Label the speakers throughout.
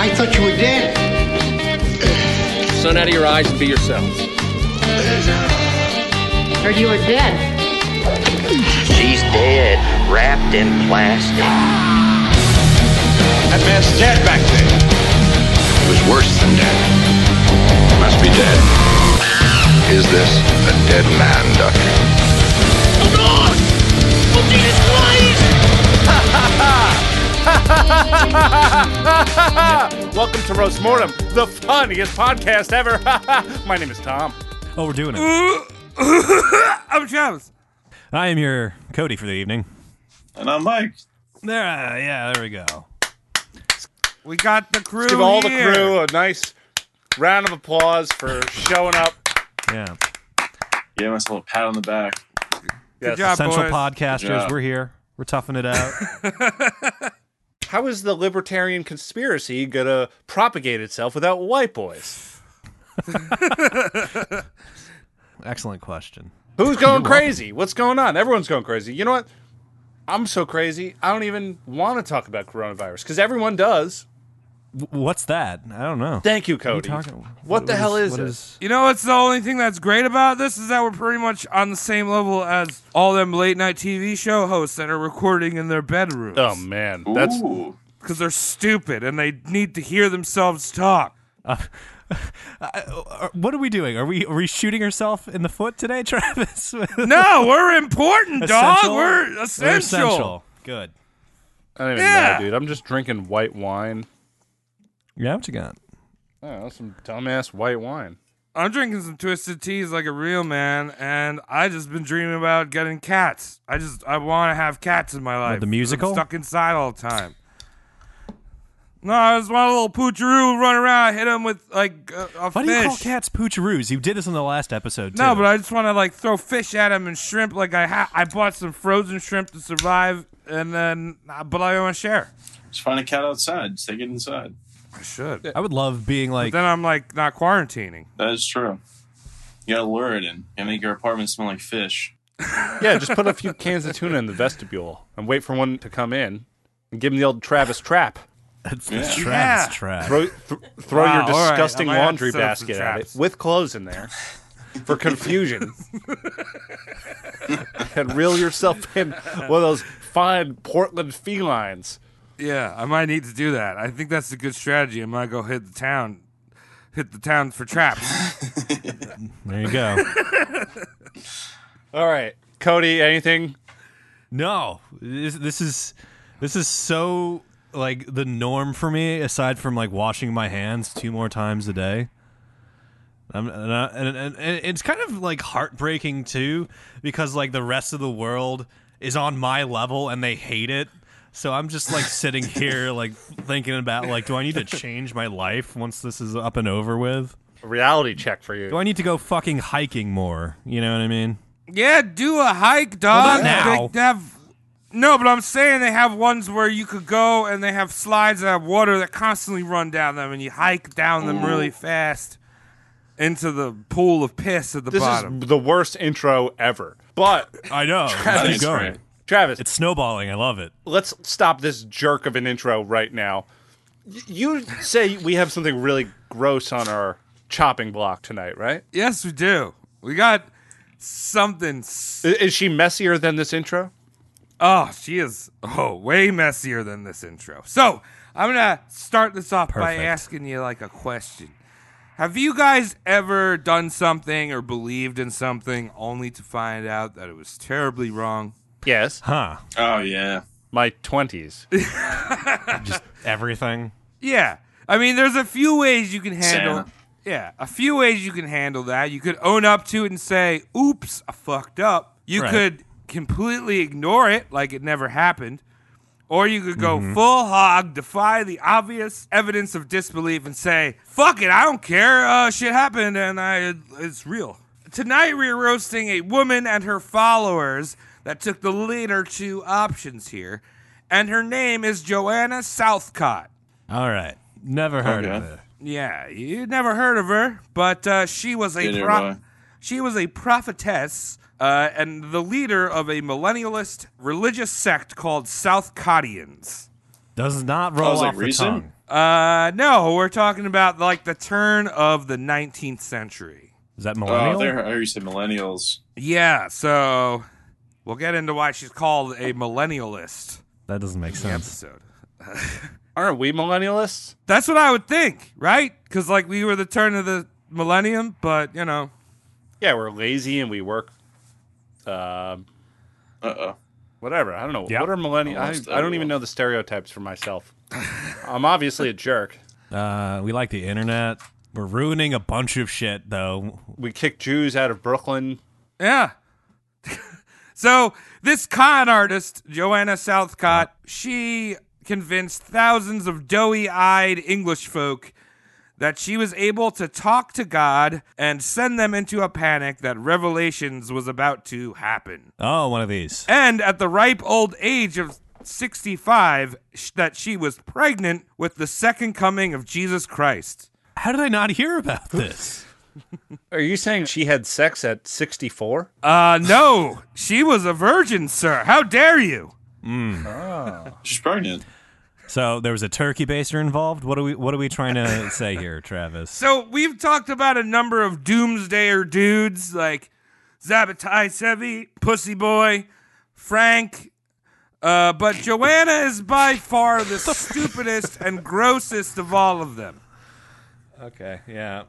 Speaker 1: I thought you were dead.
Speaker 2: Sun out of your eyes and be yourselves.
Speaker 3: Or you were dead.
Speaker 4: She's dead, wrapped in plastic.
Speaker 5: That man's dead back there. It was worse than dead. Must be dead. Is this a dead man, Duck?
Speaker 6: Welcome to Roast Mortem, the funniest podcast ever. My name is Tom.
Speaker 7: Oh, we're doing it.
Speaker 8: I'm Travis.
Speaker 7: I am your Cody for the evening.
Speaker 9: And I'm Mike.
Speaker 7: There, uh, yeah, there we go.
Speaker 8: We got the crew.
Speaker 6: Give all the
Speaker 8: here.
Speaker 6: crew a nice round of applause for showing up.
Speaker 7: Yeah,
Speaker 9: Gave myself a pat on the back.
Speaker 6: Yes.
Speaker 8: Good job,
Speaker 7: essential
Speaker 8: boys.
Speaker 7: podcasters,
Speaker 9: Good job.
Speaker 7: we're here. We're toughing it out.
Speaker 6: How is the libertarian conspiracy gonna propagate itself without white boys?
Speaker 7: Excellent question.
Speaker 6: Who's going crazy? What's going on? Everyone's going crazy. You know what? I'm so crazy. I don't even want to talk about coronavirus because everyone does.
Speaker 7: W- what's that? I don't know.
Speaker 6: Thank you, Cody.
Speaker 7: Talking-
Speaker 6: what the hell is
Speaker 7: what
Speaker 6: it?
Speaker 8: You know what's Oh, the only thing that's great about this is that we're pretty much on the same level as all them late night TV show hosts that are recording in their bedrooms
Speaker 6: Oh man, that's
Speaker 9: Ooh.
Speaker 8: because they're stupid and they need to hear themselves talk.
Speaker 7: Are- What are we doing? Are we are we shooting herself in the foot today, Travis?
Speaker 8: No, we're important, dog.
Speaker 7: Essential?
Speaker 8: We're essential.
Speaker 7: We're essential. Good.
Speaker 6: I don't even
Speaker 8: Yeah.
Speaker 6: know, dude. I'm just drinking white wine.
Speaker 7: Yeah, what you got?
Speaker 6: I don't know, some dumbass white wine.
Speaker 8: I'm drinking some twisted teas like a real man, and I just been dreaming about getting cats. I just I want to have cats in my life. 'cause
Speaker 7: the
Speaker 8: I'm
Speaker 7: musical?
Speaker 8: stuck inside all the time. No, I just want a little poocheroo run around, hit him with like a, a fish.
Speaker 7: Why do you call cats poocheroos? You did this in the last episode. Too.
Speaker 8: No, but I just want to like throw fish at him and shrimp. Like I ha- I bought some frozen shrimp to survive, and then uh, but I want to share.
Speaker 9: Just find a cat outside. Just take it inside.
Speaker 8: I should.
Speaker 7: I would love being like.
Speaker 8: then I'm like not quarantining.
Speaker 9: That is true. You gotta lure it in. You gotta make your apartment smell like fish.
Speaker 6: Yeah, just put a few cans of tuna in the vestibule and wait for one to come in and give him the old Travis trap.
Speaker 7: That's the Travis
Speaker 8: Yeah.
Speaker 7: trap.
Speaker 6: Throw, th- throw
Speaker 8: Wow,
Speaker 6: your
Speaker 8: all right.
Speaker 6: disgusting
Speaker 8: I might have
Speaker 6: laundry
Speaker 8: to set up some
Speaker 6: basket at it
Speaker 8: traps.
Speaker 6: with clothes in there for confusion. and reel yourself in one of those fine Portland felines.
Speaker 8: Yeah, I might need to do that. I think that's a good strategy. I might go hit the town, hit the town for traps.
Speaker 7: There you go.
Speaker 6: All right, Cody, anything?
Speaker 7: No, this, this is this is so like the norm for me. Aside from like washing my hands two more times a day, I'm, and, I, and, and, and it's kind of like heartbreaking too because like the rest of the world is on my level and they hate it. So I'm just like sitting here like thinking about like, do I need to change my life once this is up and over with?
Speaker 6: A reality check for
Speaker 7: Do
Speaker 6: you.
Speaker 7: I need to go fucking hiking more? You know what I mean?
Speaker 8: yeah, do a hike, dog.
Speaker 7: not now.
Speaker 8: They have, no, but I'm saying they have ones where you could go and they have slides that have water that constantly run down them, and you hike down them really fast into the pool of piss at the
Speaker 6: This
Speaker 8: bottom.
Speaker 6: is the worst intro ever. But
Speaker 7: I know.
Speaker 9: I think
Speaker 7: Keep
Speaker 9: it's
Speaker 7: going.
Speaker 9: great.
Speaker 6: Travis,
Speaker 7: It's snowballing. I love it.
Speaker 6: let's stop this jerk of an intro right now. Y- You say we have something really gross on our chopping block tonight, right?
Speaker 8: yes, we do. We got something. s-
Speaker 6: I- Is she messier than this intro?
Speaker 8: Oh, she is oh way messier than this intro. So I'm gonna start this off by
Speaker 7: Perfect.
Speaker 8: asking you like a question. Have you guys ever done something or believed in something only to find out that it was terribly wrong?
Speaker 6: Yes.
Speaker 7: Huh.
Speaker 9: Oh yeah.
Speaker 6: My 20s.
Speaker 7: everything.
Speaker 8: Yeah. I mean, there's a few ways you can handle.
Speaker 9: Santa.
Speaker 8: Yeah, a few ways you can handle that. You could own up to it and say, "Oops, I fucked up." You
Speaker 7: Right.
Speaker 8: could completely ignore it like it never happened, or you could go full hog, defy the obvious evidence of disbelief, and say, "Fuck it, I don't care. Uh, shit happened, and I it's real." Tonight we're roasting a woman and her followers that took the later two options here, and her name is Joanna Southcott.
Speaker 7: All right. Never heard of
Speaker 9: Okay.
Speaker 7: it.
Speaker 8: Yeah, you would never heard of her, but uh, she was a
Speaker 9: Neither
Speaker 8: pro-
Speaker 9: have I.
Speaker 8: she was a prophetess uh, and the leader of a millennialist religious sect called South Cottians.
Speaker 7: Does not roll
Speaker 9: I was
Speaker 7: off
Speaker 9: like,
Speaker 7: the
Speaker 9: reason?
Speaker 7: tongue.
Speaker 8: Uh, no, we're talking about like the turn of the 19th century.
Speaker 7: Is that
Speaker 9: Oh,
Speaker 7: millennial?
Speaker 9: there. I heard you said millennials.
Speaker 8: Yeah, so we'll get into why she's called a millennialist
Speaker 7: that doesn't make sense.
Speaker 8: episode.
Speaker 2: Aren't we millennialists?
Speaker 8: That's what I would think, right? Because like we were the turn of the millennium, but you know,
Speaker 2: Yeah, we're lazy and we work. Um,
Speaker 9: Uh oh.
Speaker 2: whatever. I don't know.
Speaker 7: Yeah.
Speaker 2: What are millennials?
Speaker 9: Almost
Speaker 2: I, I don't even
Speaker 9: everyone.
Speaker 2: know the stereotypes for myself. I'm obviously a jerk.
Speaker 7: Uh, we like the internet. We're ruining a bunch of shit, though.
Speaker 2: We kick Jews out of Brooklyn.
Speaker 8: yeah. so this con artist, Joanna Southcott, she convinced thousands of doughy-eyed English folk that she was able to talk to God and send them into a panic that revelations was about to happen.
Speaker 7: Oh, one of these.
Speaker 8: and at the ripe old age of 65 sh- that she was pregnant with the second coming of Jesus Christ.
Speaker 7: How did I not hear about this?
Speaker 2: Are you saying she had sex at 64?
Speaker 8: Uh no, she was a virgin, sir. How dare you?
Speaker 9: She's pregnant.
Speaker 7: So there was a turkey baster involved. What are we? What are we trying to say here, Travis?
Speaker 8: So we've talked about a number of doomsdayer dudes like Zabatai Sevi, Pussy Boy, Frank, uh, but Joanna is by far the stupidest and grossest of all of them.
Speaker 7: Okay, yeah.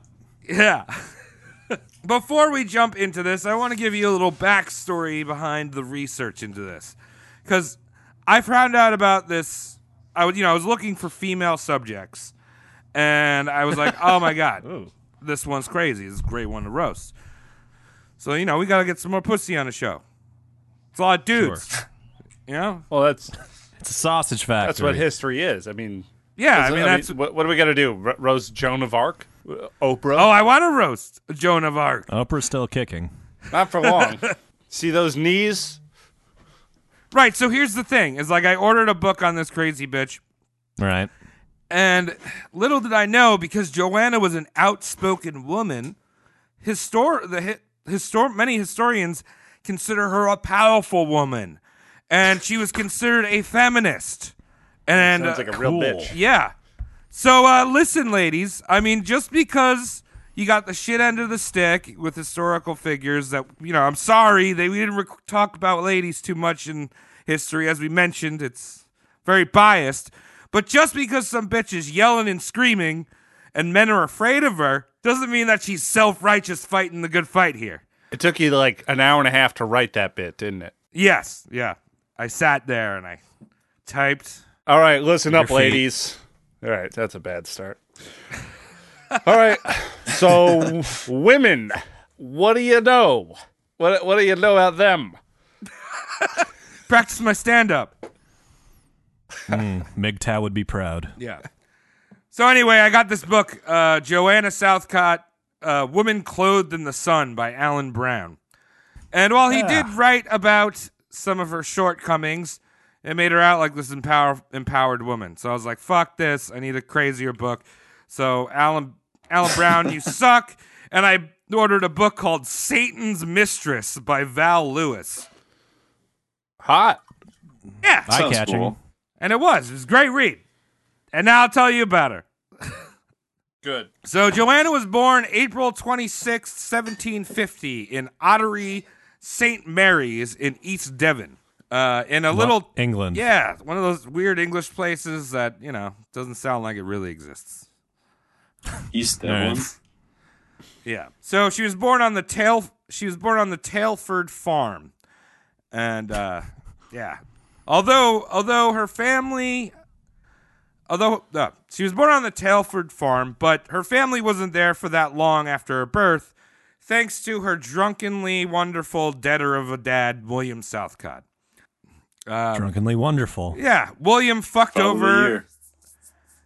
Speaker 8: Yeah. Before we jump into this, I want to give you a little backstory behind the research into this, because I found out about this. I was, you know, I was looking for female subjects, and I was like, "Oh my god, this one's crazy. This is a great one to roast." So you know, we gotta get some more pussy on the show. It's a lot of dudes, you know.
Speaker 2: Well, that's
Speaker 7: It's a sausage factory.
Speaker 2: that's what history is. I mean,
Speaker 8: Yeah, I mean, that's.
Speaker 2: what, what do we got to do? R- Rose Joan of Arc, Oprah,
Speaker 8: Oh, I want to roast Joan of Arc.
Speaker 7: Oprah's still kicking.
Speaker 2: not for long. See those knees?
Speaker 8: Right. So here's the thing: is like I ordered a book on this crazy bitch.
Speaker 7: Right.
Speaker 8: And little did I know, because Joanna was an outspoken woman, histor- the hi- histor- many historians consider her a powerful woman. And she was considered a feminist. And
Speaker 2: Sounds like a
Speaker 8: uh,
Speaker 2: real bitch.
Speaker 8: yeah. So uh, listen, ladies. I mean, just because you got the shit end of the stick with historical figures that you know, I'm sorry they we didn't rec- talk about ladies too much in history, as we mentioned. It's very biased. But just because some bitch is yelling and screaming, and men are afraid of her, doesn't mean that she's self-righteous fighting the good fight here.
Speaker 2: It took you like an hour and a half to write that bit, didn't it?
Speaker 8: Yes. Yeah. I sat there and I typed.
Speaker 2: All right, listen up,
Speaker 7: feet.
Speaker 2: ladies. All right, that's a bad start. All right, so women, what do you know? What what do you know about them?
Speaker 8: Practice my stand-up.
Speaker 7: MGTOW would be proud.
Speaker 8: Yeah. So anyway, I got this book, uh, Joanna Southcott, uh, "Woman Clothed in the Sun" by Alan Brown. And while he did write about some of her shortcomings, it made her out like this empower- empowered woman. So I was like, "Fuck this! I need a crazier book." So Alan Alan Brown, you suck. And I ordered a book called "Satan's Mistress" by Val Lewis.
Speaker 2: Hot.
Speaker 8: Yeah,
Speaker 9: Sounds
Speaker 7: Eye-catching.
Speaker 9: cool.
Speaker 8: and it was it was a great read. And now I'll tell you about her.
Speaker 2: Good.
Speaker 8: So Joanna was born April 26, 1750 in Ottery St. Mary's in East Devon. Uh, in a little
Speaker 7: England.
Speaker 8: Yeah, one of those weird English places that, you know, doesn't sound like it really exists.
Speaker 9: East Devon.
Speaker 7: Nice.
Speaker 8: Yeah. So she was born on the tail she was born on the Tailford farm. And uh yeah. Although although her family although uh, she was born on the Tailford farm, but her family wasn't there for that long after her birth thanks to her drunkenly wonderful debtor of a dad, William Southcott.
Speaker 7: Drunkenly wonderful.
Speaker 8: Yeah, William fucked
Speaker 9: Follow the
Speaker 8: over
Speaker 9: year.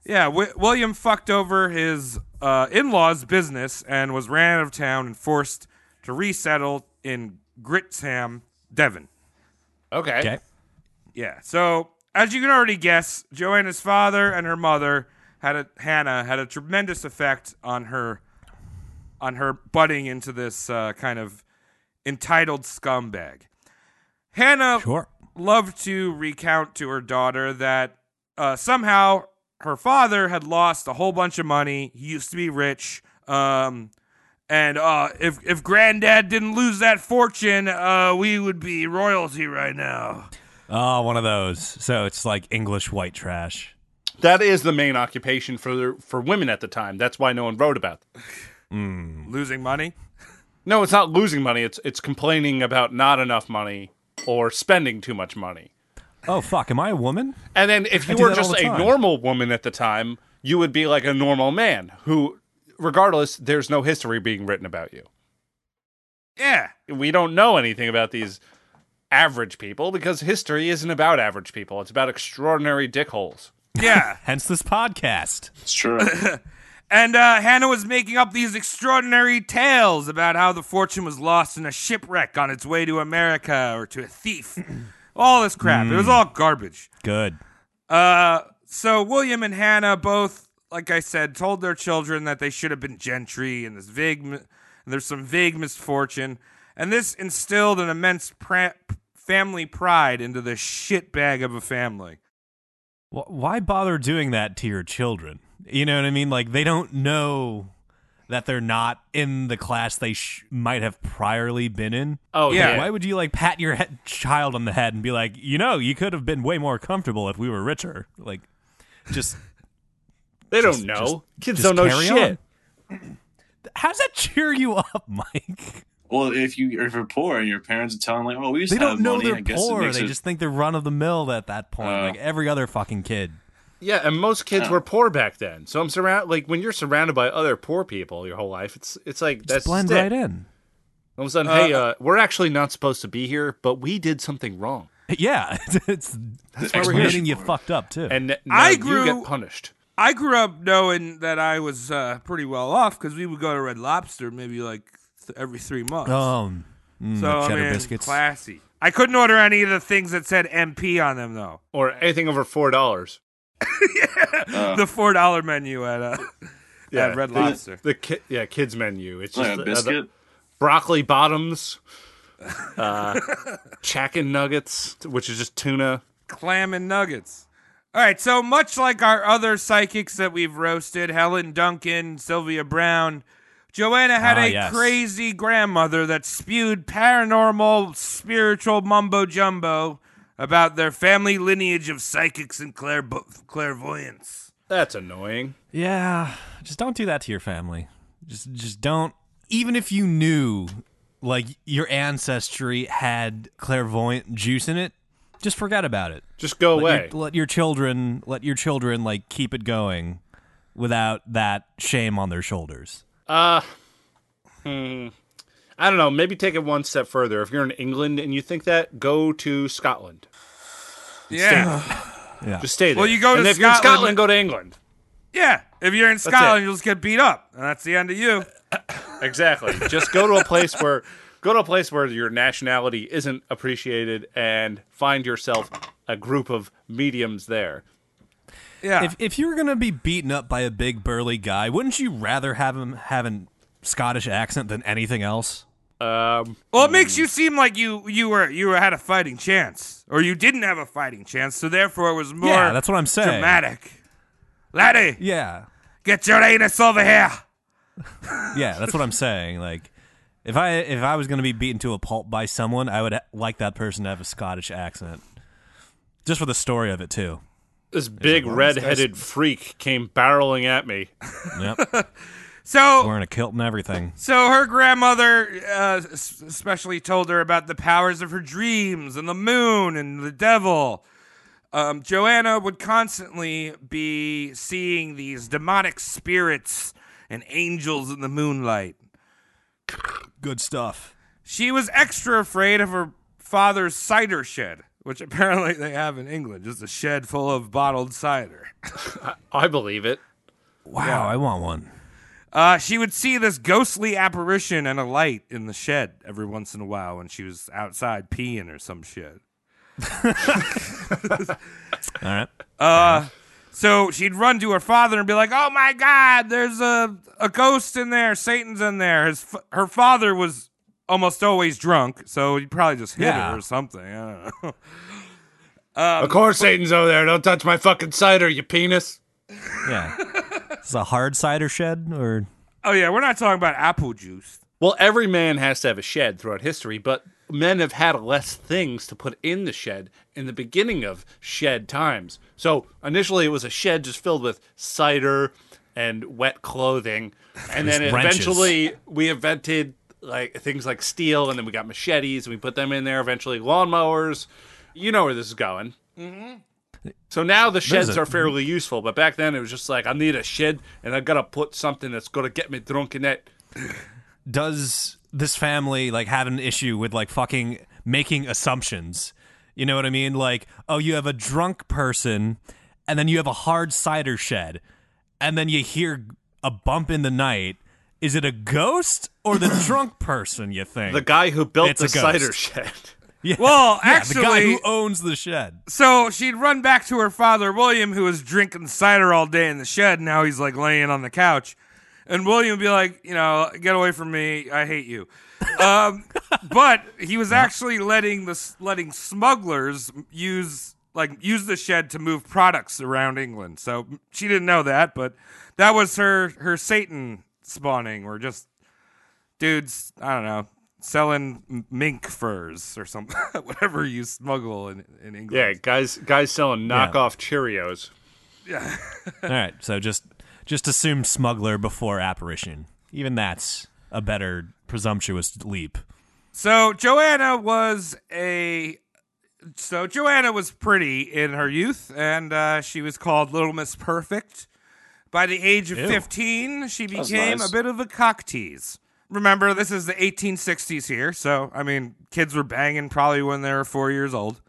Speaker 8: Yeah, w- William fucked over his uh, in law's business and was ran out of town and forced to resettle in Gritsam, Devon.
Speaker 2: Okay.
Speaker 7: Okay.
Speaker 8: Yeah, so as you can already guess, Joanna's father and her mother had a Hannah had a tremendous effect on her on her butting into this uh, kind of entitled scumbag. Hannah
Speaker 7: Sure.
Speaker 8: loved to recount to her daughter that uh, somehow her father had lost a whole bunch of money. He used to be rich. Um, and uh, if if Granddad didn't lose that fortune, uh, we would be royalty right now.
Speaker 7: Oh, one of those. So it's like English white trash.
Speaker 6: That is the main occupation for for women at the time. That's why no one wrote about. Them.
Speaker 8: Losing money.
Speaker 6: No, it's not losing money. It's it's complaining about not enough money or spending too much money.
Speaker 7: Oh fuck, am I a woman?
Speaker 6: And then if you
Speaker 7: do
Speaker 6: were
Speaker 7: that all
Speaker 6: just
Speaker 7: the
Speaker 6: a
Speaker 7: time.
Speaker 6: normal woman at the time, you would be like a normal man who, regardless, there's no history being written about you.
Speaker 8: Yeah.
Speaker 6: We don't know anything about these average people because history isn't about average people. It's about extraordinary dickholes.
Speaker 8: Yeah.
Speaker 7: Hence this podcast.
Speaker 9: It's true.
Speaker 8: And uh, Hannah was making up these extraordinary tales about how the fortune was lost in a shipwreck on its way to America or to a thief. all this crap. It was all garbage.
Speaker 7: Good.
Speaker 8: Uh, so William and Hannah both, like I said, told their children that they should have been gentry and this vague, mi- and there's some vague misfortune, and this instilled an immense pra- family pride into the shitbag of a family.
Speaker 7: Wh- Why bother doing that to your children? You know what I mean? Like they don't know that they're not in the class they sh- might have priorly been in.
Speaker 6: Oh
Speaker 8: Yeah.
Speaker 7: Why would you like pat your he- child on the head and be like, you know, you could have been way more comfortable if we were richer? Like, just
Speaker 6: they
Speaker 7: just-
Speaker 6: don't know. Kids
Speaker 7: just
Speaker 6: don't know
Speaker 7: carry
Speaker 6: shit.
Speaker 7: on. how does that cheer you up, Mike?
Speaker 9: well, if you if you're poor and your parents are telling like, "Oh, we used
Speaker 7: They
Speaker 9: to
Speaker 7: don't
Speaker 9: have
Speaker 7: know
Speaker 9: money," I
Speaker 7: they're
Speaker 9: guess it
Speaker 7: poor.
Speaker 9: makes
Speaker 7: They
Speaker 9: it-
Speaker 7: just think they're run of the mill at that point,
Speaker 9: Uh.
Speaker 7: like every other fucking kid.
Speaker 6: Yeah, and most kids were poor back then. So I'm surrounded like when you're surrounded by other poor people your whole life, it's it's like
Speaker 7: Just
Speaker 6: that's
Speaker 7: blend
Speaker 6: just it.
Speaker 7: right in.
Speaker 6: All of a sudden, hey, uh, we're actually not supposed to be here, but we did something wrong,
Speaker 7: Yeah, it's, it's
Speaker 6: why we're here.
Speaker 7: getting you fucked up too.
Speaker 6: and n- now
Speaker 8: I
Speaker 6: you
Speaker 8: grew-
Speaker 6: get punished.
Speaker 8: I grew up knowing that I was uh, pretty well off because we would go to Red Lobster maybe like th- every three months.
Speaker 7: um, mm,
Speaker 8: so I
Speaker 7: cheddar
Speaker 8: mean,
Speaker 7: biscuits.
Speaker 8: classy. I couldn't order any of the things that said MP on them though.
Speaker 6: Or anything over four dollars.
Speaker 8: the four dollar menu at uh,
Speaker 6: Yeah,
Speaker 8: at Red
Speaker 6: the-
Speaker 8: Lobster.
Speaker 6: The ki- yeah, kids menu. It's just
Speaker 9: like
Speaker 6: the-
Speaker 9: a
Speaker 6: uh, the
Speaker 9: biscuit.
Speaker 6: broccoli bottoms, uh, chicken nuggets, which is just tuna.
Speaker 8: clam and nuggets. All right, so much like our other psychics that we've roasted, Helen Duncan, Sylvia Brown, Joanna had
Speaker 7: Ah,
Speaker 8: a
Speaker 7: yes.
Speaker 8: crazy grandmother that spewed paranormal, spiritual mumbo jumbo about their family lineage of psychics and clairvo- clairvoyance.
Speaker 6: That's annoying.
Speaker 7: Yeah, just don't do that to your family. Just just don't even if you knew like your ancestry had clairvoyant juice in it, just forget about it.
Speaker 6: Just go
Speaker 7: Let
Speaker 6: away.
Speaker 7: your, let your children let your children like keep it going without that shame on their shoulders.
Speaker 6: I don't know. Maybe take it one step further. If you're in England and you think that, go to Scotland.
Speaker 8: Yeah,
Speaker 6: Just stay there.
Speaker 8: Well, you go to
Speaker 6: and if you're in
Speaker 8: Scotland-
Speaker 6: Scotland, go to England.
Speaker 8: yeah. If you're in
Speaker 6: it.
Speaker 8: Scotland, you'll just get beat up, and that's the end of you.
Speaker 6: Exactly. Just go to a place where go to a place where your nationality isn't appreciated and find yourself a group of mediums there.
Speaker 8: Yeah,
Speaker 7: If if you were gonna be beaten up by a big burly guy, wouldn't you rather have him have an Scottish accent than anything else?
Speaker 6: Um,
Speaker 8: Well, it makes you seem like you you were you had a fighting chance, or you didn't have a fighting chance, so therefore it was more.
Speaker 7: Yeah, that's what I'm saying.
Speaker 8: Dramatic, laddie,
Speaker 7: Yeah.
Speaker 8: get your anus over here.
Speaker 7: Yeah, that's what I'm saying. Like, if I if I was gonna be beaten to a pulp by someone, I would ha- like that person to have a Scottish accent, just for the story of it too.
Speaker 6: this big red-headed freak came barreling at me.
Speaker 7: Yep,
Speaker 8: So,
Speaker 7: wearing a kilt and everything.
Speaker 8: so her grandmother uh, s- especially told her about the powers of her dreams and the moon and the devil. Um, Joanna would constantly be seeing these demonic spirits and angels in the moonlight.
Speaker 7: Good stuff.
Speaker 8: She was extra afraid of her father's cider shed, which apparently they have in England, just a shed full of bottled cider.
Speaker 6: I believe it.
Speaker 7: Wow, I want one.
Speaker 8: Uh, she would see this ghostly apparition and a light in the shed every once in a while when she was outside peeing or some shit.
Speaker 7: All right.
Speaker 8: So she'd run to her father and be like, "Oh my God, there's a a ghost in there. Satan's in there." His f- her father was almost always drunk, so he probably just hit
Speaker 7: Yeah.
Speaker 8: her or something. I don't know.
Speaker 6: of course, Satan's over there. Don't touch my fucking cider, you penis.
Speaker 7: Yeah. It's a hard cider shed or
Speaker 8: Oh yeah, we're not talking about apple juice.
Speaker 6: Well, every man has to have a shed throughout history, but men have had less things to put in the shed in the beginning of shed times. So initially, it was a shed just filled with cider and wet clothing, and then
Speaker 7: Just wrenches.
Speaker 6: eventually we invented like things like steel, and then we got machetes and we put them in there. Eventually, lawnmowers. You know where this is going. So now the sheds
Speaker 7: Mm-hmm. a-
Speaker 6: are fairly useful, but back then it was just like I need a shed and I gotta put something that's gonna get me drunk in it.
Speaker 7: does this family like have an issue with like fucking making assumptions? You know what I mean? Like, oh, you have a drunk person, and then you have a hard cider shed, and then you hear a bump in the night. Is it a ghost or the drunk person? You think
Speaker 6: The guy who built
Speaker 7: It's
Speaker 6: the
Speaker 7: a ghost.
Speaker 6: cider shed.
Speaker 7: Yeah.
Speaker 8: Well,
Speaker 7: Yeah, the guy
Speaker 8: actually-
Speaker 7: who owns the shed.
Speaker 8: So she'd run back to her father, William, who was drinking cider all day in the shed. Now he's like laying on the couch. And William would be like, you know, get away from me. I hate you. Um, but he was actually letting the letting smugglers use like use the shed to move products around England. So she didn't know that, but that was her her Satan spawning or just dudes, I don't know, selling m- mink furs or something, whatever you smuggle in, in England.
Speaker 6: Yeah, guys, guys selling knockoff Cheerios.
Speaker 7: All right, so just just assume smuggler before apparition. Even that's a better presumptuous leap.
Speaker 8: So Joanna was a. So Joanna was pretty in her youth, and uh, she was called Little Miss Perfect. By the age of
Speaker 7: Ew.
Speaker 8: fifteen, she became
Speaker 9: nice.
Speaker 8: a bit of a cock tease. Remember, this is the 1860s here, so I mean, kids were banging probably when they were four years old.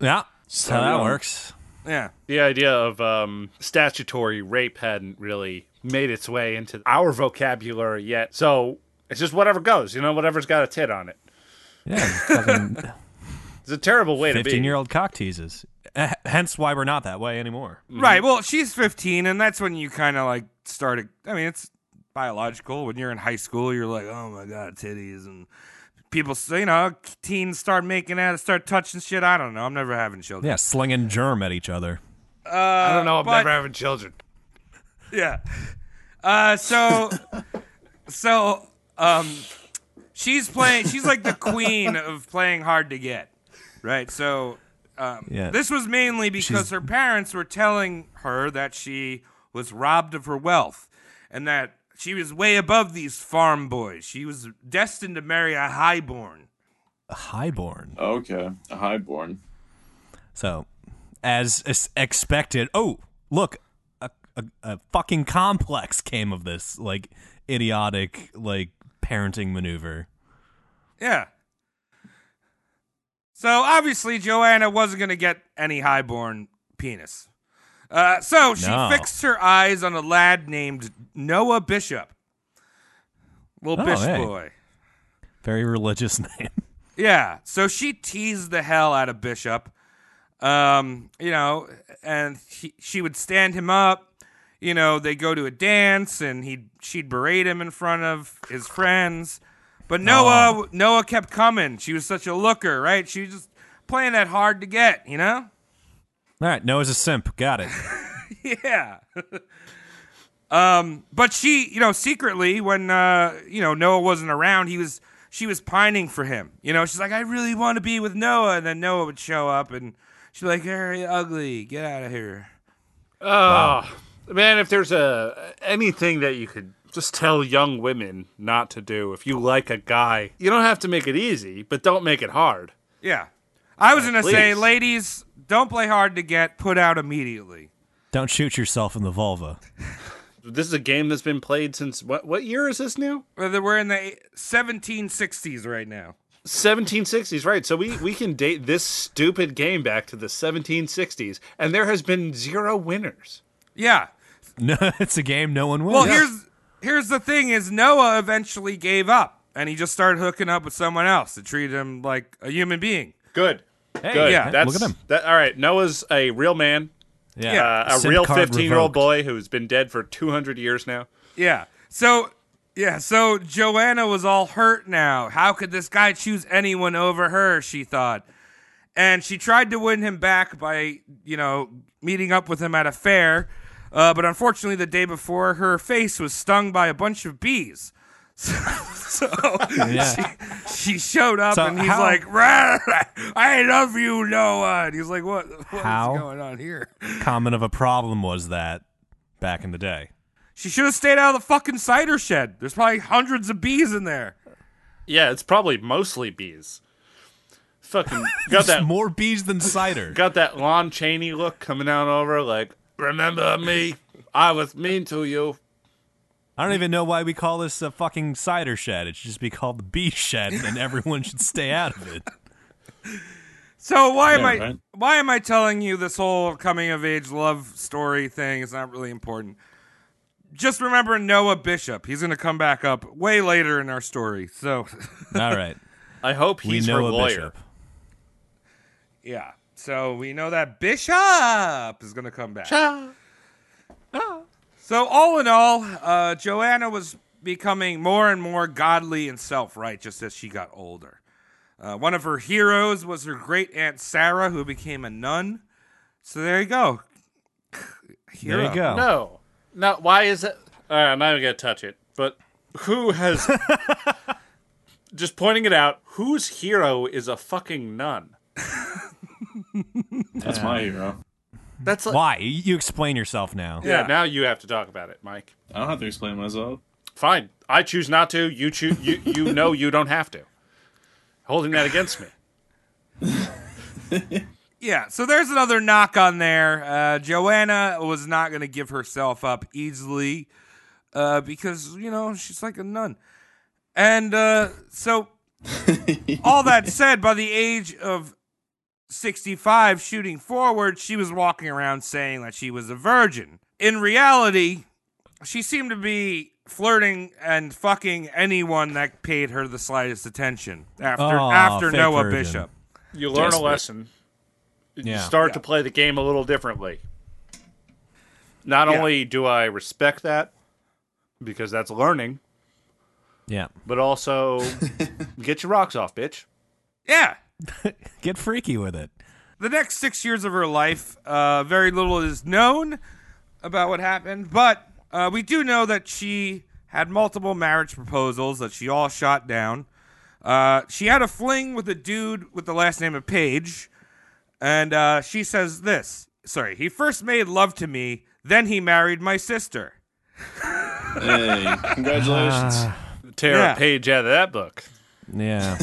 Speaker 7: Yeah, so that
Speaker 9: young.
Speaker 7: works.
Speaker 8: Yeah,
Speaker 6: The idea of um, statutory rape hadn't really made its way into our vocabulary yet, so it's just whatever goes. You know, whatever's got a tit on it.
Speaker 7: Yeah, fucking
Speaker 6: It's a terrible way to be.
Speaker 7: fifteen-year-old cock teases. Eh, Hence, why we're not that way anymore.
Speaker 8: right. Well, she's 15, and that's when you kind of like started. I mean, it's biological. When you're in high school, you're like, oh my god, titties, and people say, you know, teens start making out, start touching shit. I don't know. I'm never having children.
Speaker 7: Yeah, slinging germ at each other.
Speaker 6: I don't know. I'm
Speaker 8: but-
Speaker 6: never having children.
Speaker 8: Yeah. Uh, so, so, um, she's playing. She's like the queen of playing hard to get, right? So, um,
Speaker 7: Yeah.
Speaker 8: this was mainly because
Speaker 7: She's-
Speaker 8: her parents were telling her that she was robbed of her wealth, and that she was way above these farm boys. She was destined to marry a highborn.
Speaker 7: Highborn.
Speaker 9: Okay, a highborn.
Speaker 7: So, as, as expected. Oh, look, a, a, a fucking complex came of this like idiotic like parenting maneuver.
Speaker 8: Yeah. So obviously Joanna wasn't gonna get any highborn penis. Uh, so she
Speaker 7: No.
Speaker 8: fixed her eyes on a lad named Noah Bishop. Little
Speaker 7: Oh,
Speaker 8: Bish
Speaker 7: hey.
Speaker 8: boy.
Speaker 7: Very religious name.
Speaker 8: Yeah. So she teased the hell out of Bishop. Um, you know, and he, she would stand him up. You know, they go to a dance and he would she'd berate him in front of his friends. But Noah Noah kept coming. She was such a looker, right? She was just playing that hard to get, you know?
Speaker 7: All right, Noah's a simp. Got it.
Speaker 8: Yeah. um, but she, you know, secretly when uh, you know Noah wasn't around, he was she was pining for him. You know, she's like, I really want to be with Noah, and then Noah would show up, and she's like, You're ugly, get out of here.
Speaker 6: Man, if there's a anything that you could just tell young women not to do, if you like a guy, you don't have to make it easy, but don't make it hard.
Speaker 8: Yeah. I was gonna say,
Speaker 6: please.
Speaker 8: ladies, don't play hard to get. Put out immediately.
Speaker 7: Don't shoot yourself in the vulva.
Speaker 6: This is a game that's been played since what? What year is this now?
Speaker 8: Whether We're in the 1760s right now.
Speaker 6: 1760s, right. So we, we can date this stupid game back to the 1760s, and there has been zero winners.
Speaker 8: Yeah.
Speaker 7: No, it's a game no one wins.
Speaker 8: Well, here's here's the thing: is Noah eventually gave up, and he just started hooking up with someone else that treated him like a human being.
Speaker 6: Good.
Speaker 7: Hey,
Speaker 6: Good.
Speaker 8: yeah.
Speaker 6: That's,
Speaker 7: Look at him.
Speaker 6: That, all right. Noah's a real man,
Speaker 7: yeah,
Speaker 6: uh, a
Speaker 7: Simp
Speaker 6: real
Speaker 7: card
Speaker 6: 15 year old
Speaker 7: revoked.
Speaker 6: boy who's been dead for 200 years now.
Speaker 8: Yeah. So yeah. So Joanna was all hurt now. How could this guy choose anyone over her? She thought. and she tried to win him back by you know meeting up with him at a fair uh, but unfortunately the day before her face was stung by a bunch of bees so, so she, she showed up
Speaker 7: So
Speaker 8: and he's
Speaker 7: how-
Speaker 8: like "Rah, i love you noah and he's like what what's
Speaker 7: How?
Speaker 8: going on here
Speaker 7: Common of a problem was that back in the day.
Speaker 8: she should have stayed out of the fucking cider shed there's probably hundreds of bees in there
Speaker 6: Yeah, it's probably mostly bees. Fucking got
Speaker 7: There's
Speaker 6: that
Speaker 7: more bees than cider.
Speaker 6: got that Lon Chaney look coming out over like, remember me? I was mean to you.
Speaker 7: I don't even know why we call this a fucking cider shed. It should just be called the bee shed, and everyone should stay out of it.
Speaker 8: So why am I
Speaker 9: right.
Speaker 8: why am I telling you this whole coming of age love story thing is not really important? Just remember Noah Bishop. He's going to come back up way later in our story. So
Speaker 7: All right,
Speaker 6: I hope
Speaker 7: we
Speaker 6: he's
Speaker 7: know
Speaker 6: her
Speaker 7: a
Speaker 6: lawyer.
Speaker 7: bishop.
Speaker 8: yeah. So we know that Bishop is going to come back. So all in all, uh, Joanna was becoming more and more godly and self-righteous as she got older. Uh, one of her heroes was her great aunt Sarah, who became a nun. So there you go.
Speaker 7: There
Speaker 8: Hero.
Speaker 7: you go.
Speaker 6: No. No, why is it? All right, I'm not even going to touch it. But who has. just pointing it out, whose hero is a fucking nun?
Speaker 9: That's my hero.
Speaker 6: That's like.
Speaker 7: Why? You you explain yourself now.
Speaker 6: Yeah, now you have to talk about it, Mike.
Speaker 9: I don't have to explain myself.
Speaker 6: Fine. I choose not to. You choose. You, you know you don't have to. Holding that against me.
Speaker 8: Yeah, so there's another knock on there. Uh, Joanna was not going to give herself up easily uh, because, you know, she's like a nun. And uh, so, all that said, by the age of 65, shooting forward, she was walking around saying that she was a virgin. In reality, she seemed to be flirting and fucking anyone that paid her the slightest attention after,
Speaker 7: Aw,
Speaker 8: after
Speaker 7: fake
Speaker 8: Noah
Speaker 7: virgin.
Speaker 8: Bishop.
Speaker 6: You learn a
Speaker 9: Desperate.
Speaker 6: lesson. You
Speaker 7: Yeah.
Speaker 6: start to play the game a little differently. Not
Speaker 8: Yeah.
Speaker 6: only do I respect that because that's learning,
Speaker 7: Yeah.
Speaker 6: but also get your rocks off, bitch.
Speaker 8: Yeah,
Speaker 7: Get freaky with it.
Speaker 8: the next six years of her life, uh, very little is known about what happened, but uh, we do know that she had multiple marriage proposals that she all shot down. Uh, she had a fling with a dude with the last name of Page, and uh, she says this. Sorry, he first made love to me, then he married my sister.
Speaker 9: Hey, congratulations.
Speaker 7: Ah.
Speaker 6: Tear
Speaker 8: Yeah.
Speaker 6: a page out of that book.
Speaker 7: Yeah.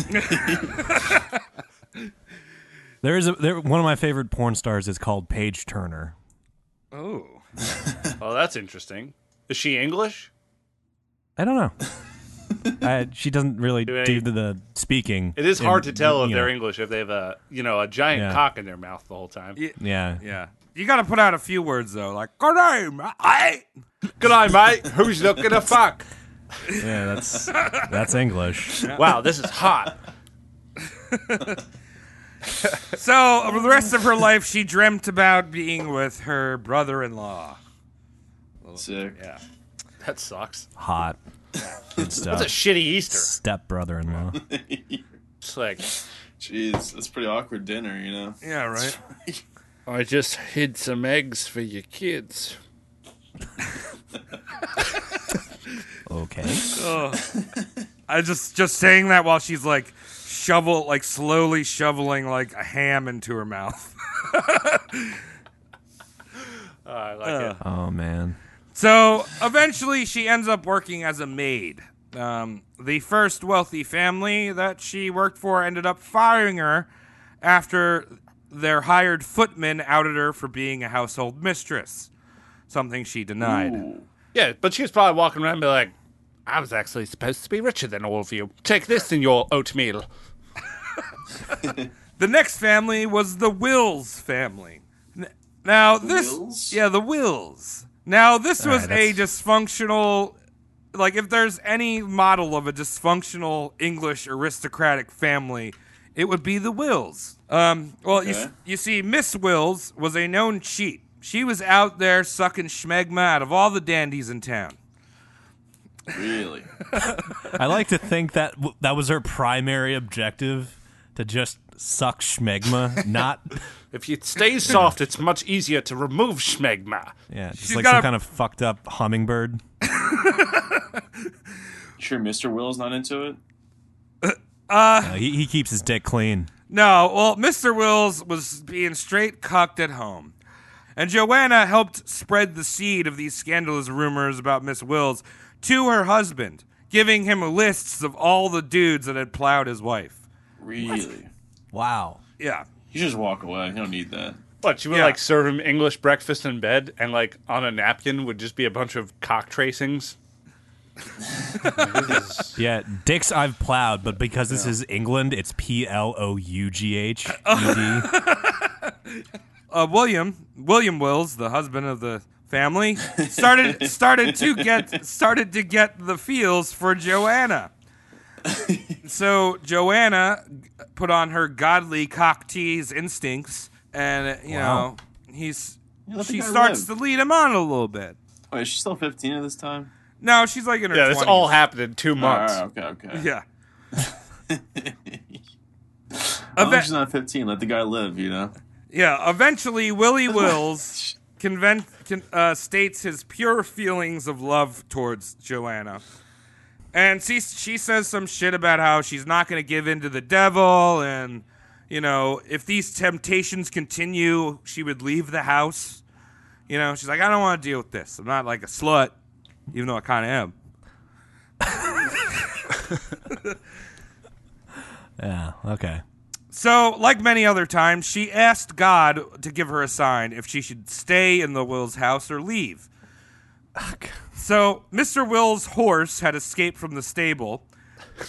Speaker 7: there is a there, one of my favorite porn stars is called Paige Turner.
Speaker 8: Oh.
Speaker 6: Oh, that's interesting. Is she English?
Speaker 7: I don't know. I, she doesn't really
Speaker 6: Do
Speaker 7: do,
Speaker 6: any-
Speaker 7: the, the speaking.
Speaker 6: It is
Speaker 7: in-
Speaker 6: hard to tell if
Speaker 7: you
Speaker 6: they're
Speaker 7: know.
Speaker 6: English if they have a you know a giant
Speaker 7: Yeah.
Speaker 6: cock in their mouth the whole time.
Speaker 7: Yeah.
Speaker 8: Yeah. You got to put out a few words, though, like, good day, ma- I.
Speaker 6: Good eye, mate. Who's looking to fuck?
Speaker 7: Yeah, that's that's English.
Speaker 6: Wow, this is hot.
Speaker 8: So for the rest of her life, she dreamt about being with her brother-in-law.
Speaker 9: Sick. Yeah.
Speaker 6: That sucks.
Speaker 7: Hot. Good
Speaker 6: It's a
Speaker 7: stuff.
Speaker 6: shitty Easter.
Speaker 7: Step brother in law.
Speaker 6: It's like
Speaker 9: Jeez, that's a pretty awkward dinner, you know.
Speaker 8: Yeah, right.
Speaker 6: I just hid some eggs for your kids.
Speaker 7: Okay.
Speaker 8: I just just saying that while she's like shovel like slowly shoveling like a ham into her mouth.
Speaker 6: I like it.
Speaker 7: Oh man.
Speaker 8: So eventually, she ends up working as a maid. Um, the first wealthy family that she worked for ended up firing her after their hired footman outed her for being a household mistress, something she denied.
Speaker 6: Yeah, but she was probably walking around and be like, I was actually supposed to be richer than all of you. Take this in your oatmeal.
Speaker 8: The next family was the Wills family. N- Now this,
Speaker 9: Wills?
Speaker 8: yeah, the Wills. Now this was
Speaker 7: right,
Speaker 8: a dysfunctional, like if there's any model of a dysfunctional English aristocratic family, it would be the Wills. Um, well, you, s-
Speaker 9: Okay.
Speaker 8: you see, Miss Wills was a known cheat. She was out there sucking schmegma out of all the dandies in town.
Speaker 9: Really?
Speaker 7: I like to think that w- that was her primary objective to just suck schmegma, not
Speaker 6: If it stays soft, it's much easier to remove schmegma.
Speaker 7: yeah, just
Speaker 8: She's
Speaker 7: like
Speaker 8: got
Speaker 7: some
Speaker 8: a-
Speaker 7: kind of fucked up hummingbird.
Speaker 9: Sure, Mr. Will's not into it.
Speaker 7: Uh, he, he keeps his dick clean.
Speaker 8: No, well, Mr. Wills was being straight cucked at home. And Joanna helped spread the seed of these scandalous rumors about Miss Wills to her husband, giving him lists of all the dudes that had plowed his wife.
Speaker 9: Really?
Speaker 7: Wow.
Speaker 8: Yeah.
Speaker 9: You just walk away. You don't need that.
Speaker 6: But she would
Speaker 8: Yeah.
Speaker 6: like serve him English breakfast in bed, and like on a napkin would just be a bunch of cock tracings.
Speaker 7: Yeah, dicks I've plowed, but because this is England, it's P L O U G H E D.
Speaker 8: uh, William William Wills, the husband of the family, started started to get started to get the feels for Joanna. so Joanna put on her godly cock tease instincts, and uh, you
Speaker 7: Wow.
Speaker 8: know he's
Speaker 9: let the
Speaker 8: she
Speaker 9: guy
Speaker 8: starts
Speaker 9: live.
Speaker 8: to lead him on a little bit.
Speaker 9: Wait, is she still 15 at this time?
Speaker 8: No, she's like in her
Speaker 6: Yeah, this
Speaker 8: 20s.
Speaker 6: all happened in two
Speaker 9: All right,
Speaker 6: months.
Speaker 9: okay, okay.
Speaker 8: yeah.
Speaker 9: As long
Speaker 8: Eve-
Speaker 9: as she's not 15, let the guy live, you know?
Speaker 8: Yeah, eventually Willie Wills conven- con- uh, states his pure feelings of love towards Joanna. And she, she says some shit about how she's not going to give in to the devil and, you know, if these temptations continue, she would leave the house. You know, she's like, I don't want to deal with this. I'm not like a slut, even though I kind of am.
Speaker 7: Yeah, okay.
Speaker 8: So, like many other times, she asked God to give her a sign if she should stay in the Wills house or leave. So, Mr. Will's horse had escaped from the stable,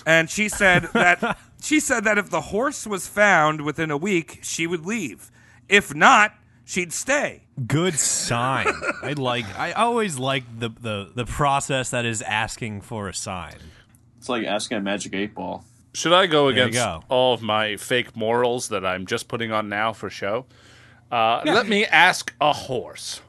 Speaker 8: and she said that she said that if the horse was found within a week, she would leave. If not, she'd stay.
Speaker 7: Good sign. I like. I always like the, the the process that is asking for a sign.
Speaker 9: It's like asking a magic eight ball.
Speaker 6: Should I go
Speaker 7: you
Speaker 6: against
Speaker 7: go.
Speaker 6: all of my fake morals that I'm just putting on now for show? Uh, Let me ask a horse.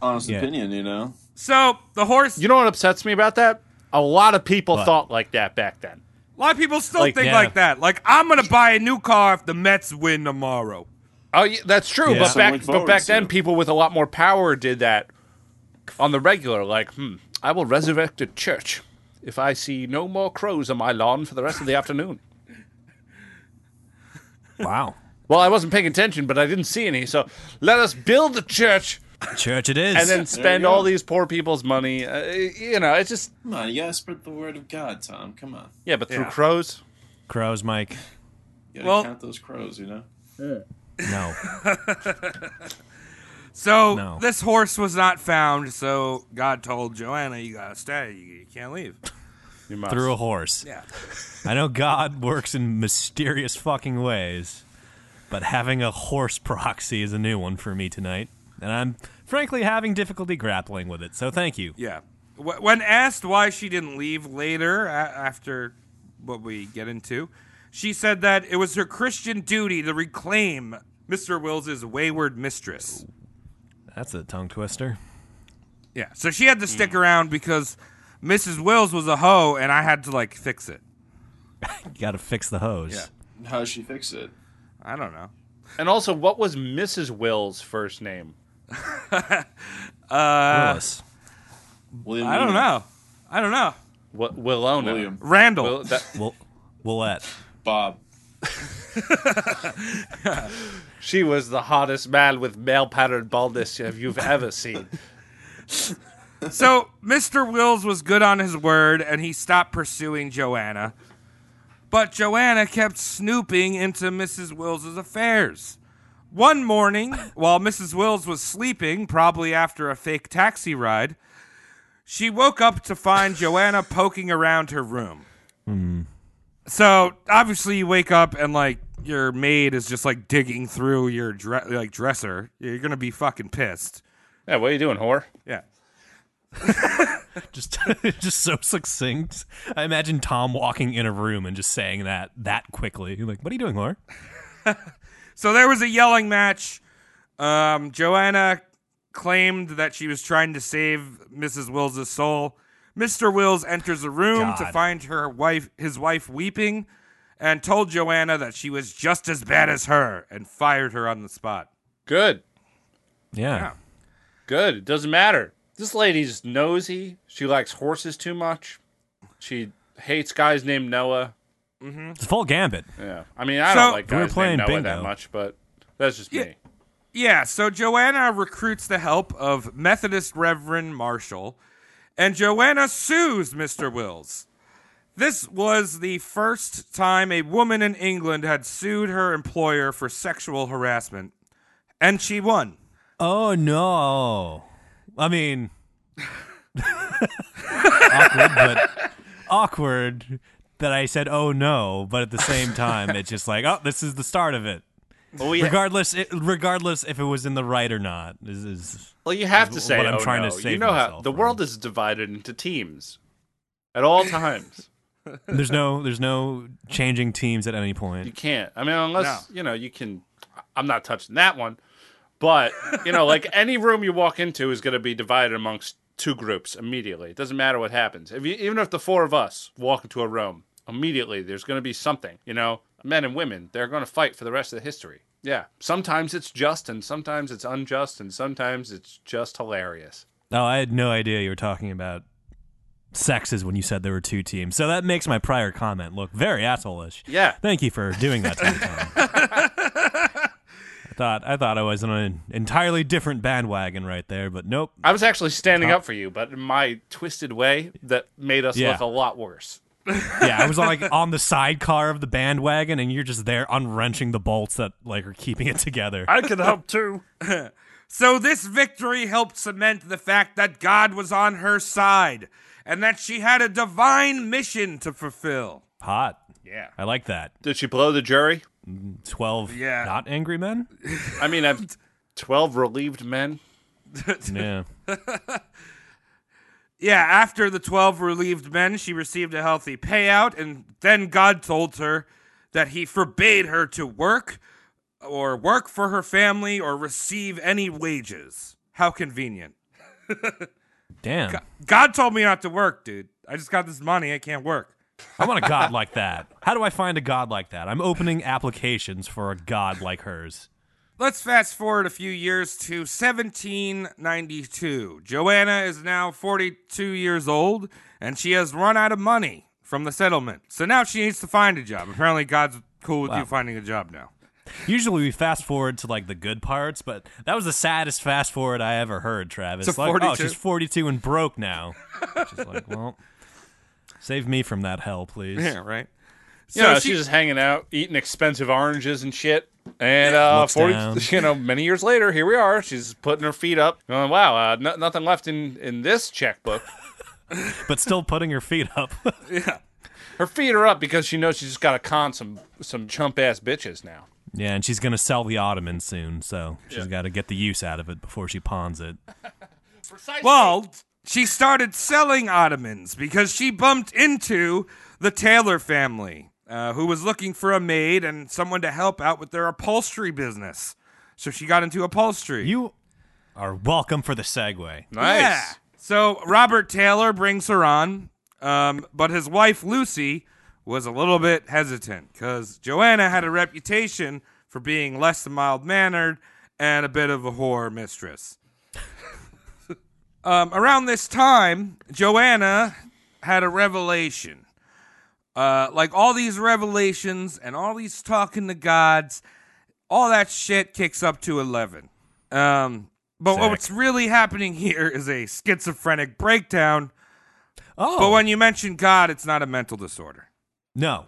Speaker 9: Honest
Speaker 7: Yeah.
Speaker 9: opinion, you know?
Speaker 8: So, the horse
Speaker 6: You know what upsets me about that? A lot of people thought like that back then.
Speaker 8: a lot of people still
Speaker 6: Like,
Speaker 8: think
Speaker 7: yeah.
Speaker 8: like that. Like, I'm going to buy a new car if the Mets win tomorrow.
Speaker 6: Oh, yeah, that's true.
Speaker 7: Yeah.
Speaker 6: But
Speaker 9: Someone
Speaker 6: back, but
Speaker 9: forward
Speaker 6: back
Speaker 9: to
Speaker 6: then,
Speaker 9: you.
Speaker 6: people with a lot more power did that on the regular. Like, hmm, I will resurrect a church if I see no more crows on my lawn for the rest of the afternoon.
Speaker 7: Wow.
Speaker 6: Well, I wasn't paying attention, but I didn't see any. So let us build the church
Speaker 7: Church it is.
Speaker 6: and then spend all
Speaker 9: go.
Speaker 6: these poor people's money. Uh, you know, it's just
Speaker 9: Come on, you gotta spread the word of God, Tom. Come on.
Speaker 6: yeah, but through
Speaker 8: Yeah.
Speaker 6: crows.
Speaker 7: crows, Mike.
Speaker 9: You gotta
Speaker 8: Well-
Speaker 9: count those crows, you know?
Speaker 7: No.
Speaker 8: So
Speaker 7: No.
Speaker 8: this horse was not found. So God told Joanna, "You gotta stay. You, you can't leave."
Speaker 6: You must.
Speaker 7: Through a horse.
Speaker 8: Yeah.
Speaker 7: I know God works in mysterious fucking ways, but having a horse proxy is a new one for me tonight, and I'm frankly having difficulty grappling with it. So thank you.
Speaker 8: Yeah. Wh- When asked why she didn't leave later, a- after what we get into, she said that it was her Christian duty to reclaim Mr. Wills's wayward mistress.
Speaker 7: That's a tongue twister.
Speaker 8: Yeah. So she had to stick around because Mrs. Wills was a hoe, and I had to like fix it.
Speaker 7: You got to fix the hose.
Speaker 8: Yeah.
Speaker 9: How does she fix it?
Speaker 8: I don't know.
Speaker 6: And also, what was Mrs. Will's first name?
Speaker 7: Willis.
Speaker 9: William
Speaker 8: I don't
Speaker 9: Lewis.
Speaker 8: know. I don't know.
Speaker 6: W- Willona.
Speaker 9: William.
Speaker 8: Randall.
Speaker 6: Will- that-
Speaker 7: Will- Willette.
Speaker 9: Bob.
Speaker 6: she was the hottest man with male patterned baldness if you've ever seen.
Speaker 8: So Mr. Wills was good on his word, and he stopped pursuing Joanna. But Joanna kept snooping into Mrs. Wills's affairs. One morning, while Mrs. Wills was sleeping, probably after a fake taxi ride, she woke up to find Joanna poking around her room. So obviously, you wake up and like your maid is just like digging through your dre- like dresser. You're gonna be fucking pissed.
Speaker 6: Yeah, what are you doing, whore?
Speaker 8: Yeah.
Speaker 7: Just, just so succinct. I imagine Tom walking in a room and just saying that that quickly. You're like, what are you doing, Laura?
Speaker 8: So there was a yelling match. Um, Joanna claimed that she was trying to save Mrs. Wills's soul. Mr. Wills enters the room to
Speaker 7: God.
Speaker 8: find her wife, his wife weeping, and told Joanna that she was just as bad as her and fired her on the spot.
Speaker 6: Good.
Speaker 7: Yeah.
Speaker 6: Good. It doesn't matter. This lady's nosy. She likes horses too much. She hates guys named Noah.
Speaker 7: It's a full gambit.
Speaker 6: Yeah. I mean, I
Speaker 8: So-
Speaker 6: don't like
Speaker 7: We were
Speaker 6: guys
Speaker 7: playing
Speaker 6: named Noah
Speaker 7: bingo.
Speaker 6: that much, but that's just me.
Speaker 8: Yeah, so Joanna recruits the help of Methodist Reverend Marshall, and Joanna sues Mr. Wills. This was the first time a woman in England had sued her employer for sexual harassment, and she won.
Speaker 7: Oh no! I mean, awkward, but awkward that I said "oh no," but at the same time, it's just like, oh, this is the start of it.
Speaker 6: Well, you,
Speaker 7: Regardless, it, regardless if it was in the right or not, is, is
Speaker 6: well, you have to
Speaker 7: what
Speaker 6: say.
Speaker 7: I'm
Speaker 6: oh,
Speaker 7: trying to
Speaker 6: no. You
Speaker 7: save
Speaker 6: know how
Speaker 7: myself
Speaker 6: the
Speaker 7: from.
Speaker 6: world is divided into teams at all times.
Speaker 7: there's no there's no changing teams at any
Speaker 6: you
Speaker 7: point.
Speaker 6: can't. I mean, unless you know, you can. I'm not touching that one, but you know, like any room you walk into is going to be divided amongst two groups immediately. It doesn't matter what happens. If you, even if the four of us walk into a room immediately, there's going to be something. You know, men and women, they're going to fight for the rest of the history. Yeah. Sometimes it's just, and sometimes it's unjust, and sometimes it's just hilarious.
Speaker 7: Oh, I had no idea you were talking about sexes when you said there were two teams. So that makes my prior comment look very asshole-ish.
Speaker 6: Yeah.
Speaker 7: Thank you for doing that. To me, Tom. I thought I thought I was on an entirely different bandwagon right there, but nope.
Speaker 6: I was actually standing up for you, but in my twisted way, that made us
Speaker 7: Yeah.
Speaker 6: look a lot worse.
Speaker 7: Yeah, I was like on the sidecar of the bandwagon, and you're just there unwrenching the bolts that like are keeping it together.
Speaker 6: I can help too.
Speaker 8: So, this victory helped cement the fact that God was on her side and that she had a divine mission to fulfill.
Speaker 7: Hot.
Speaker 8: Yeah.
Speaker 7: I like that.
Speaker 6: Did she blow the jury?
Speaker 7: Twelve.
Speaker 8: Yeah.
Speaker 7: Not angry men.
Speaker 6: I mean, I've 12 relieved men.
Speaker 7: Yeah.
Speaker 8: Yeah, after the 12 relieved men, she received a healthy payout, and then God told her that he forbade her to work or work for her family or receive any wages. How convenient.
Speaker 7: Damn.
Speaker 8: God told me not to work, dude. I just got this money. I can't work.
Speaker 7: I want a god like that. How do I find a god like that? I'm opening applications for a god like hers.
Speaker 8: Let's fast forward a few years to 1792. Joanna is now 42 years old, and she has run out of money from the settlement. So now she needs to find a job. Apparently, God's cool with you finding a job now.
Speaker 7: Usually we fast forward to like the good parts, but that was the saddest fast forward I ever heard, Travis.
Speaker 8: To
Speaker 7: like, oh,
Speaker 8: 42.
Speaker 7: she's 42 and broke now. Just like, well, save me from that hell, please.
Speaker 8: Yeah, right.
Speaker 6: You know, she's just hanging out, eating expensive oranges and shit. And uh,
Speaker 7: Looks
Speaker 6: 40,
Speaker 7: down.
Speaker 6: you know, many years later, here we are. She's putting her feet up. Going, wow, uh, no, nothing left in, in this checkbook.
Speaker 7: But still putting her feet up.
Speaker 6: Her feet are up because she knows she's just got to con some, some chump ass bitches now.
Speaker 7: yeah, and she's going to sell the Ottoman soon, so she's got to get the use out of it before she pawns it.
Speaker 8: well, she started selling ottomans because she bumped into the Taylor family, uh, who was looking for a maid and someone to help out with their upholstery business. So she got into upholstery.
Speaker 7: You are welcome for the segue.
Speaker 6: Nice.
Speaker 8: Yeah. So Robert Taylor brings her on, um, but his wife Lucy was a little bit hesitant because Joanna had a reputation for being less than mild mannered and a bit of a whore mistress. um, around this time, Joanna had a revelation. Uh, like all these revelations and all these talking to gods, all that shit kicks up to 11. Um, but
Speaker 7: Sick.
Speaker 8: what's really happening here is a schizophrenic breakdown.
Speaker 7: Oh,
Speaker 8: But when you mention God, it's not a mental disorder.
Speaker 7: no.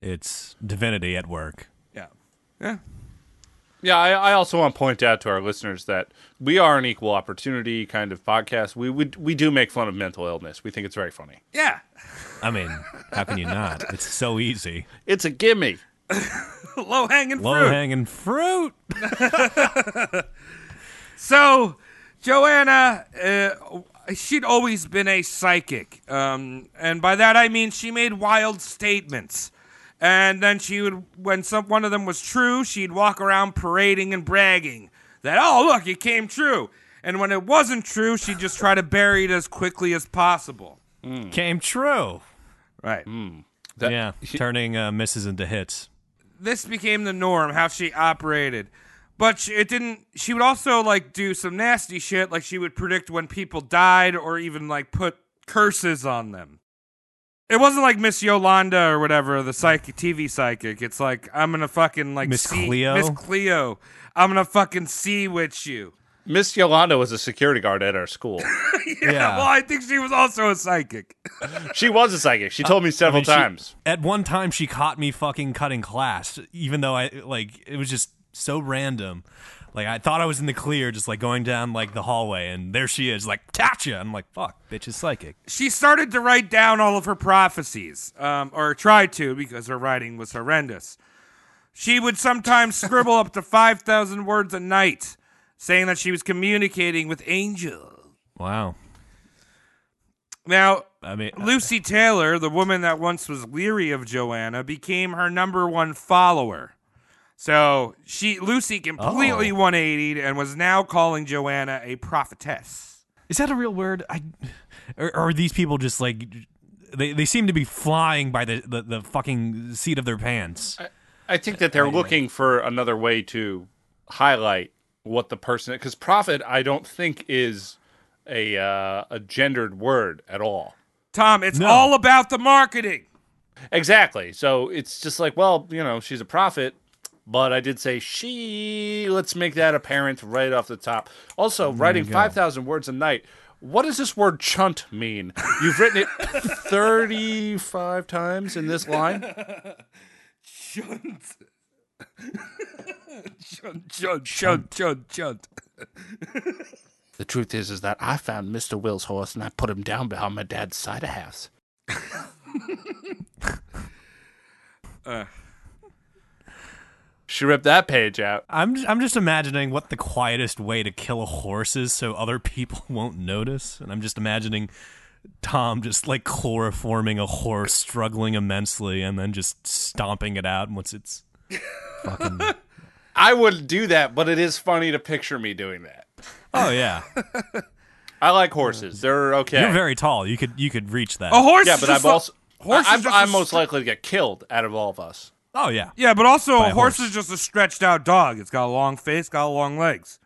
Speaker 7: It's divinity at work.
Speaker 8: Yeah. Yeah.
Speaker 6: Yeah, I, I also want to point out to our listeners that we are an equal opportunity kind of podcast. We would we do make fun of mental illness. We think it's very funny.
Speaker 8: Yeah.
Speaker 7: I mean, how can you not? It's so easy.
Speaker 6: It's a gimme.
Speaker 8: Low hanging
Speaker 7: Low
Speaker 8: fruit.
Speaker 7: hanging fruit.
Speaker 8: So, Joanna, uh, she'd always been a psychic. Um, and by that I mean she made wild statements. And then she would, when some, one of them was true, she'd walk around parading and bragging that, oh, look, it came true. And when it wasn't true, she'd just try to bury it as quickly as possible.
Speaker 7: Came true.
Speaker 8: Right.
Speaker 6: That-
Speaker 7: yeah, turning uh, misses into hits.
Speaker 8: this became the norm how she operated but she, it didn't she would also like do some nasty shit like she would predict when people died or even like put curses on them it wasn't like miss yolanda or whatever the psychic tv psychic it's like i'm gonna fucking like
Speaker 7: Miss
Speaker 8: see-
Speaker 7: Cleo?
Speaker 8: miss cleo i'm gonna fucking see with you
Speaker 6: Miss Yolanda was a security guard at our school.
Speaker 8: yeah,
Speaker 7: Yeah.
Speaker 8: well i think she was also a psychic
Speaker 6: she was a psychic. Uh, She told me several
Speaker 7: mean, she-
Speaker 6: times.
Speaker 7: At one time, she caught me fucking cutting class, even though I like it was just so random. Like I thought I was in the clear, just like going down like the hallway, and there she is, like Tatcha. I'm like, fuck, bitch is psychic.
Speaker 8: she started to write down all of her prophecies, um, or tried to because her writing was horrendous. She would sometimes scribble up to 5,000 words a night, saying that she was communicating with angels.
Speaker 7: Wow.
Speaker 8: Now,
Speaker 7: I mean,
Speaker 8: Lucy Taylor, the woman that once was leery of Joanna, became her number one follower. So she Lucy completely
Speaker 7: Oh.
Speaker 8: 180 and was now calling Joanna a prophetess.
Speaker 7: Is that a real word? I or, or are these people just like they, they seem to be flying by the, the, the fucking seat of their pants?
Speaker 6: I think that they're looking for another way to highlight what the person because prophet I don't think is a uh, a gendered word at all.
Speaker 8: Tom, it's
Speaker 7: No.
Speaker 8: all about the marketing.
Speaker 6: Exactly. So it's just like, well, you know, she's a prophet, but I did say she. Let's make that apparent right off the top. Also, writing five thousand words a night. What does this word "chunt" mean? You've written it thirty-five times in this line.
Speaker 8: Chunt. chunt, chunt, chunt, chunt, chunt.
Speaker 6: The truth is, is that I found Mr. Will's horse and I put him down behind my dad's cider house. Uh. She ripped that page out.
Speaker 7: I'm j- I'm just imagining what the quietest way to kill a horse is, so other people won't notice, and I'm just imagining Tom just like chloroforming a horse, struggling immensely, and then just stomping it out once it's fucking.
Speaker 6: I would do that, but it is funny to picture me doing that.
Speaker 7: Oh yeah,
Speaker 6: I like horses. They're okay.
Speaker 7: you're very tall. You could you could reach that.
Speaker 8: A horse.
Speaker 6: yeah,
Speaker 8: is
Speaker 6: but
Speaker 8: just
Speaker 6: I'm
Speaker 8: a-
Speaker 6: also
Speaker 8: horse is
Speaker 6: I, am
Speaker 8: just a-
Speaker 6: most likely to get killed out of all of us.
Speaker 7: Oh yeah.
Speaker 8: Yeah, but also
Speaker 7: by
Speaker 8: a
Speaker 7: a
Speaker 8: horse,
Speaker 7: horse.
Speaker 8: is just a stretched out dog. It's got a long face, got long legs.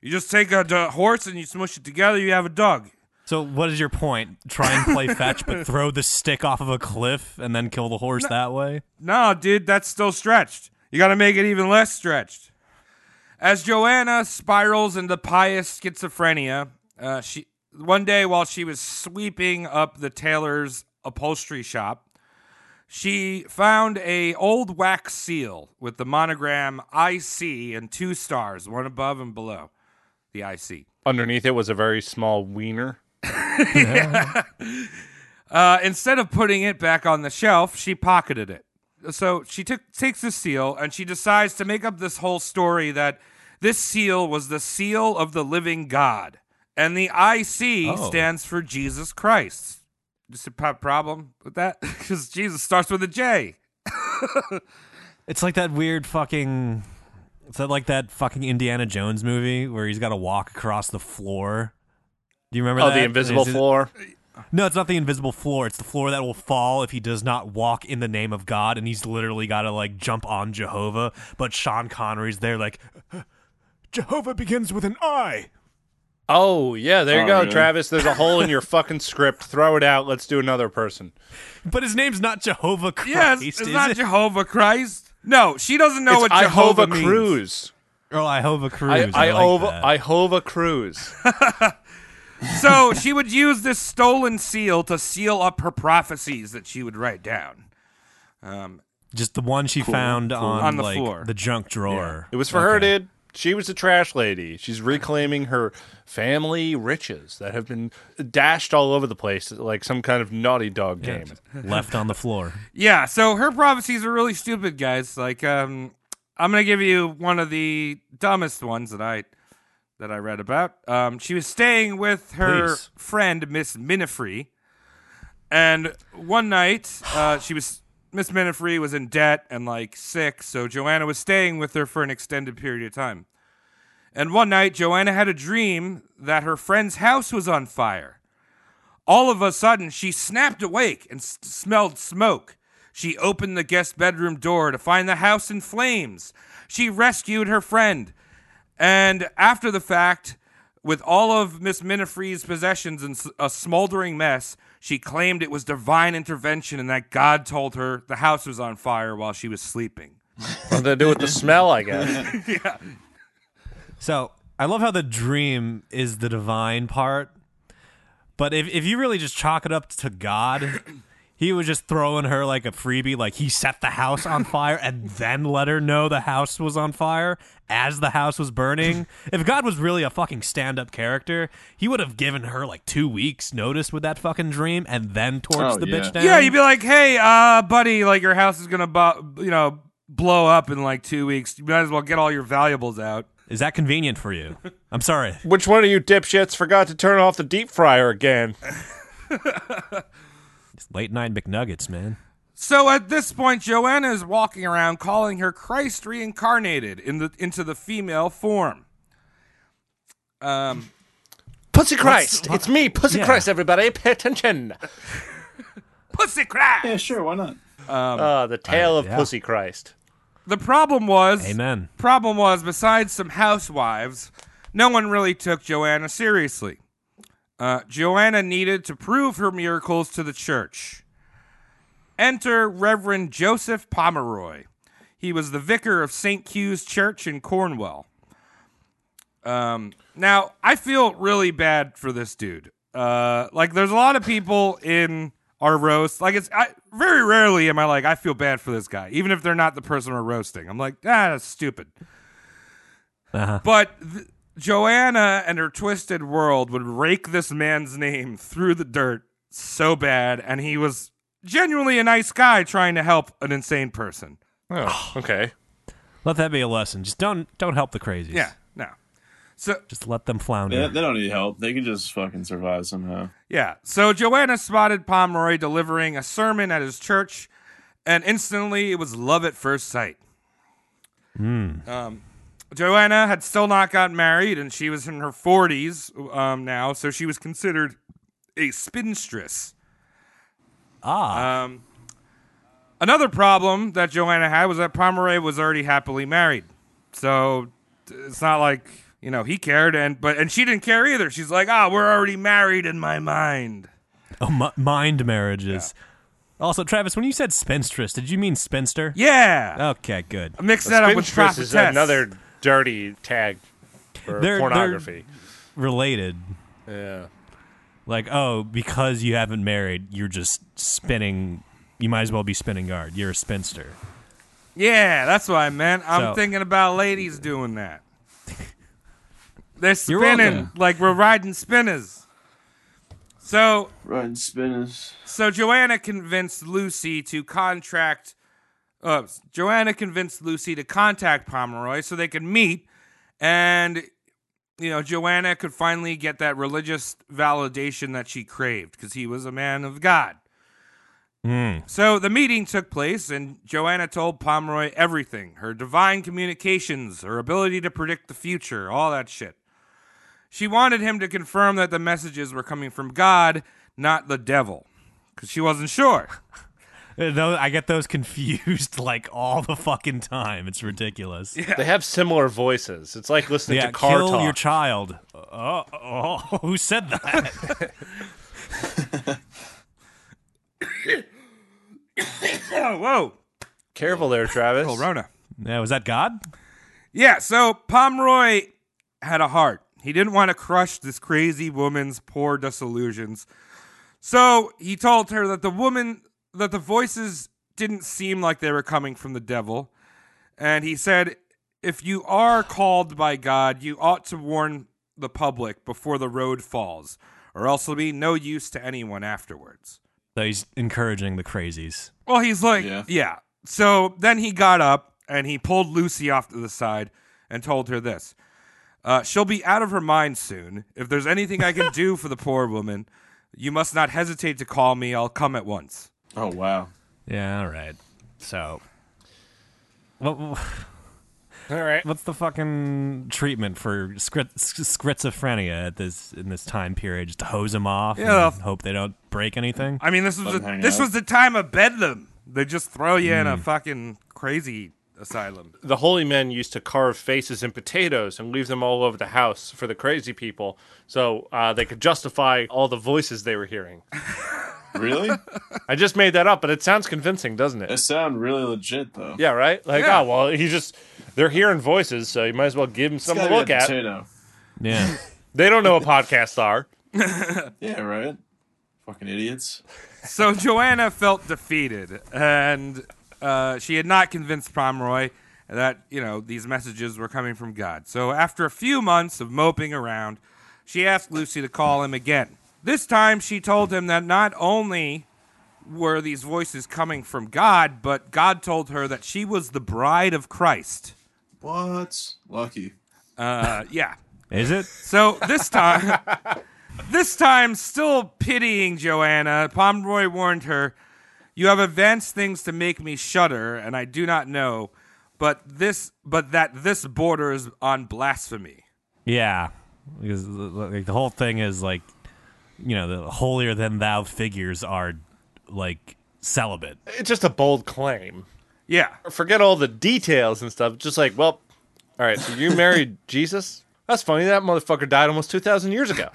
Speaker 8: You just take a d- horse and you smush it together, you have a dog.
Speaker 7: So what is your point? Try and play fetch, but throw the stick off of a cliff and then kill the horse that way.
Speaker 8: No, dude, that's still stretched. You got to make it even less stretched. As Joanna spirals into pious schizophrenia, uh, she one day while she was sweeping up the tailor's upholstery shop, she found a old wax seal with the monogram IC and two stars, one above and below the IC.
Speaker 6: Underneath it was a very small wiener.
Speaker 8: Uh, instead of putting it back on the shelf, she pocketed it. So she took takes the seal and she decides to make up this whole story that this seal was the seal of the living God, and the IC
Speaker 7: Oh.
Speaker 8: stands for Jesus Christ. Just a pro- problem with that because Jesus starts with a J.
Speaker 7: It's like that weird fucking. It's that like that fucking Indiana Jones movie where he's got to walk across the floor. Do you remember
Speaker 6: Oh,
Speaker 7: that?
Speaker 6: the invisible
Speaker 7: Is it-
Speaker 6: floor.
Speaker 7: No, it's not the invisible floor. It's the floor that will fall if he does not walk in the name of God, and he's literally got to like jump on Jehovah. But Sean Connery's there, like Jehovah begins with an I.
Speaker 6: Oh yeah, there you
Speaker 9: Oh,
Speaker 6: go,
Speaker 9: really?
Speaker 6: Travis. There's a hole in your fucking script. Throw it out. Let's do another person.
Speaker 7: But his name's not Jehovah Christ.
Speaker 8: Yeah, it's, it's
Speaker 7: is
Speaker 8: not
Speaker 7: it?
Speaker 8: Jehovah Christ. No, she doesn't know
Speaker 6: it's
Speaker 8: what Jehovah
Speaker 6: Jehovah
Speaker 8: means.
Speaker 6: Cruz.
Speaker 7: Oh, Jehovah Cruz. I,
Speaker 6: I, I,
Speaker 7: like
Speaker 6: ova-
Speaker 7: that.
Speaker 6: Ihova Cruz.
Speaker 8: So she would use this stolen seal to seal up her prophecies that she would write down.
Speaker 7: Just the one she found on,
Speaker 8: On the
Speaker 7: like,
Speaker 8: floor.
Speaker 7: the junk drawer.
Speaker 6: It was for her, dude. She was a trash lady. She's reclaiming her family riches that have been dashed all over the place like some kind of naughty dog game.
Speaker 7: left on the floor.
Speaker 8: Yeah, so her prophecies are really stupid, guys. Like, um, I'm gonna give you one of the dumbest ones that I that I read about. Um, she was staying with her
Speaker 7: Please.
Speaker 8: friend Miss Minifree, and one night uh, she was Miss Minifree was in debt and like sick, so Joanna was staying with her for an extended period of time. And one night, Joanna had a dream that her friend's house was on fire. All of a sudden, she snapped awake and s- smelled smoke. She opened the guest bedroom door to find the house in flames. She rescued her friend. And after the fact, with all of Miss Minifree's possessions in s- a smoldering mess, she claimed it was divine intervention and that God told her the house was on fire while she was sleeping.
Speaker 6: Something to do with the smell, I guess.
Speaker 7: So I love how the dream is the divine part, but if if you really just chalk it up to God, he was just throwing her like a freebie, like he set the house on fire and then let her know the house was on fire as the house was burning. if God was really a fucking stand up character, he would have given her like two weeks notice with that fucking dream and then torched
Speaker 9: Oh,
Speaker 7: the
Speaker 9: yeah.
Speaker 7: bitch down.
Speaker 8: Yeah, you'd be like, hey, uh, buddy, like your house is gonna, bu- you know, blow up in like two weeks. You might as well get all your valuables out.
Speaker 7: Is that convenient for you? I'm sorry.
Speaker 6: Which one of you dipshits forgot to turn off the deep fryer again?
Speaker 7: It's late night McNuggets, man.
Speaker 8: So at this point, Joanna is walking around calling her Christ reincarnated in the into the female form. Um,
Speaker 6: Pussy Christ! It's me, Pussy
Speaker 7: Yeah.
Speaker 6: Christ, everybody. Pay attention.
Speaker 8: pussy crap.
Speaker 9: Yeah, sure, why not?
Speaker 6: Uh, the tale of
Speaker 7: Um, yeah.
Speaker 6: Pussy Christ.
Speaker 8: The problem was,
Speaker 7: Amen.
Speaker 8: problem was, besides some housewives, no one really took Joanna seriously. Uh, Joanna needed to prove her miracles to the church. Enter Reverend Joseph Pomeroy. He was the vicar of St. Hugh's Church in Cornwall. Um, now, I feel really bad for this dude. Uh, like, there's a lot of people in our roast. Like, it's I, very rarely am I like, I feel bad for this guy, even if they're not the person we're roasting. I'm like, ah, that's stupid.
Speaker 7: Uh-huh.
Speaker 8: But th- Joanna and her twisted world would rake this man's name through the dirt so bad, and he was genuinely a nice guy trying to help an insane person.
Speaker 6: Oh, okay.
Speaker 7: Let that be a lesson. Just don't don't help the crazies.
Speaker 8: Yeah, no. So
Speaker 7: Just let them flounder.
Speaker 9: They, they don't need help. They can just fucking survive somehow.
Speaker 8: Yeah. So Joanna spotted Pomeroy delivering a sermon at his church, and instantly it was love at first sight. Um, Joanna had still not gotten married, and she was in her 40s um, now, so she was considered a spinstress. Ah. Um, another problem that Joanna had was that Pomeroy was already happily married. So t- it's not like you know he cared, and but and she didn't care either. She's like, ah, we're already married in my mind.
Speaker 7: Oh, mi- mind marriages. Also, Travis, when you said spinstress, did you mean spinster?
Speaker 8: Yeah,
Speaker 7: Okay, good.
Speaker 8: mix that up with
Speaker 6: Spinstress is
Speaker 8: prophetess.
Speaker 6: another dirty tag for
Speaker 7: They're- they're-
Speaker 6: pornography.
Speaker 7: Related.
Speaker 6: Yeah.
Speaker 7: Like, oh, because you haven't married, you're just spinning. You might as well be spinning guard. You're a spinster.
Speaker 8: Yeah, that's what I meant. I'm
Speaker 7: So-
Speaker 8: thinking about ladies doing that. They're
Speaker 7: You're
Speaker 8: spinning
Speaker 7: welcome.
Speaker 8: like we're riding spinners. So
Speaker 9: Riding spinners.
Speaker 8: So Joanna convinced Lucy to contract. Uh, Joanna convinced Lucy to contact Pomeroy so they could meet, and you know Joanna could finally get that religious validation that she craved because he was a man of God. So the meeting took place, and Joanna told Pomeroy everything her divine communications, her ability to predict the future, all that shit. She wanted him to confirm that the messages were coming from God, not the devil, because she wasn't sure.
Speaker 7: Uh, Though I get those confused like all the fucking time. It's ridiculous. Yeah,
Speaker 6: They have similar voices. It's like listening to car
Speaker 7: kill
Speaker 6: talk.
Speaker 7: your child. Oh, oh, who said that?
Speaker 8: Oh, whoa.
Speaker 6: Careful there, Travis.
Speaker 7: Oh,
Speaker 8: Rona.
Speaker 7: yeah, was that God?
Speaker 8: Yeah, so Pomeroy had a heart. He didn't want to crush this crazy woman's poor disillusions. So he told her that the woman, that the voices didn't seem like they were coming from the devil. And he said, if you are called by God, you ought to warn the public before the road falls, or else it'll be no use to anyone afterwards.
Speaker 7: So he's encouraging the crazies.
Speaker 8: Well, he's like, yeah.
Speaker 9: Yeah.
Speaker 8: So then he got up and he pulled Lucy off to the side and told her this. Uh, she'll be out of her mind soon. If there's anything I can do for the poor woman, you must not hesitate to call me. I'll come at once.
Speaker 9: Oh wow.
Speaker 7: Yeah, all right. So, what,
Speaker 6: All right.
Speaker 7: What's the fucking treatment for schiz- schizophrenia at this in this time period? Just hose them off
Speaker 8: Yeah.
Speaker 7: and hope they don't break anything.
Speaker 8: I mean, this was
Speaker 9: Let him
Speaker 8: the,
Speaker 9: hang
Speaker 8: this
Speaker 9: out. Hmm.
Speaker 8: was the time of bedlam. They just throw you in a fucking crazy asylum.
Speaker 6: The holy men used to carve faces in potatoes and leave them all over the house for the crazy people, so uh, they could justify all the voices they were hearing.
Speaker 9: Really?
Speaker 6: I just made that up, but it sounds convincing, doesn't it?
Speaker 9: that sound really legit though.
Speaker 6: Yeah, right. Like,
Speaker 8: Yeah.
Speaker 6: oh well, he just—they're hearing voices, so you might as well give them
Speaker 9: Gotta
Speaker 6: something
Speaker 9: be
Speaker 6: to look
Speaker 9: a
Speaker 6: at.
Speaker 9: Potato.
Speaker 7: Yeah.
Speaker 6: They don't know what podcasts are.
Speaker 9: Yeah, right. Fucking idiots.
Speaker 8: So Joanna felt defeated, and uh, she had not convinced Pomeroy that you know these messages were coming from God. So after a few months of moping around, she asked Lucy to call him again. This time, she told him that not only were these voices coming from God, but God told her that she was the bride of Christ.
Speaker 9: What? Lucky.
Speaker 8: Uh, yeah.
Speaker 7: Is it?
Speaker 8: So this time, this time, still pitying Joanna, Pomeroy warned her, "You have advanced things to make me shudder, and I do not know, but this, but that this borders on blasphemy."
Speaker 7: Yeah. Because like the whole thing is like you know, the holier than thou figures are like celibate.
Speaker 6: It's just a bold claim.
Speaker 8: Yeah,
Speaker 6: Forget all the details and stuff. Just like, well, all right. So you married Jesus? That's funny. That motherfucker died almost two thousand years ago.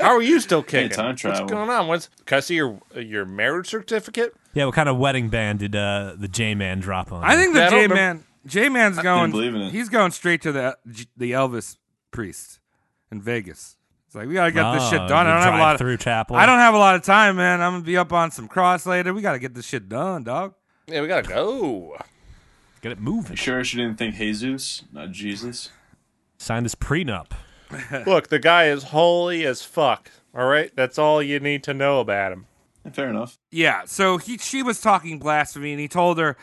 Speaker 6: How are you still kicking?
Speaker 9: time travel.
Speaker 6: What's going on? What's can I see your your marriage certificate?
Speaker 7: Yeah, what kind of wedding band did uh, the J Man drop on?
Speaker 8: I think the
Speaker 6: Yeah, I don't
Speaker 8: J man, J man's going.
Speaker 9: believe in it.
Speaker 8: He's going straight to the the Elvis priest in Vegas. It's like we gotta get this
Speaker 7: Oh,
Speaker 8: shit done. I
Speaker 7: the
Speaker 8: don't have a lot of
Speaker 7: drive-through chapel.
Speaker 8: I don't have a lot of time, man. I'm gonna be up on some cross later. We gotta get this shit done, dog.
Speaker 6: Yeah, we gotta go.
Speaker 7: get it moving.
Speaker 9: You sure she didn't think Jesus, not Jesus?
Speaker 7: Sign this prenup.
Speaker 6: Look, the guy is holy as fuck. All right, that's all you need to know about him.
Speaker 9: Yeah, Fair enough.
Speaker 8: Yeah, so he she was talking blasphemy and he told her,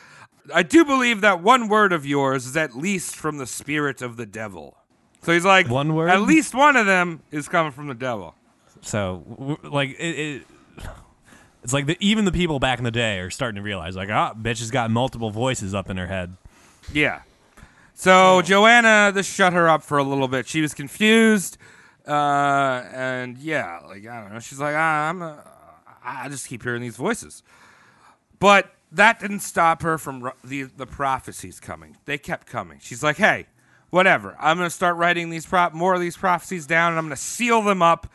Speaker 8: I do believe that one word of yours is at least from the spirit of the devil. So he's like
Speaker 7: One word?
Speaker 8: At least one of them is coming from the devil.
Speaker 7: So w- w- like it, it it's like the, even the people back in the day are starting to realize like ah bitch has got multiple voices up in her head.
Speaker 8: Yeah. So
Speaker 7: Oh.
Speaker 8: Joanna, this shut her up for a little bit. She was confused, uh, and yeah, like I don't know. She's like, "Ah, I'm, a, I just keep hearing these voices, but that didn't stop her from ru- the the prophecies coming. They kept coming. She's like, hey, whatever. I'm gonna start writing these prop more of these prophecies down, and I'm gonna seal them up,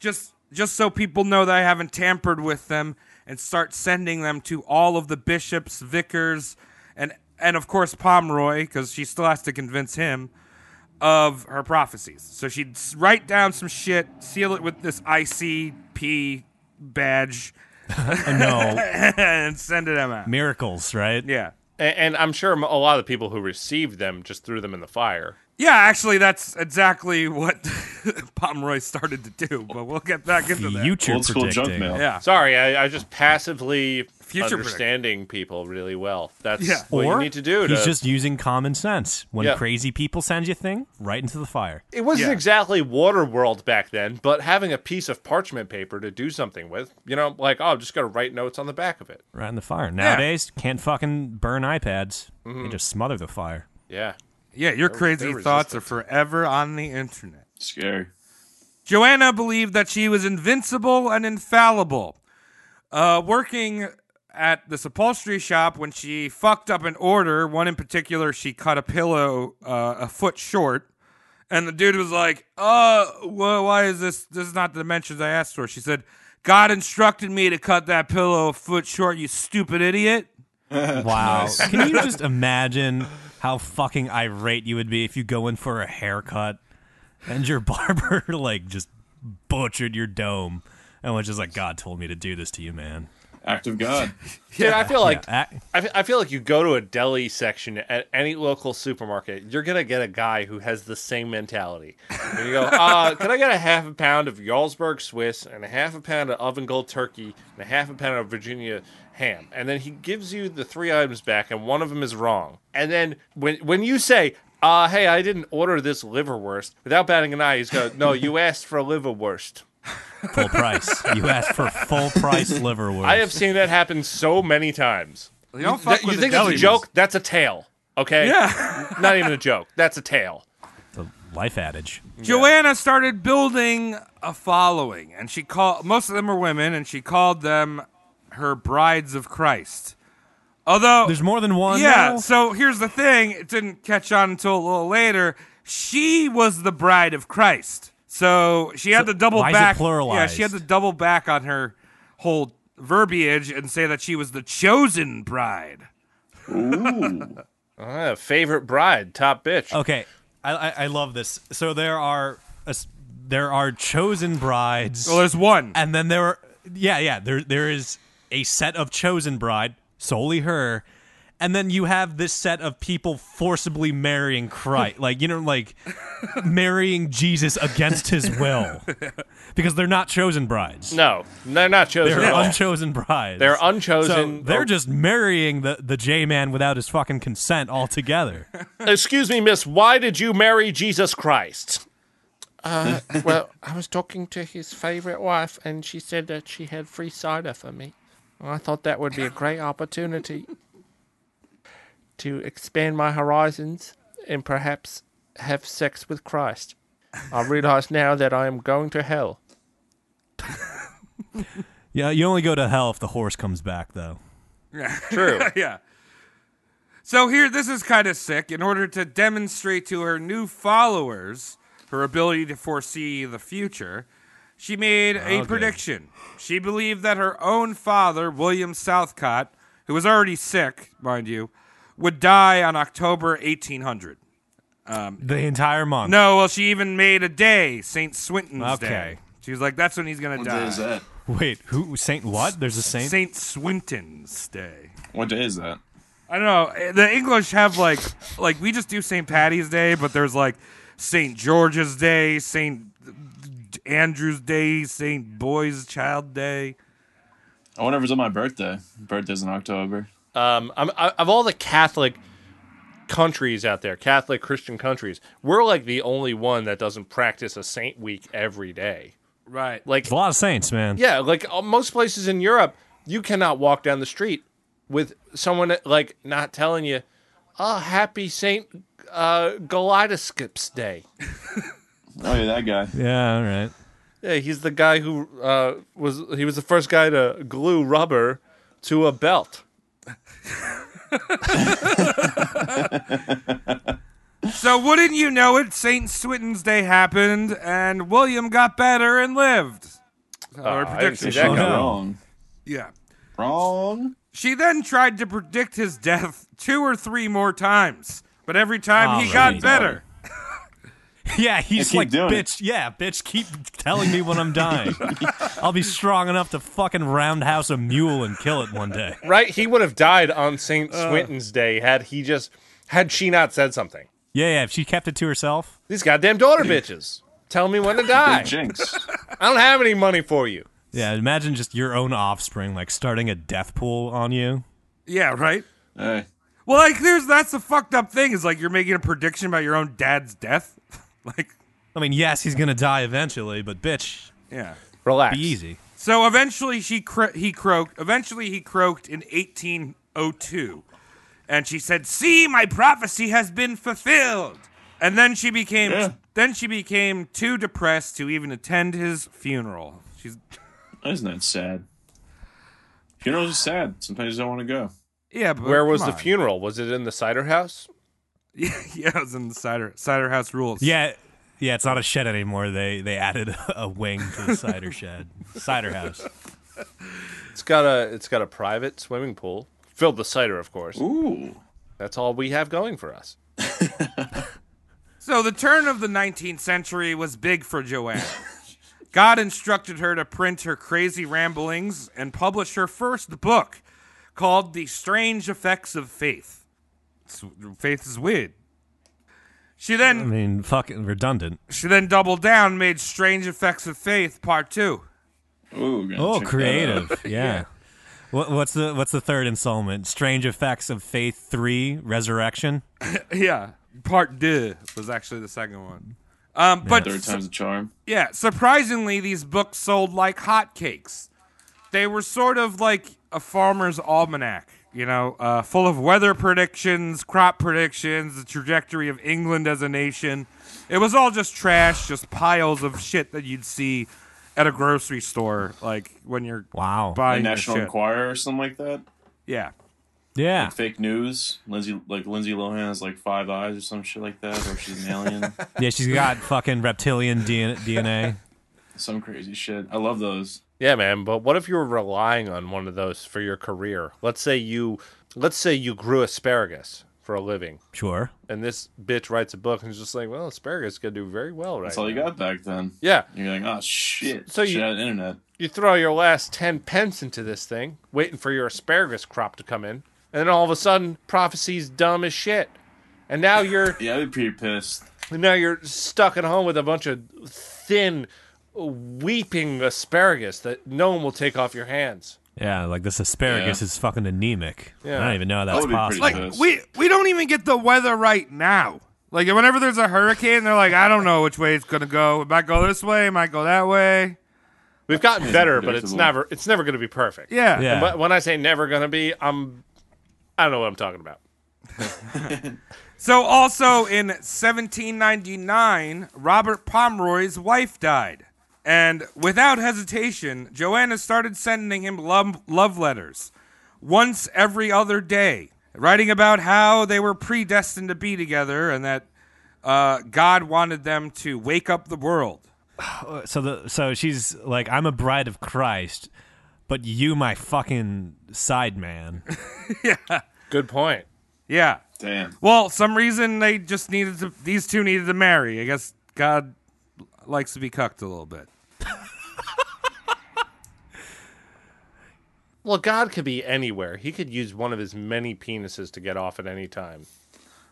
Speaker 8: just just so people know that I haven't tampered with them, and start sending them to all of the bishops, vicars, and and of course Pomeroy, because she still has to convince him of her prophecies. So she'd s- write down some shit, seal it with this ICP badge,
Speaker 7: No
Speaker 8: and send it him out.
Speaker 7: miracles, right?
Speaker 8: Yeah.
Speaker 6: A- And, I'm sure a lot of the people who received them just threw them in the fire.
Speaker 8: Yeah, actually, that's exactly what Pomeroy started to do, but we'll get back into that.
Speaker 7: Future
Speaker 9: Old school
Speaker 7: predicting.
Speaker 9: junk mail.
Speaker 8: yeah.
Speaker 6: Sorry, I, I just passively
Speaker 8: Future
Speaker 6: understanding people really well. That's
Speaker 8: Yeah.
Speaker 6: what
Speaker 7: or
Speaker 6: you need to do.
Speaker 7: he's
Speaker 6: to-
Speaker 7: just using common sense. When
Speaker 6: Yeah.
Speaker 7: crazy people send you thing, right into the fire.
Speaker 6: it wasn't
Speaker 8: yeah.
Speaker 6: exactly Waterworld back then, but having a piece of parchment paper to do something with, you know, like, oh, I'm just going to write notes on the back of it.
Speaker 7: Right in the fire. Nowadays, can't fucking burn iPads.
Speaker 6: Mm-hmm.
Speaker 7: They just smother the fire.
Speaker 6: Yeah.
Speaker 8: Yeah, your crazy
Speaker 6: they're
Speaker 8: thoughts are forever on the internet.
Speaker 9: Scary.
Speaker 8: Joanna believed that she was invincible and infallible. Uh, working at this upholstery shop, when she fucked up an order, one in particular, she cut a pillow uh, a foot short, and the dude was like, "Uh, wh- why is this? This is not the dimensions I asked for." She said, "God instructed me to cut that pillow a foot short. You stupid idiot."
Speaker 7: Wow. Can you just imagine how fucking irate you would be if you go in for a haircut and your barber like just butchered your dome and was just like, God told me to do this to you, man.
Speaker 9: Act of God.
Speaker 6: Dude, I feel like
Speaker 7: Yeah,
Speaker 6: I, fe- I feel like you go to a deli section at any local supermarket, you're gonna get a guy who has the same mentality. And you go, uh, can I get a half a pound of Jarlsberg Swiss and a half a pound of oven gold turkey and a half a pound of Virginia ham? And then he gives you the three items back, and one of them is wrong. And then when when you say, uh, hey, I didn't order this liverwurst, without batting an eye, he's go, no, you asked for a liverwurst.
Speaker 7: full price. You asked for full price liverwurst.
Speaker 6: I have seen that happen so many times.
Speaker 8: You don't fuck
Speaker 6: you
Speaker 8: with the
Speaker 6: think it's a
Speaker 8: deli.
Speaker 6: joke? That's a tale. Okay.
Speaker 8: Yeah.
Speaker 6: Not even a joke. That's a tale.
Speaker 7: the life adage.
Speaker 8: Joanna started building a following, and she called most of them were women, and she called them her brides of Christ. Although
Speaker 7: There's more than one.
Speaker 8: yeah,
Speaker 7: now?
Speaker 8: so here's the thing. It didn't catch on until a little later. She was the bride of Christ. So she had to double
Speaker 7: why is it
Speaker 8: back. Yeah,
Speaker 7: pluralized?
Speaker 8: she had to double back on her whole verbiage and say that she was the chosen bride.
Speaker 6: Ah, favorite bride, top bitch.
Speaker 7: Okay, I, I I love this. So there are a s there are chosen brides,
Speaker 8: Well, there's one.
Speaker 7: and then there are yeah yeah there there is a set of chosen bride solely her, and then you have this set of people forcibly marrying Christ, like you know like marrying Jesus against his will because they're not chosen brides.
Speaker 6: No, they're not chosen
Speaker 7: They're
Speaker 6: at all.
Speaker 7: unchosen brides.
Speaker 6: They're unchosen.
Speaker 7: So they're just marrying the, the J man without his fucking consent altogether.
Speaker 6: Excuse me, miss, why did you marry Jesus Christ?
Speaker 10: Well, I was talking to his favorite wife, and she said that she had free cider for me. I thought that would be a great opportunity to expand my horizons and perhaps have sex with Christ. I realize now that I am going to hell.
Speaker 7: Yeah, you only go to hell if the horse comes back, though.
Speaker 6: True.
Speaker 8: yeah. So here, this is kind of sick. In order to demonstrate to her new followers her ability to foresee the future, she made a prediction. She believed that her own father, William Southcott, who was already sick, mind you, would die on October 1800.
Speaker 7: The entire month.
Speaker 8: No, well, she even made a day, St. Swinton's
Speaker 7: Um, Okay.
Speaker 8: Day. She was like, that's when he's going to
Speaker 9: What day is
Speaker 8: die.
Speaker 9: that?
Speaker 7: Wait, who? Saint what? There's a saint.
Speaker 8: St. Swinton's Day.
Speaker 9: What day is that?
Speaker 8: I don't know. eh, The English have like like we just do St. Patty's Day, but there's like St. George's Day, St. Andrew's Day, St. Boy's Child Day.
Speaker 9: I wonder if it's on my birthday. Birthday's in October.
Speaker 6: Um, I'm, I, of all the Catholic countries out there, Catholic Christian countries, we're like the only one that doesn't practice a saint week every day.
Speaker 8: Right.
Speaker 6: Like,
Speaker 7: There's a lot of saints, man.
Speaker 6: yeah, like uh, most places in Europe, you cannot walk down the street with someone like not telling you, "Oh, happy Saint uh, Goliathskips Day."
Speaker 9: Oh yeah, that guy.
Speaker 7: Yeah, all right.
Speaker 6: Yeah, he's the guy who uh, was he was the first guy to glue rubber to a belt.
Speaker 8: So wouldn't you know it, St. Swinton's Day happened and William got better and lived. Our
Speaker 6: Ah, I didn't see that
Speaker 8: prediction.
Speaker 7: Oh,
Speaker 6: coming.
Speaker 7: no.
Speaker 9: Wrong.
Speaker 8: Yeah.
Speaker 9: Wrong.
Speaker 8: She then tried to predict his death two or three more times, but every time he
Speaker 7: All
Speaker 8: got
Speaker 7: right.
Speaker 8: better.
Speaker 7: Yeah, he's
Speaker 9: keep
Speaker 7: like,
Speaker 9: doing it.
Speaker 7: bitch. Yeah, bitch. Keep telling me when I'm dying. I'll be strong enough to fucking roundhouse a mule and kill it one day.
Speaker 6: Right? He would have died on St. Swinton's Day had he just had she not said something.
Speaker 7: Yeah, yeah. If she kept it to herself.
Speaker 6: These goddamn daughter bitches. Tell me when to die.
Speaker 9: Jinx.
Speaker 6: I don't have any money for you.
Speaker 7: Yeah, imagine just your own offspring like starting a death pool on you.
Speaker 8: Yeah, right?
Speaker 9: hey.
Speaker 8: Well, like, there's that's the fucked up thing is like you're making a prediction about your own dad's death. like,
Speaker 7: I mean, yes, he's gonna die eventually, but bitch,
Speaker 8: yeah.
Speaker 6: Relax.
Speaker 7: be easy.
Speaker 8: So eventually, she cro- he croaked. Eventually, he croaked in 1802, and she said, "See, my prophecy has been fulfilled." And then she became
Speaker 9: Yeah.
Speaker 8: then she became too depressed to even attend his funeral. She's
Speaker 9: Isn't that sad? Funerals are sad. Sometimes you don't want to go.
Speaker 8: yeah. But
Speaker 6: Where was
Speaker 8: come
Speaker 6: the
Speaker 8: on.
Speaker 6: funeral? Was it in the cider house?
Speaker 8: yeah, it was in the cider cider house rules.
Speaker 7: Yeah, yeah, it's not a shed anymore. They they added a wing to the cider shed, cider house.
Speaker 6: It's got a it's got a private swimming pool. Filled with cider, of course.
Speaker 9: Ooh.
Speaker 6: That's all we have going for us.
Speaker 8: So the turn of the 19th century was big for Joanne. God instructed her to print her crazy ramblings and publish her first book called The Strange Effects of Faith. It's- faith is weird. She
Speaker 7: I
Speaker 8: then
Speaker 7: mean, fucking redundant.
Speaker 8: she then doubled down, and made Strange Effects of Faith Part 2.
Speaker 9: Ooh. we're gonna
Speaker 7: Oh,
Speaker 9: check that
Speaker 7: creative.
Speaker 9: out.
Speaker 7: Yeah. What, what's the what's the third installment? Strange Effects of Faith Three: Resurrection.
Speaker 8: Yeah. Part 2 was actually the second one. Um, but
Speaker 9: Third time's a charm.
Speaker 8: Yeah, surprisingly, these books sold like hotcakes. They were sort of like a farmer's almanac, you know, uh, full of weather predictions, crop predictions, the trajectory of England as a nation. It was all just trash, just piles of shit that you'd see at a grocery store, like when you're
Speaker 7: Wow.
Speaker 8: buying your
Speaker 9: National
Speaker 8: shit.
Speaker 9: Enquirer or something like that.
Speaker 8: Yeah,
Speaker 7: Yeah.
Speaker 9: Fake news. Lindsay, like Lindsay Lohan has like five eyes or some shit like that, or she's an alien.
Speaker 7: Yeah, she's got fucking reptilian DNA.
Speaker 9: some crazy shit. I love those.
Speaker 6: Yeah, man, but what if you were relying on one of those for your career? Let's say you let's say you grew asparagus for a living
Speaker 7: Sure.
Speaker 6: and this bitch writes a book and is just like, Well, asparagus could do very well right
Speaker 9: That's all you
Speaker 6: now."
Speaker 9: got back then.
Speaker 6: Yeah.
Speaker 9: You're like, oh shit.
Speaker 6: So
Speaker 9: So
Speaker 6: you-
Speaker 9: you shit out of the internet.
Speaker 6: You throw your last ten pence into this thing, waiting for your asparagus crop to come in, and then all of a sudden prophecy's dumb as shit. And now you're
Speaker 9: Yeah, I'd be pretty pissed.
Speaker 6: And now you're stuck at home with a bunch of thin, weeping asparagus that no one will take off your hands.
Speaker 7: Yeah, like this asparagus
Speaker 9: Yeah.
Speaker 7: is fucking anemic.
Speaker 6: Yeah.
Speaker 7: I don't even know how
Speaker 9: would
Speaker 7: that's
Speaker 9: be pretty
Speaker 7: possible.
Speaker 8: like
Speaker 9: Yes.
Speaker 8: we we don't even get the weather right now. Like whenever there's a hurricane, they're like, I don't know which way it's gonna go. It might go this way, it might go that way.
Speaker 6: We've gotten better, but it's
Speaker 9: predictable.
Speaker 6: never it's never going to be perfect.
Speaker 8: Yeah,
Speaker 7: yeah.
Speaker 6: But when I say never going to be, I'm I don't know what I'm talking about.
Speaker 8: So also in 1799, Robert Pomeroy's wife died. And without hesitation, Joanna started sending him love, love letters once every other day, writing about how they were predestined to be together and that uh, God wanted them to wake up the world.
Speaker 7: so the so she's like, I'm a bride of Christ, but you my fucking side man.
Speaker 6: Good point.
Speaker 8: Yeah.
Speaker 9: Damn.
Speaker 8: Well, some reason they just needed to, these two needed to marry. I guess God likes to be cucked a little bit.
Speaker 6: Well, God could be anywhere. He could use one of his many penises to get off at any time.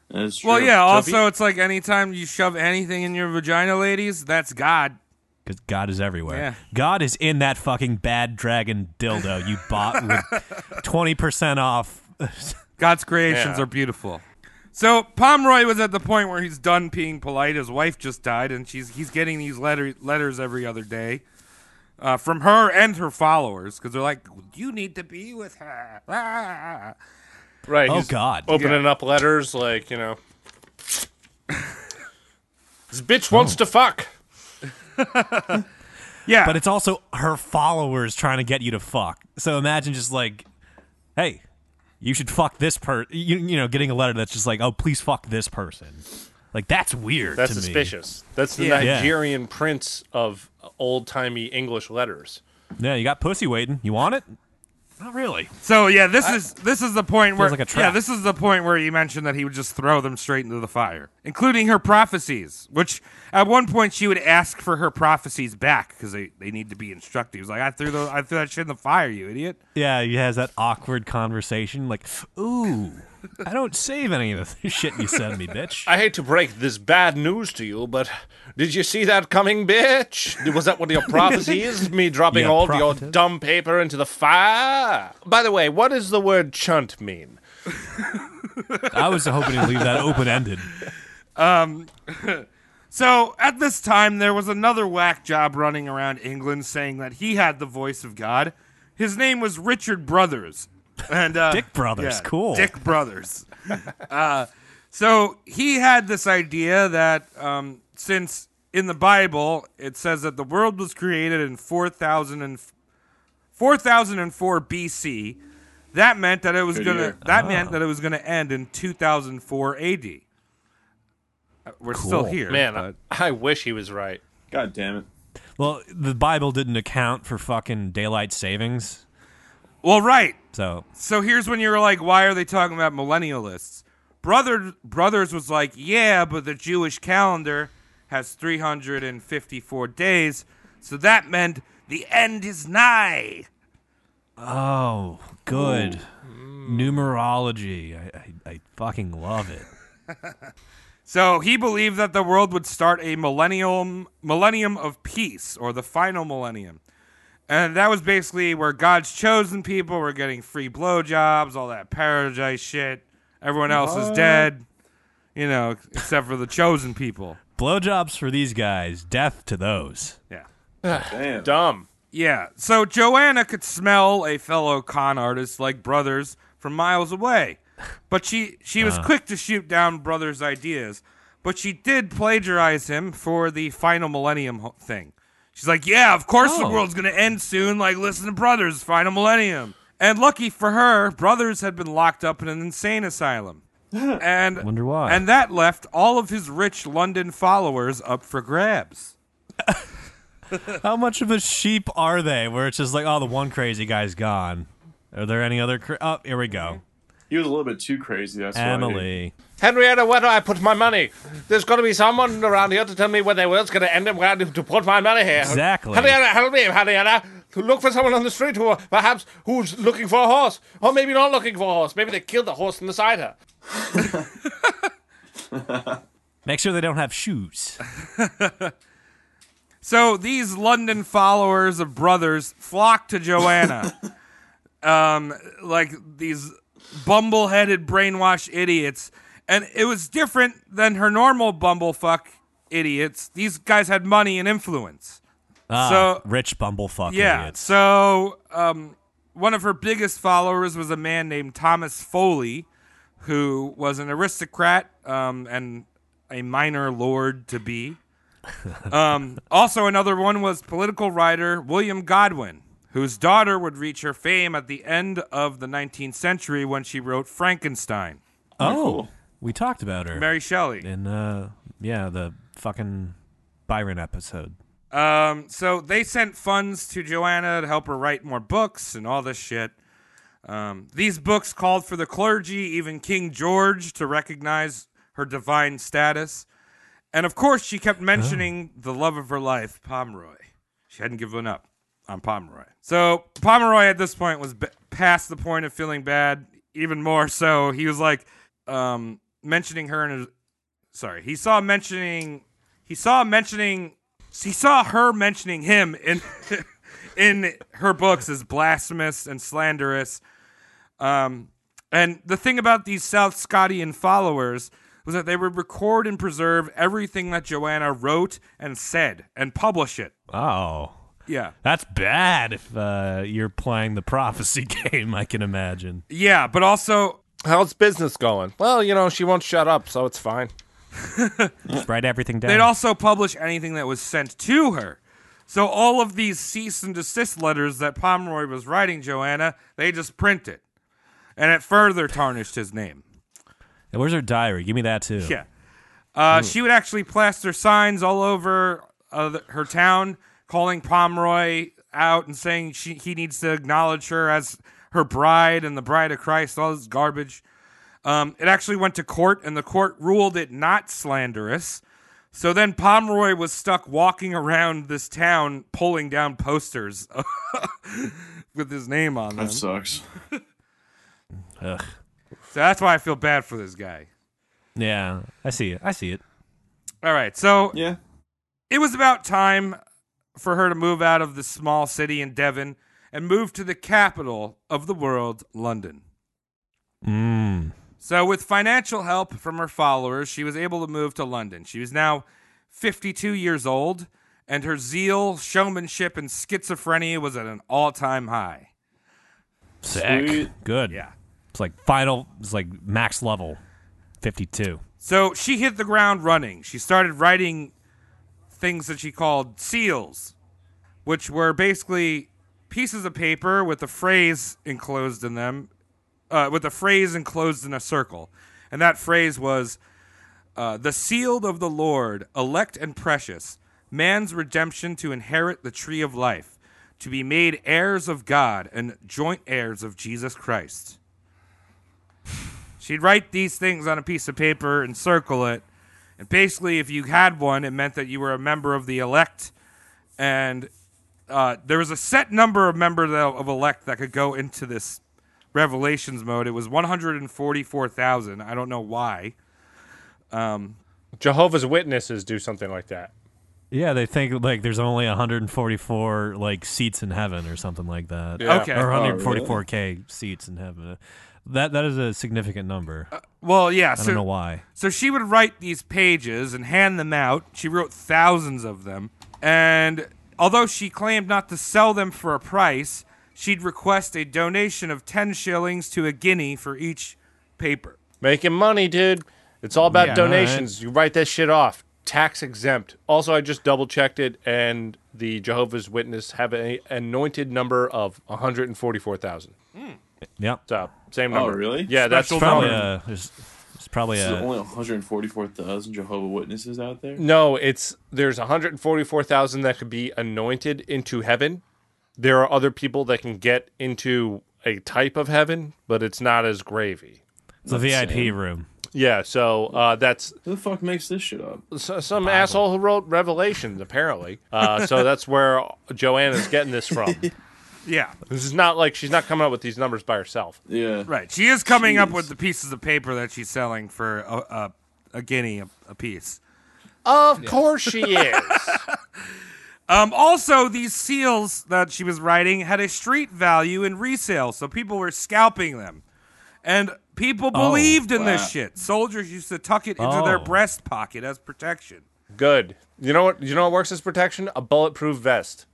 Speaker 9: That's true.
Speaker 8: Well, yeah.
Speaker 6: So
Speaker 8: Also,
Speaker 6: if you-
Speaker 8: it's like anytime you shove anything in your vagina, ladies, that's God.
Speaker 7: Because God is everywhere.
Speaker 8: Yeah.
Speaker 7: God is in that fucking bad dragon dildo you bought with twenty percent off.
Speaker 8: God's creations
Speaker 6: Yeah.
Speaker 8: are beautiful. So Pomeroy was at the point where he's done being polite. His wife just died, and she's he's getting these letter, letters every other day uh, from her and her followers because they're like, "You need to be with her." Ah.
Speaker 6: Right.
Speaker 7: Oh
Speaker 6: he's
Speaker 7: God.
Speaker 6: Opening up letters like, you know. this bitch
Speaker 7: Oh.
Speaker 6: wants to fuck.
Speaker 8: Yeah,
Speaker 7: But it's also her followers trying to get you to fuck. So imagine just like, hey, you should fuck this person. You, you know, getting a letter that's just like, oh, please fuck this person. Like that's weird.
Speaker 6: That's
Speaker 7: to me.
Speaker 6: suspicious. That's the
Speaker 8: Yeah.
Speaker 7: Yeah.
Speaker 6: Nigerian prince of old timey English letters.
Speaker 7: Yeah, you got pussy waiting. You want it? Not really.
Speaker 8: So yeah, this is this is the point where
Speaker 7: Feels like a trap.
Speaker 8: yeah, this is the point where you mentioned that he would just throw them straight into the fire, including her prophecies, which at one point she would ask for her prophecies back because they, they need to be instructive. He's like, I threw those, I threw that shit in the fire, you idiot.
Speaker 7: Yeah, he has that awkward conversation like, ooh, I don't save any of the shit you send me, bitch.
Speaker 6: I hate to break this bad news to you, but did you see that coming, bitch? Was that one of your prophecies? Me dropping
Speaker 7: Yeah,
Speaker 6: all of your
Speaker 7: prophetess.
Speaker 6: dumb paper into the fire? By the way, what does the word chunt mean?
Speaker 7: I was hoping to leave that open ended.
Speaker 8: So at this time, there was another whack job running around England saying that he had the voice of God. His name was Richard Brothers, and uh,
Speaker 7: Dick Brothers, cool.
Speaker 8: Dick Brothers. uh, so he had this idea that um, since in the Bible it says that the world was created in 4000 and 4004 BC, that meant that it was
Speaker 9: Good
Speaker 8: gonna
Speaker 9: year.
Speaker 7: Ah.
Speaker 8: that meant that it was gonna end in 2004 AD. Uh, We're still
Speaker 7: Cool.
Speaker 8: here,
Speaker 6: Man,
Speaker 8: but-
Speaker 6: I, I wish he was right.
Speaker 9: God damn it.
Speaker 7: Well, the Bible didn't account for fucking daylight savings.
Speaker 8: Well, right.
Speaker 7: So,
Speaker 8: So here's when you were like, why are they talking about millennialists? Brother Brothers was like, yeah, but the Jewish calendar has 354 days, so that meant the end is nigh.
Speaker 7: oh, good. Numerology. I, I, I fucking love it.
Speaker 8: So he believed that the world would start a millennium millennium of peace or the final millennium. And that was basically where God's chosen people were getting free blowjobs, all that paradise shit. Everyone else is dead, you know, except for the chosen people.
Speaker 7: Blowjobs for these guys, death to those.
Speaker 8: Yeah.
Speaker 9: Damn.
Speaker 6: Dumb.
Speaker 8: Yeah. So Joanna could smell a fellow con artist like Brothers from miles away. But she she
Speaker 7: Uh.
Speaker 8: was quick to shoot down Brothers' ideas, but she did plagiarize him for the final millennium ho- thing. She's like, yeah, of course the
Speaker 7: Oh.
Speaker 8: world's gonna end soon. Like, listen to Brothers, Final Millennium. And lucky for her, Brothers had been locked up in an insane asylum. And
Speaker 7: Wonder why.
Speaker 8: And that left all of his rich London followers up for grabs.
Speaker 7: How much of a sheep are they? Where it's just like, oh, the one crazy guy's gone. Are there any other? Cra- oh, here we go.
Speaker 9: He was a little bit too crazy. Mm-hmm. That's why, dude.
Speaker 7: Emily.
Speaker 6: Henrietta, where do I put my money? There's got to be someone around here to tell me where the world's going to end and where I need to put my money here.
Speaker 7: Exactly.
Speaker 6: Henrietta, help me, Henrietta. To look for someone on the street who perhaps who's looking for a horse, or maybe not looking for a horse. Maybe they killed the horse in the cider.
Speaker 7: Make sure they don't have shoes.
Speaker 8: So these London followers of brothers flocked to Joanna, um, like these bumble-headed, brainwashed idiots. And it was different than her normal bumblefuck idiots. These guys had money and influence.
Speaker 7: Ah,
Speaker 8: So-
Speaker 7: rich bumblefuck
Speaker 8: Yeah.
Speaker 7: idiots.
Speaker 8: So um, one of her biggest followers was a man named Thomas Foley, who was an aristocrat um, and a minor lord to be. Um, also, another one was political writer William Godwin, whose daughter would reach her fame at the end of the 19th century when she wrote Frankenstein.
Speaker 7: oh, we talked about her
Speaker 8: Mary Shelley.
Speaker 7: in uh, yeah, the fucking Byron episode.
Speaker 8: Um, so they sent funds to Joanna to help her write more books and all this shit. Um, these books called for the clergy, even King George, to recognize her divine status. And of course, she kept mentioning the love of her life, Pomeroy. She hadn't given up on Pomeroy. So Pomeroy at this point was b- past the point of feeling bad, even more so. He was like um, mentioning her in his. Sorry, he saw mentioning. He saw mentioning he saw her mentioning him in in her books as blasphemous and slanderous. Um, and the thing about these South Scotian followers was that they would record and preserve everything that Joanna wrote and said and publish it.
Speaker 7: Oh,
Speaker 8: Yeah.
Speaker 7: that's bad. If uh, you're playing the prophecy game, I can imagine.
Speaker 8: Yeah, but also
Speaker 6: How's business going? Well, you know, she won't shut up, so it's fine.
Speaker 7: Just write everything down.
Speaker 8: They'd also publish anything that was sent to her. So all of these cease and desist letters that Pomeroy was writing Joanna, they just printed. And it further tarnished his name.
Speaker 7: Hey, Where's her diary? Give me that too.
Speaker 8: Yeah. Uh, she would actually plaster signs all over uh, th- her town, calling Pomeroy out and saying she, he needs to acknowledge her as her bride and the bride of Christ, all this garbage. Um, it actually went to court, and the court ruled it not slanderous. So then Pomeroy was stuck walking around this town, pulling down posters with his name on them.
Speaker 9: That
Speaker 8: So
Speaker 9: sucks.
Speaker 7: Ugh.
Speaker 8: that's why I feel bad for this guy.
Speaker 7: Yeah, I see it. I see it.
Speaker 8: All right, so
Speaker 9: Yeah.
Speaker 8: it was about time for her to move out of the small city in Devon and move to the capital of the world, London.
Speaker 7: Mm.
Speaker 8: So, with financial help from her followers, she was able to move to London. She was now 52 years old, and her zeal, showmanship, and schizophrenia was at an all time high.
Speaker 7: Sick.
Speaker 9: Sweet.
Speaker 7: Good. It's like final. It's like max level, fifty-two.
Speaker 8: So she hit the ground running. She started writing things that she called seals, which were basically pieces of paper with a phrase enclosed in them, uh, with a phrase enclosed in a circle. And that phrase was uh, The sealed of the Lord, elect and precious, man's redemption to inherit the tree of life, to be made heirs of God and joint heirs of Jesus Christ. She'd write these things on a piece of paper and circle it. And basically, if you had one, it meant that you were a member of the elect. And uh, there was a set number of members of of elect that could go into this revelations mode. It was 144,000. I don't know why.
Speaker 6: Jehovah's Witnesses do something like that.
Speaker 7: Yeah, they think like there's only 144 like seats in heaven or something like that.
Speaker 6: Yeah.
Speaker 8: Okay.
Speaker 7: Or 144k seats in heaven. That that is a significant number.
Speaker 8: Well, yeah.
Speaker 7: I
Speaker 8: so,
Speaker 7: don't know why.
Speaker 8: So she would write these pages and hand them out. She wrote thousands of them. And although she claimed not to sell them for a price, she'd request a donation of 10 shillings to a guinea for each paper.
Speaker 6: Making money, dude. It's all about
Speaker 7: Yeah,
Speaker 6: donations. You write that shit off. tax exempt. Also, I just double checked it, and the Jehovah's Witness have an anointed number of 144,000.
Speaker 7: Yep.
Speaker 6: So same number.
Speaker 9: really?
Speaker 6: Yeah, that's
Speaker 7: It's
Speaker 6: probably
Speaker 7: probably a. There's, there's probably
Speaker 9: There's
Speaker 7: a.
Speaker 9: only 144,000 Jehovah Witnesses out there.
Speaker 6: no. It's there's 144,000 that could be anointed into heaven. There are other people that can get into a type of heaven, but it's not as gravy.
Speaker 7: It's a VIP room.
Speaker 6: Yeah, so uh, that's
Speaker 9: Who the fuck makes this shit up?
Speaker 6: so, some asshole who wrote Revelations, apparently. Uh, so that's where Joanna's getting this from.
Speaker 8: Yeah,
Speaker 6: This is not like she's not coming up with these numbers by herself.
Speaker 9: Yeah.
Speaker 8: right. She is coming up
Speaker 9: Jeez.
Speaker 8: with the pieces of paper that she's selling for a, a, a guinea a, a piece.
Speaker 6: Of course she is.
Speaker 8: Um, also, these seals that she was writing had a street value in resale, so people were scalping them. And people believed in
Speaker 9: wow.
Speaker 8: this shit. Soldiers used to tuck it into their
Speaker 7: Oh.
Speaker 8: breast pocket as protection.
Speaker 6: Good. You know what? You know what works as protection? A bulletproof vest.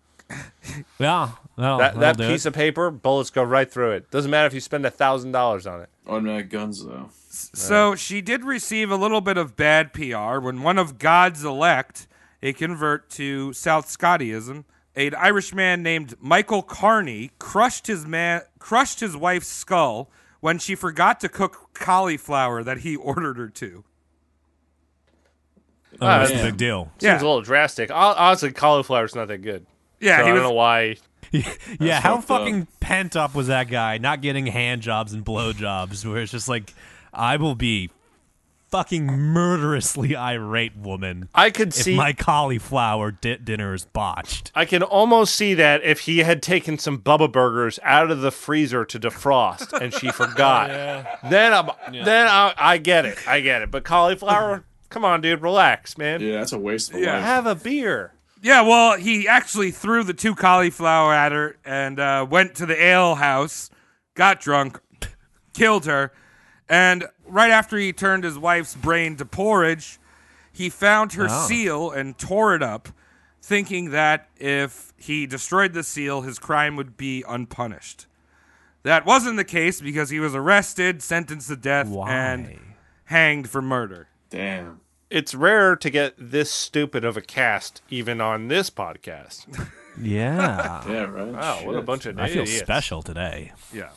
Speaker 7: Yeah. No,
Speaker 6: That that piece of paper, bullets go right through it. Doesn't matter if you spend a thousand dollars on it.
Speaker 9: Automatic guns, though.
Speaker 8: So she did receive a little bit of bad PR when one of God's elect, a convert to South Scotism, an Irishman named Michael Carney crushed his man crushed his wife's skull when she forgot to cook cauliflower that he ordered her to.
Speaker 7: Oh, that's
Speaker 9: yeah.
Speaker 7: a big deal.
Speaker 8: Yeah.
Speaker 6: Seems a little drastic. Hon- Honestly, cauliflower's not that good.
Speaker 8: Yeah,
Speaker 6: So
Speaker 8: he
Speaker 6: I
Speaker 8: was
Speaker 6: don't know why.
Speaker 7: yeah, how
Speaker 9: fucked up.
Speaker 7: fucking pent up was that guy not getting hand jobs and blow jobs where it's just like I will be fucking murderously irate woman
Speaker 6: I could
Speaker 7: if
Speaker 6: see.
Speaker 7: my cauliflower di- dinner is botched.
Speaker 6: I can almost see that if he had taken some Bubba burgers out of the freezer to defrost and she forgot. Then I'm, then I, I get it. I get it. But cauliflower, come on, dude, relax, man.
Speaker 9: Yeah, that's a waste of a
Speaker 8: Yeah.
Speaker 9: life.
Speaker 6: Have a beer.
Speaker 8: Yeah, well, he actually threw the two cauliflower at her and uh, went to the ale house, got drunk, killed her, and right after he turned his wife's brain to porridge, he found her seal and tore it up, thinking that if he destroyed the seal, his crime would be unpunished. That wasn't the case because he was arrested, sentenced to death, and hanged for murder.
Speaker 9: Damn.
Speaker 6: It's rare to get this stupid of a cast even on this podcast.
Speaker 7: Yeah.
Speaker 9: Yeah, right?
Speaker 6: Wow, Oh, what a
Speaker 9: Shit.
Speaker 6: bunch of
Speaker 7: I feel
Speaker 6: idiots.
Speaker 7: special today.
Speaker 8: Yeah.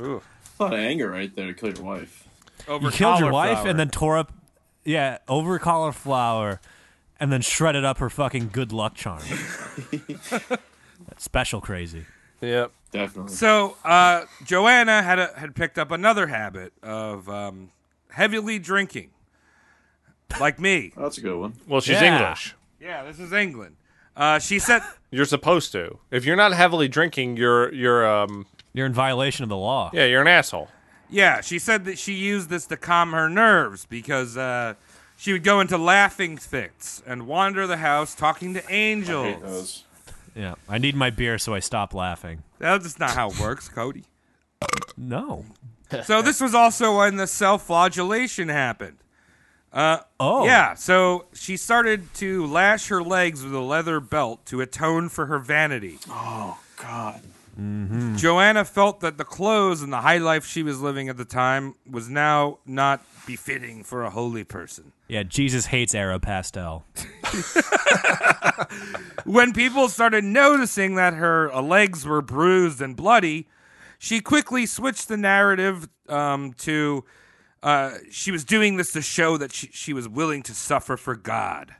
Speaker 9: A lot of anger right there to kill your wife.
Speaker 8: Over
Speaker 7: You killed your wife
Speaker 8: cauliflower.
Speaker 7: and then tore up yeah, over cauliflower and then shredded up her fucking good luck charm. That's special crazy.
Speaker 6: Yep.
Speaker 9: Definitely.
Speaker 8: So uh, Joanna had a, had picked up another habit of um, heavily drinking, like me.
Speaker 9: that's a good one.
Speaker 6: Well, she's
Speaker 7: Yeah.
Speaker 6: English.
Speaker 8: yeah, this is England. Uh, she said,
Speaker 6: You're supposed to. If you're not heavily drinking, you're you're um
Speaker 7: You're in violation of the law.
Speaker 6: yeah, you're an asshole.
Speaker 8: yeah, she said that she used this to calm her nerves because uh, she would go into laughing fits and wander the house talking to
Speaker 9: Hate
Speaker 8: angels.
Speaker 9: those.
Speaker 7: yeah. I need my beer so I stop laughing.
Speaker 8: That's just not how it works, Cody.
Speaker 7: No.
Speaker 8: So this was also when the self-flagellation happened.
Speaker 7: Oh.
Speaker 8: Yeah, so she started to lash her legs with a leather belt to atone for her vanity.
Speaker 9: God.
Speaker 8: Joanna felt that the clothes and the high life she was living at the time was now not befitting for a holy person.
Speaker 7: Yeah, Jesus hates Aero Pastel.
Speaker 8: When people started noticing that her uh, legs were bruised and bloody, she quickly switched the narrative um, to uh, she was doing this to show that she, she was willing to suffer for God.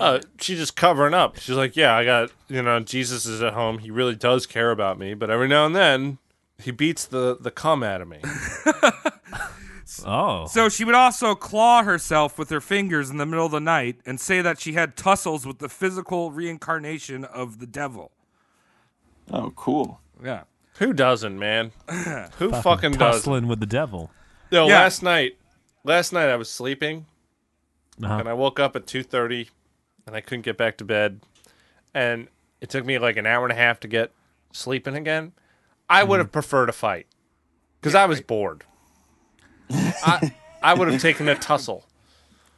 Speaker 6: Uh, she's just covering up. She's like, yeah, I got you know Jesus is at home. He really does care about me, but every now and then he beats the the cum out of me.
Speaker 7: Oh.
Speaker 8: So she would also claw herself with her fingers in the middle of the night and say that she had tussles with the physical reincarnation of the devil.
Speaker 9: Oh, cool.
Speaker 8: Yeah.
Speaker 6: Who doesn't, man? Who fucking does?
Speaker 7: tussling with the devil.
Speaker 6: No,
Speaker 8: Yeah.
Speaker 6: last night, last night I was sleeping,
Speaker 7: Uh-huh.
Speaker 6: and I woke up at two thirty, and I couldn't get back to bed, and it took me like an hour and a half to get sleeping again. I would have preferred a fight because I was bored. I I would have taken a tussle.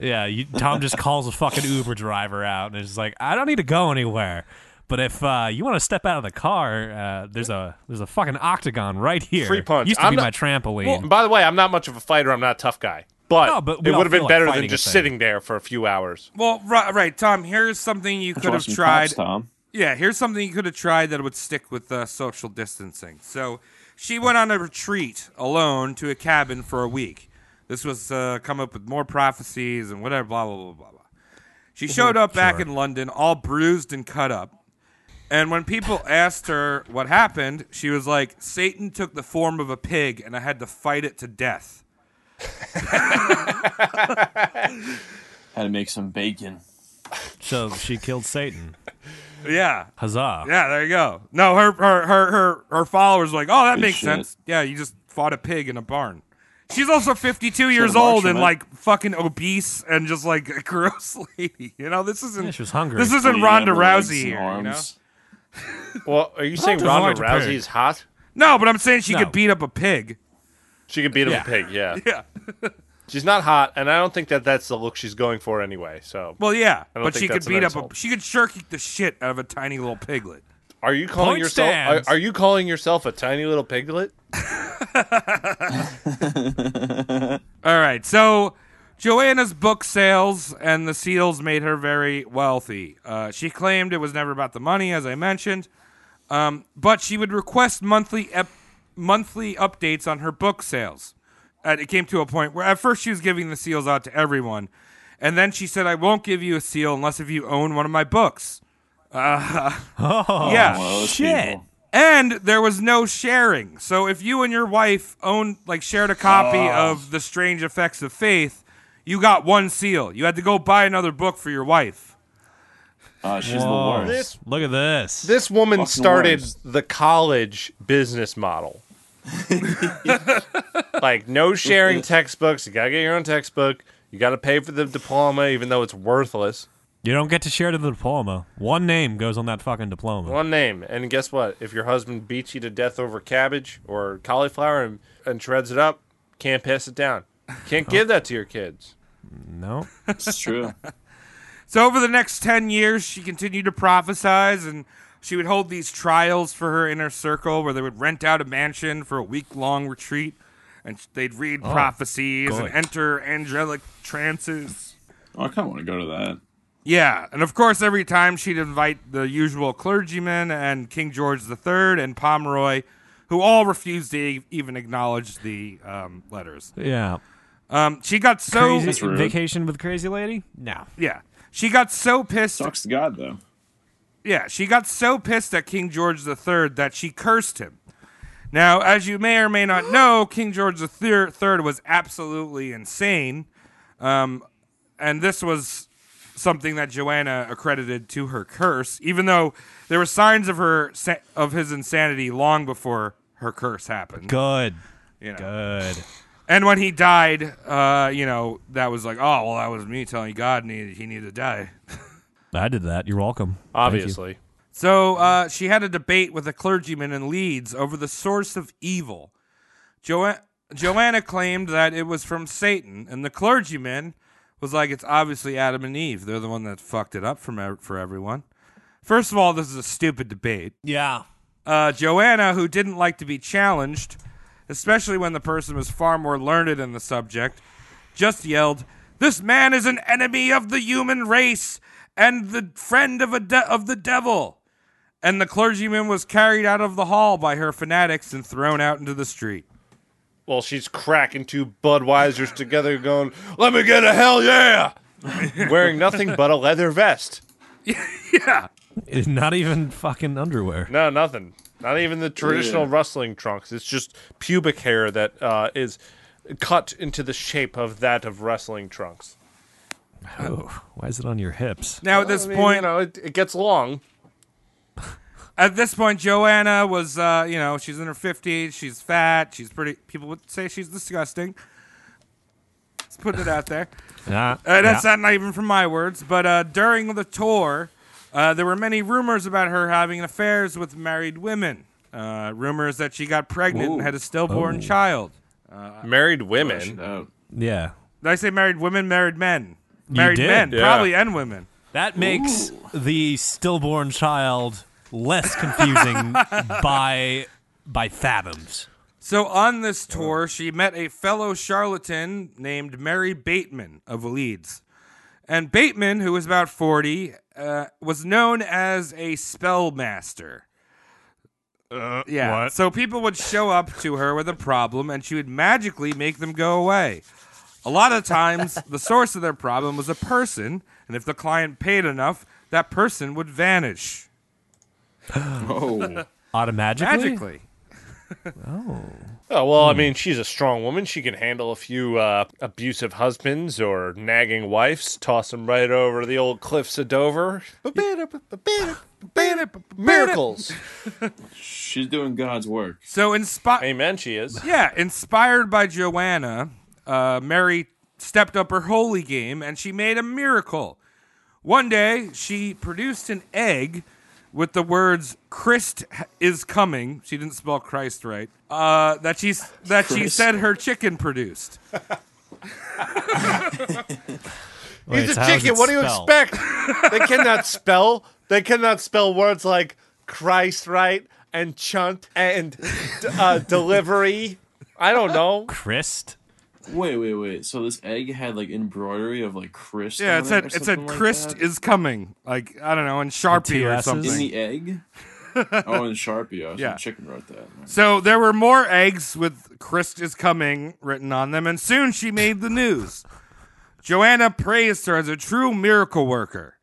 Speaker 7: Yeah, you, Tom just calls a fucking Uber driver out and is just like, I don't need to go anywhere. But if uh, you want to step out of the car, uh, there's a there's a fucking octagon right here.
Speaker 6: Free punch.
Speaker 7: Used to
Speaker 6: I'm
Speaker 7: be
Speaker 6: not-
Speaker 7: my trampoline.
Speaker 6: Well, by the way, I'm not much of a fighter. I'm not a tough guy, But,
Speaker 7: No, but we
Speaker 6: it
Speaker 7: all
Speaker 6: would have
Speaker 7: feel
Speaker 6: been
Speaker 7: like
Speaker 6: better
Speaker 7: fighting
Speaker 6: than
Speaker 7: a
Speaker 6: just
Speaker 7: thing.
Speaker 6: sitting there for a few hours.
Speaker 8: Well, right, right, Tom. Here's something you could
Speaker 9: Draw
Speaker 8: have
Speaker 9: some
Speaker 8: tried.
Speaker 9: cops, Tom.
Speaker 8: Yeah, here's something you could have tried that would stick with uh, social distancing. So she went on a retreat alone to a cabin for a week. This was uh, come up with more prophecies and whatever, blah, blah, blah, blah, blah. She showed up back in London all bruised and cut up. And when people asked her what happened, she was like, Satan took the form of a pig and I had to fight it to death.
Speaker 9: Had to make some bacon.
Speaker 7: So she killed Satan.
Speaker 8: Yeah.
Speaker 7: Huzzah!
Speaker 8: Yeah, there you go. No, her her her her, her followers were like, oh, that
Speaker 9: Good
Speaker 8: makes
Speaker 9: shit.
Speaker 8: sense. Yeah, you just fought a pig in a barn. She's also 52 years
Speaker 9: a marshal,
Speaker 8: old and
Speaker 9: man.
Speaker 8: like fucking obese and just like a gross lady. You know, this isn't
Speaker 7: Yeah, she was hungry.
Speaker 8: this isn't
Speaker 9: Putting
Speaker 8: Ronda
Speaker 9: up legs
Speaker 8: Rousey
Speaker 9: and
Speaker 8: here. You know?
Speaker 9: arms.
Speaker 6: Well, are you saying
Speaker 7: does Ronda
Speaker 6: Ronda
Speaker 7: like to
Speaker 6: Rousey
Speaker 7: pig?
Speaker 6: is hot?
Speaker 8: No, but I'm saying she
Speaker 7: No.
Speaker 8: could beat up a pig.
Speaker 6: She could beat up a pig, yeah.
Speaker 8: Yeah.
Speaker 6: She's not hot, and I don't think that that's the look she's going for anyway. So,
Speaker 8: Well, yeah,
Speaker 6: I don't
Speaker 8: but
Speaker 6: think
Speaker 8: she could
Speaker 6: that's an
Speaker 8: beat up a
Speaker 6: insult.
Speaker 8: she could sure kick the shit out of a tiny little piglet.
Speaker 6: are you calling
Speaker 7: Point
Speaker 6: yourself are,
Speaker 7: stands.
Speaker 6: are you calling yourself a tiny little piglet?
Speaker 8: All right. So Joanna's book sales and the seals made her very wealthy. Uh, she claimed it was never about the money, as I mentioned, um, but she would request monthly ep- monthly updates on her book sales. And it came to a point where at first she was giving the seals out to everyone, and then she said, "I won't give you a seal unless if you own one of my books." Uh, yeah.
Speaker 9: One of Oh, those
Speaker 7: Shit.
Speaker 9: people.
Speaker 8: And there was no sharing. So if you and your wife owned, like, shared a copy
Speaker 9: Oh.
Speaker 8: of The Strange Effects of Faith, you got one seal. You had to go buy another book for your wife.
Speaker 9: Uh, she's
Speaker 7: Whoa.
Speaker 9: the worst.
Speaker 7: Look at this.
Speaker 6: This woman
Speaker 9: Fucking
Speaker 6: started
Speaker 9: worst.
Speaker 6: the college business model. like no sharing textbooks. You gotta get your own textbook. You gotta pay for the diploma, even though it's worthless.
Speaker 7: You don't get to share the diploma. One name goes on that fucking diploma.
Speaker 6: One name, and guess what? If your husband beats you to death over cabbage or cauliflower and, and shreds it up, can't pass it down. Can't give that to your kids.
Speaker 7: No.
Speaker 9: It's true.
Speaker 8: So over the next 10 years, she continued to prophesize and she would hold these trials for her inner circle where they would rent out a mansion for a week long retreat and they'd read prophecies
Speaker 7: Oh, good.
Speaker 8: and enter angelic trances.
Speaker 9: Oh, I kind of want to go to that.
Speaker 8: Yeah, and of course, every time she'd invite the usual clergymen and King George III and Pomeroy, who all refused to e- even acknowledge the um, letters.
Speaker 7: Yeah.
Speaker 8: Um, she got so
Speaker 7: Crazy
Speaker 9: rude.
Speaker 7: vacation with crazy lady? No.
Speaker 8: yeah, she got so pissed.
Speaker 9: Sucks to God though.
Speaker 8: Yeah, she got so pissed at King George III that she cursed him. Now, as you may or may not know, King George III was absolutely insane. Um, and this was something that Joanna accredited to her curse, even though there were signs of her sa- of his insanity long before her curse happened.
Speaker 7: Good.
Speaker 8: you know.
Speaker 7: Good.
Speaker 8: And when he died, uh, you know, that was like, oh, well, that was me telling God needed, he needed to die.
Speaker 7: I did that. You're welcome. Thank you.
Speaker 6: Obviously.
Speaker 8: So uh, she had a debate with a clergyman in Leeds over the source of evil. Jo- Joanna claimed that it was from Satan, and the clergyman was like, "It's obviously Adam and Eve. They're the one that fucked it up from ev- for everyone." First of all, this is a stupid debate.
Speaker 7: Yeah.
Speaker 8: Uh, Joanna, who didn't like to be challenged, especially when the person was far more learned in the subject, just yelled, "This man is an enemy of the human race and the friend of a de- of the devil." And the clergyman was carried out of the hall by her fanatics and thrown out into the street.
Speaker 6: Well, she's cracking two Budweisers together, going, "Let me get a hell yeah!" Wearing nothing but a leather vest.
Speaker 8: Yeah.
Speaker 7: Not even fucking underwear.
Speaker 6: No, nothing. Not even the traditional rustling trunks. It's just pubic hair that uh, is cut into the shape of that of wrestling trunks.
Speaker 7: Oh, why is it on your hips?
Speaker 8: Now at this
Speaker 6: I mean,
Speaker 8: point,
Speaker 6: you know, it, it gets long.
Speaker 8: at this point, Joanna was, uh, you know, she's in her 50s. She's fat. She's pretty. People would say she's disgusting. Just putting it out there.
Speaker 7: Nah.
Speaker 8: Uh, that's
Speaker 7: yeah.
Speaker 8: not even from my words, but uh, during the tour, uh, there were many rumors about her having affairs with married women. Uh, rumors that she got pregnant and had a
Speaker 7: Oh.
Speaker 8: stillborn child.
Speaker 6: Married women.
Speaker 9: No.
Speaker 7: yeah.
Speaker 8: Did I say married women? Married men. Married
Speaker 7: did.
Speaker 8: men,
Speaker 6: Yeah.
Speaker 8: probably, and women.
Speaker 7: That makes the stillborn child less confusing by by fathoms.
Speaker 8: So on this tour, she met a fellow charlatan named Mary Bateman of Leeds. And Bateman, who was about 40, uh, was known as a spellmaster. Yeah.
Speaker 7: What?
Speaker 8: So people would show up to her with a problem and she would magically make them go away. A lot of times, the source of their problem was a person, and if the client paid enough, that person would vanish
Speaker 9: Oh,
Speaker 7: Automatically?
Speaker 8: magically.
Speaker 6: Oh well, I mean, she's a strong woman. She can handle a few uh, abusive husbands or nagging wives. Toss them right over the old cliffs of Dover. Miracles.
Speaker 9: she's doing God's work.
Speaker 8: So, in spite.
Speaker 6: Amen. She is.
Speaker 8: Yeah, inspired by Joanna, uh, Mary stepped up her holy game and she made a miracle. One day, she produced an egg with the words "Christ is coming." She didn't spell Christ right. Uh, that she that she
Speaker 9: Christ.
Speaker 8: said her chicken produced.
Speaker 7: Wait,
Speaker 6: He's
Speaker 7: so
Speaker 6: a
Speaker 7: how is
Speaker 6: chicken.
Speaker 7: it
Speaker 6: What do you
Speaker 7: spelled?
Speaker 6: expect? they cannot spell. They cannot spell words like Christ, right? And chunt and uh, delivery. I don't know.
Speaker 7: Christ?
Speaker 9: Wait, wait, wait. So this egg had like embroidery of like Christ.
Speaker 8: Yeah,
Speaker 9: on
Speaker 8: it said
Speaker 9: or
Speaker 8: it said
Speaker 9: something like
Speaker 8: "Christ
Speaker 9: that?
Speaker 8: is coming." Like I don't know, in Sharpie
Speaker 7: two
Speaker 8: or
Speaker 7: S's?
Speaker 9: in
Speaker 8: something.
Speaker 9: the egg. oh, in Sharpie. Oh,
Speaker 8: Yeah.
Speaker 9: yeah, chicken wrote that.
Speaker 8: So there were more eggs with Christ is coming written on them, and soon she made the news. Joanna praised her as a true miracle worker.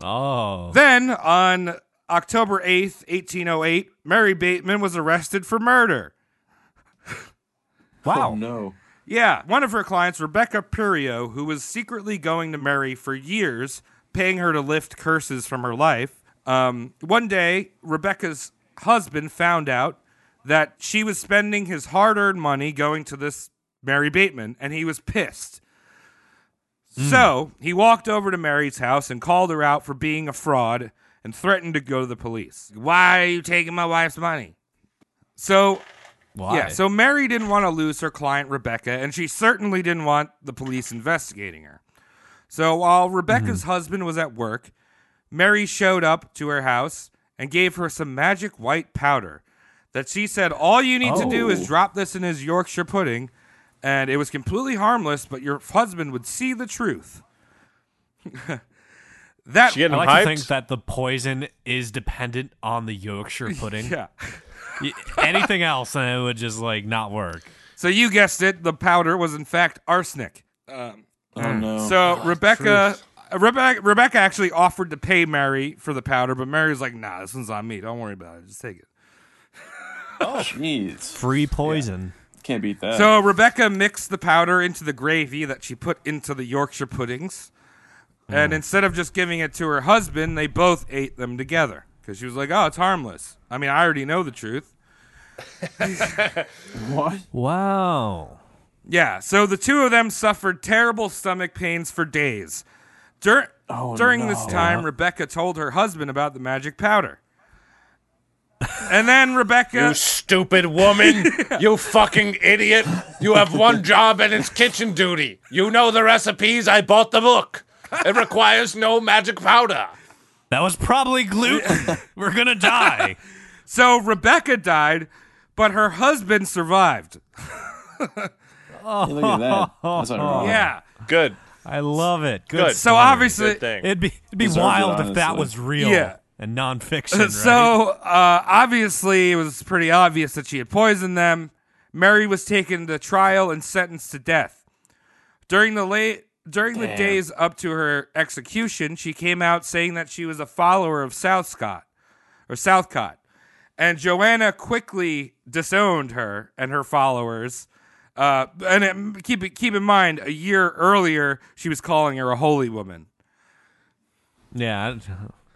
Speaker 7: Oh.
Speaker 8: Then, on October 8th, 1808, Mary Bateman was arrested for murder.
Speaker 9: Oh no.
Speaker 8: Yeah, one of her clients, Rebecca Purio, who was secretly going to Mary for years, paying her to lift curses from her life. Um, one day, Rebecca's husband found out that she was spending his hard earned money going to this Mary Bateman, and he was pissed. So he walked over to Mary's house and called her out for being a fraud and threatened to go to the police. Why are you taking my wife's money? So
Speaker 7: Why?
Speaker 8: yeah, so Mary didn't want to lose her client Rebecca, and she certainly didn't want the police investigating her. So while Rebecca's husband was at work, Mary showed up to her house and gave her some magic white powder that she said, All you need to do is
Speaker 9: Oh.
Speaker 8: drop this in his Yorkshire pudding, and it was completely harmless, but your husband would see the truth. that
Speaker 6: She getting
Speaker 7: I like
Speaker 6: hyped.
Speaker 7: to think that the poison is dependent on the Yorkshire pudding.
Speaker 8: yeah.
Speaker 7: Y- Anything else, and it would just like not work.
Speaker 8: So you guessed it, the powder was in fact arsenic.
Speaker 9: Oh no.
Speaker 8: Hmm. So Rebecca, Rebecca, Rebecca actually offered to pay Mary for the powder, but Mary was like, "Nah, this one's on me. Don't worry about it. Just take it."
Speaker 9: Oh, jeez,
Speaker 7: Free poison.
Speaker 9: can't beat that.
Speaker 8: So Rebecca mixed the powder into the gravy that she put into the Yorkshire puddings, and instead of just giving it to her husband, they both ate them together because she was like, "Oh, it's harmless. I mean, I already know the truth."
Speaker 9: what?
Speaker 7: Wow.
Speaker 8: Yeah, so the two of them suffered terrible stomach pains for days. Dur- during this time, Rebecca told her husband about the magic powder. And then Rebecca,
Speaker 6: You stupid woman. You fucking idiot. You have one job and it's kitchen duty. You know the recipes. I bought the book. It requires no magic powder.
Speaker 7: That was probably gluten. We're gonna die.
Speaker 8: so Rebecca died, but her husband survived.
Speaker 9: Hey, look at that. That's ironic.
Speaker 8: Yeah.
Speaker 6: Good.
Speaker 7: I love it. Good.
Speaker 6: Good.
Speaker 8: So
Speaker 7: story.
Speaker 8: obviously,
Speaker 6: Good thing.
Speaker 7: it'd be it'd be
Speaker 9: Deserved it,
Speaker 7: wild if that
Speaker 9: honestly.
Speaker 7: was real.
Speaker 8: Yeah.
Speaker 7: And nonfiction. Right?
Speaker 8: So uh, obviously, it was pretty obvious that she had poisoned them. Mary was taken to trial and sentenced to death. During the late during the days up to her execution, she came out saying that she was a follower of Southcott or Southcott, and Joanna quickly disowned her and her followers. Uh, and it, keep keep in mind, a year earlier, she was calling her a holy woman.
Speaker 7: yeah. I-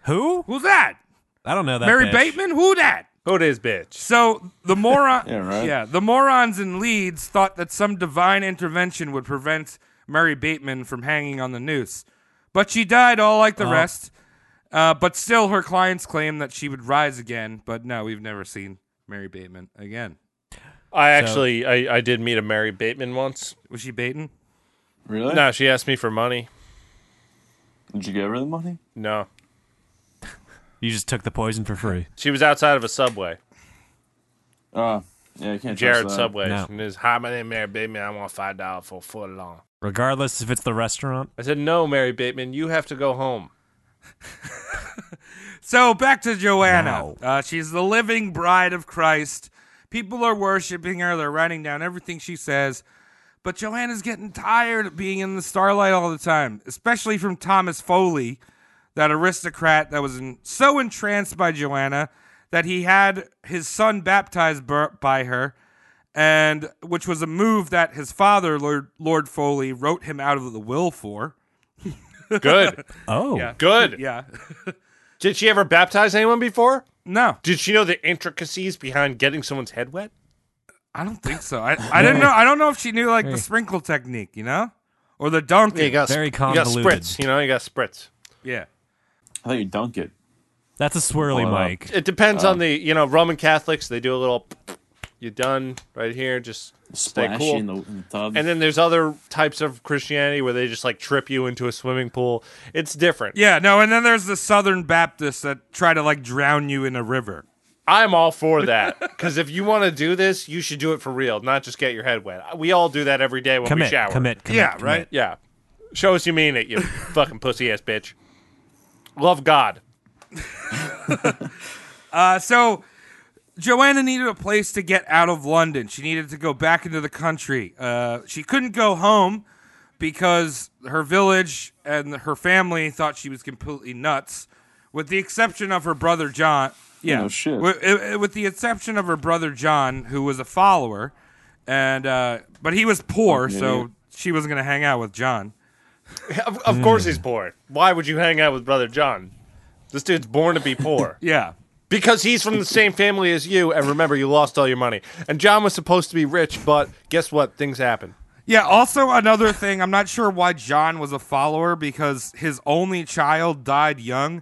Speaker 7: Who?
Speaker 8: Who's that?
Speaker 7: I don't know that.
Speaker 8: Mary
Speaker 7: bitch.
Speaker 8: Bateman? Who that?
Speaker 6: Who this bitch?
Speaker 8: So the moron, yeah,
Speaker 9: Yeah, right.
Speaker 8: the morons in Leeds thought that some divine intervention would prevent Mary Bateman from hanging on the noose, but she died all like the rest. Uh, but still, her clients claim that she would rise again. But no, we've never seen Mary Bateman again.
Speaker 6: I actually, I, I did meet a Mary Bateman once.
Speaker 8: Was she Bateman?
Speaker 9: Really?
Speaker 6: No, she asked me for money.
Speaker 9: Did you give her the money?
Speaker 6: No.
Speaker 7: You just took the poison for free.
Speaker 6: She was outside of a subway.
Speaker 9: Ah, Yeah, you can't.
Speaker 6: Jared
Speaker 9: trust that.
Speaker 6: Subway
Speaker 7: No.
Speaker 6: and his hi, my name Mary Bateman. I want five dollars for a foot long.
Speaker 7: Regardless if it's the restaurant.
Speaker 6: I said, no, Mary Bateman, you have to go home.
Speaker 8: So back to Joanna.
Speaker 7: Wow.
Speaker 8: Uh, she's the living bride of Christ. People are worshiping her. They're writing down everything she says. But Joanna's getting tired of being in the starlight all the time, especially from Thomas Foley, that aristocrat that was en- so entranced by Joanna that he had his son baptized bur- by her, and which was a move that his father, Lord, Lord Foley, wrote him out of the will for.
Speaker 6: Good,
Speaker 7: Oh.
Speaker 6: good.
Speaker 8: Yeah.
Speaker 6: Did she ever baptize anyone before?
Speaker 8: no.
Speaker 6: Did she know the intricacies behind getting someone's head wet?
Speaker 8: I don't think so. I, I didn't know. I don't know if she knew like the sprinkle technique, you know, or the dunking.
Speaker 6: got
Speaker 7: Very
Speaker 6: You
Speaker 7: convoluted.
Speaker 6: got spritz. You know, you got spritz.
Speaker 8: yeah.
Speaker 9: I thought you dunk it.
Speaker 7: That's a swirly mic.
Speaker 6: It depends
Speaker 7: Uh,
Speaker 6: on the you know Roman Catholics. They do a little. You done right here. Just stay
Speaker 9: Splashy
Speaker 6: cool.
Speaker 9: in, the, in the tub.
Speaker 6: and then there's other types of Christianity where they just like trip you into a swimming pool. It's different.
Speaker 8: Yeah. No. And then there's the Southern Baptists that try to like drown you in a river.
Speaker 6: I'm all for that because if you want to do this, you should do it for real, not just get your head wet. We all do that every day when we
Speaker 7: Commit,
Speaker 6: shower.
Speaker 7: commit, commit.
Speaker 8: Yeah,
Speaker 7: commit.
Speaker 8: right?
Speaker 6: Yeah. Show us you mean it, you fucking pussy ass bitch. Love God.
Speaker 8: Uh, so Joanna needed a place to get out of London. She needed to go back into the country. Uh, she couldn't go home because her village and her family thought she was completely nuts, with the exception of her brother John. Yeah,
Speaker 9: No shit.
Speaker 8: With, i- i- with the exception of her brother John, who was a follower, and uh, but he was poor, so she wasn't gonna hang out with John.
Speaker 6: Of, of course he's poor. Why would you hang out with Brother John? This dude's born to be poor
Speaker 8: Yeah,
Speaker 6: because he's from the same family as you. And remember, you lost all your money. And John was supposed to be rich, but guess what? Things happen.
Speaker 8: Yeah, also another thing, I'm not sure why John was a follower because his only child died young,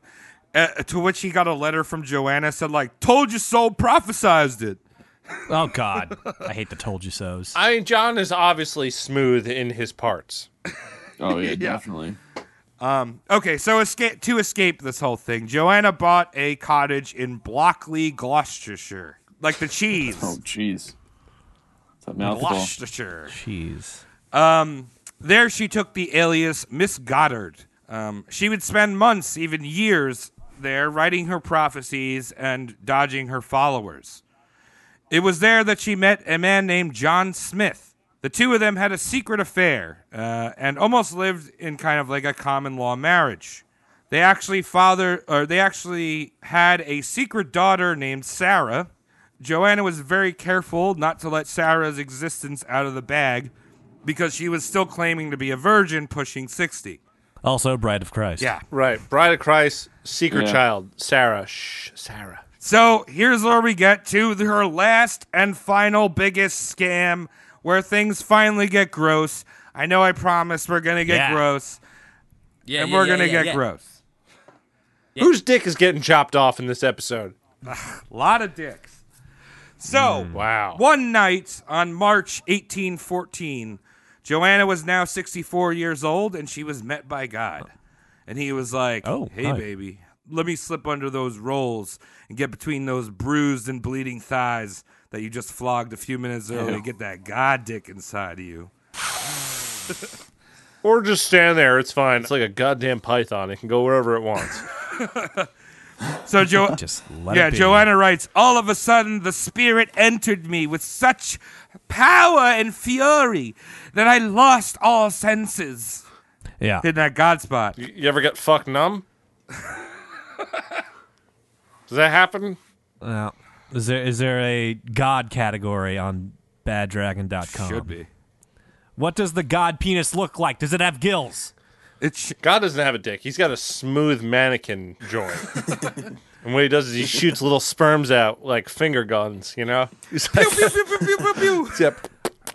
Speaker 8: uh, to which he got a letter from Joanna said like, "Told you so, prophesized it."
Speaker 7: Oh God, I hate the told you so's.
Speaker 6: I mean, John is obviously smooth in his parts.
Speaker 9: oh yeah, definitely.
Speaker 8: Okay, so escape to escape this whole thing, Joanna bought a cottage in Blockley, Gloucestershire. Like the cheese.
Speaker 9: Oh jeez. It's a mouthful.
Speaker 8: Gloucestershire.
Speaker 7: Jeez.
Speaker 8: There she took the alias Miss Goddard. Um, she would spend months, even years, there writing her prophecies and dodging her followers. It was there that she met a man named John Smith. The two of them had a secret affair uh, and almost lived in kind of like a common law marriage. They actually father or they actually had a secret daughter named Sarah. Joanna was very careful not to let Sarah's existence out of the bag because she was still claiming to be a virgin pushing 60.
Speaker 7: Also, Bride of Christ.
Speaker 8: Yeah.
Speaker 6: Right. Bride of Christ, secret
Speaker 9: Yeah.
Speaker 6: child, Sarah. Shh, Sarah.
Speaker 8: So here's where we get to her last and final biggest scam where things finally get gross. I know I promised we're going to get
Speaker 7: Yeah.
Speaker 8: gross,
Speaker 2: Yeah,
Speaker 8: and we're going to get gross.
Speaker 6: Whose dick is getting chopped off in this episode?
Speaker 8: A lot of dicks.
Speaker 7: Hmm.
Speaker 8: So,
Speaker 6: Wow.
Speaker 8: One night on March 1814, Joanna was now 64 years old and she was met by God. And he was like,
Speaker 7: Oh,
Speaker 8: hey,
Speaker 7: hi.
Speaker 8: baby, let me slip under those rolls and get between those bruised and bleeding thighs that you just flogged a few minutes earlier. Get that God dick inside of you.
Speaker 6: Or just stand there. It's fine. It's like a goddamn python. It can go wherever it wants.
Speaker 8: So, jo-
Speaker 7: Just let
Speaker 8: yeah,
Speaker 7: it be.
Speaker 8: Joanna writes, all of a sudden the spirit entered me with such power and fury that I lost all senses.
Speaker 7: Yeah.
Speaker 8: In that God spot.
Speaker 6: you you ever get fucked numb? Does that happen?
Speaker 7: Well, is there is there a god category on baddragon.com?
Speaker 8: Should be.
Speaker 7: What does the god penis look like? Does it have gills?
Speaker 8: It sh-
Speaker 6: God doesn't have a dick. He's got a smooth mannequin joint. and what he does is he shoots little sperms out like finger guns, you know? He's like,
Speaker 8: pew, pew, pew, pew, pew, pew.
Speaker 6: Yep.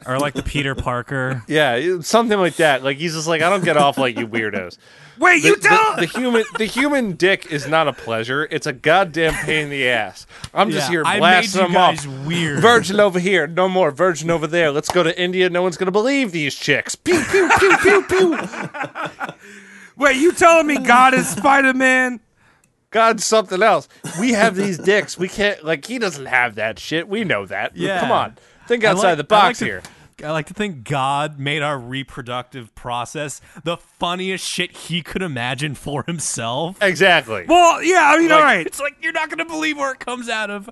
Speaker 7: Or like the Peter Parker?
Speaker 6: yeah, it- something like that. Like he's just like, I don't get off like you weirdos.
Speaker 8: Wait, you
Speaker 6: the,
Speaker 8: don't?
Speaker 6: the human the human dick is not a pleasure. It's a goddamn pain in the ass. I'm just
Speaker 7: Yeah,
Speaker 6: here
Speaker 7: I made
Speaker 6: blasting
Speaker 7: you
Speaker 6: them
Speaker 7: guys
Speaker 6: off.
Speaker 7: weird.
Speaker 6: Virgin over here, no more. Virgin over there. Let's go to India. No one's gonna believe these chicks. Pew pew pew pew pew.
Speaker 8: Wait, you telling me God is Spider Man?
Speaker 6: God's something else. We have these dicks. We can't like he doesn't have that shit. We know that.
Speaker 7: Yeah.
Speaker 6: Come on. Think
Speaker 7: I
Speaker 6: outside
Speaker 7: like-
Speaker 6: the
Speaker 7: I like
Speaker 6: box
Speaker 7: to-
Speaker 6: here.
Speaker 7: I like to think God made our reproductive process the funniest shit he could imagine for himself.
Speaker 6: Exactly.
Speaker 8: Well, yeah, I mean, all right.
Speaker 7: It's like you're not gonna believe where it comes out of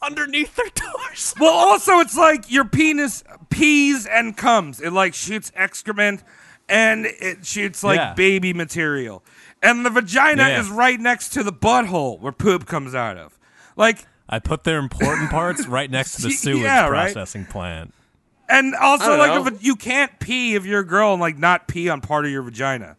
Speaker 7: underneath their doors.
Speaker 8: Well, also, it's like your penis pees and comes. It like shoots excrement and it shoots like
Speaker 7: Yeah.
Speaker 8: baby material. And the vagina
Speaker 7: Yeah.
Speaker 8: is right next to the butthole where poop comes out of. Like,
Speaker 7: I put their important parts right next to the
Speaker 8: Yeah,
Speaker 7: sewage
Speaker 8: right.
Speaker 7: processing plant.
Speaker 8: and also,
Speaker 6: don't
Speaker 8: like,
Speaker 6: know.
Speaker 8: if it- you can't pee if you're a girl and like not pee on part of your vagina.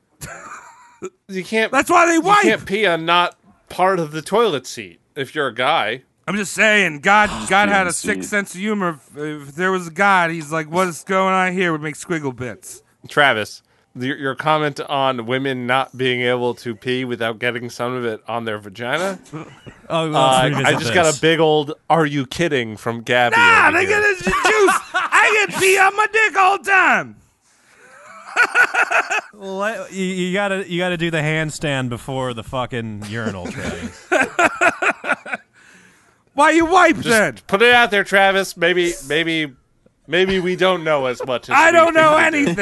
Speaker 6: You can't
Speaker 8: That's why they
Speaker 6: you
Speaker 8: wipe.
Speaker 6: can't pee on not part of the toilet seat if you're a guy.
Speaker 8: I'm just saying, God,
Speaker 6: Oh,
Speaker 8: God had a
Speaker 9: Yes,
Speaker 8: sick
Speaker 9: dude.
Speaker 8: sense of humor. If, if there was a God, he's like, what is going on here? Would make squiggle bits.
Speaker 6: Travis, your, your comment on women not being able to pee without getting some of it on their vagina.
Speaker 7: Oh, well,
Speaker 6: Uh,
Speaker 7: let's
Speaker 6: I
Speaker 7: revisit
Speaker 6: just got
Speaker 7: this.
Speaker 6: a big old "Are you kidding?" from Gabby.
Speaker 8: Ah,
Speaker 6: over
Speaker 8: they
Speaker 6: here.
Speaker 8: get this juice. I get pee on my dick all the time.
Speaker 7: Let- you, you gotta you gotta do the handstand before the fucking urinal tray.
Speaker 8: Why you wipe then?
Speaker 6: Put it out there, Travis. Maybe, maybe, maybe we don't know as much as
Speaker 8: I
Speaker 6: we
Speaker 8: don't
Speaker 6: think
Speaker 8: know
Speaker 6: we do.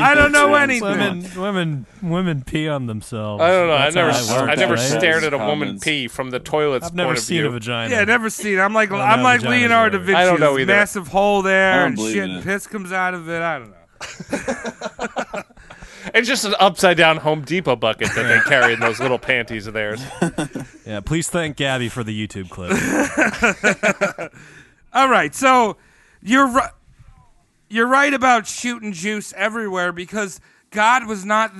Speaker 8: I don't know anything.
Speaker 7: women women women pee on themselves.
Speaker 6: I don't know. I
Speaker 7: That's
Speaker 6: never,
Speaker 7: how it
Speaker 6: I
Speaker 7: works,
Speaker 6: never
Speaker 7: right?
Speaker 6: stared at a woman
Speaker 9: Comments.
Speaker 6: pee from the toilet's
Speaker 7: I've never
Speaker 6: point of
Speaker 7: seen
Speaker 6: view.
Speaker 7: a vagina.
Speaker 8: Yeah, never seen. it. I'm like
Speaker 7: don't
Speaker 8: I'm
Speaker 7: know,
Speaker 8: like
Speaker 7: vagina's
Speaker 8: Leonardo da
Speaker 7: weird.
Speaker 8: Vinci.
Speaker 6: I don't know
Speaker 8: This
Speaker 6: either.
Speaker 8: Massive hole
Speaker 9: I
Speaker 8: there
Speaker 9: don't
Speaker 8: and
Speaker 9: believe
Speaker 8: shit,
Speaker 9: in
Speaker 8: and
Speaker 9: it.
Speaker 8: piss comes out of it. I don't know.
Speaker 6: It's just an upside down Home Depot bucket that they carry in those little panties of theirs.
Speaker 7: Yeah, please thank Gabby for the YouTube clip.
Speaker 8: All right, so you're right. You're right about shooting juice everywhere because God was not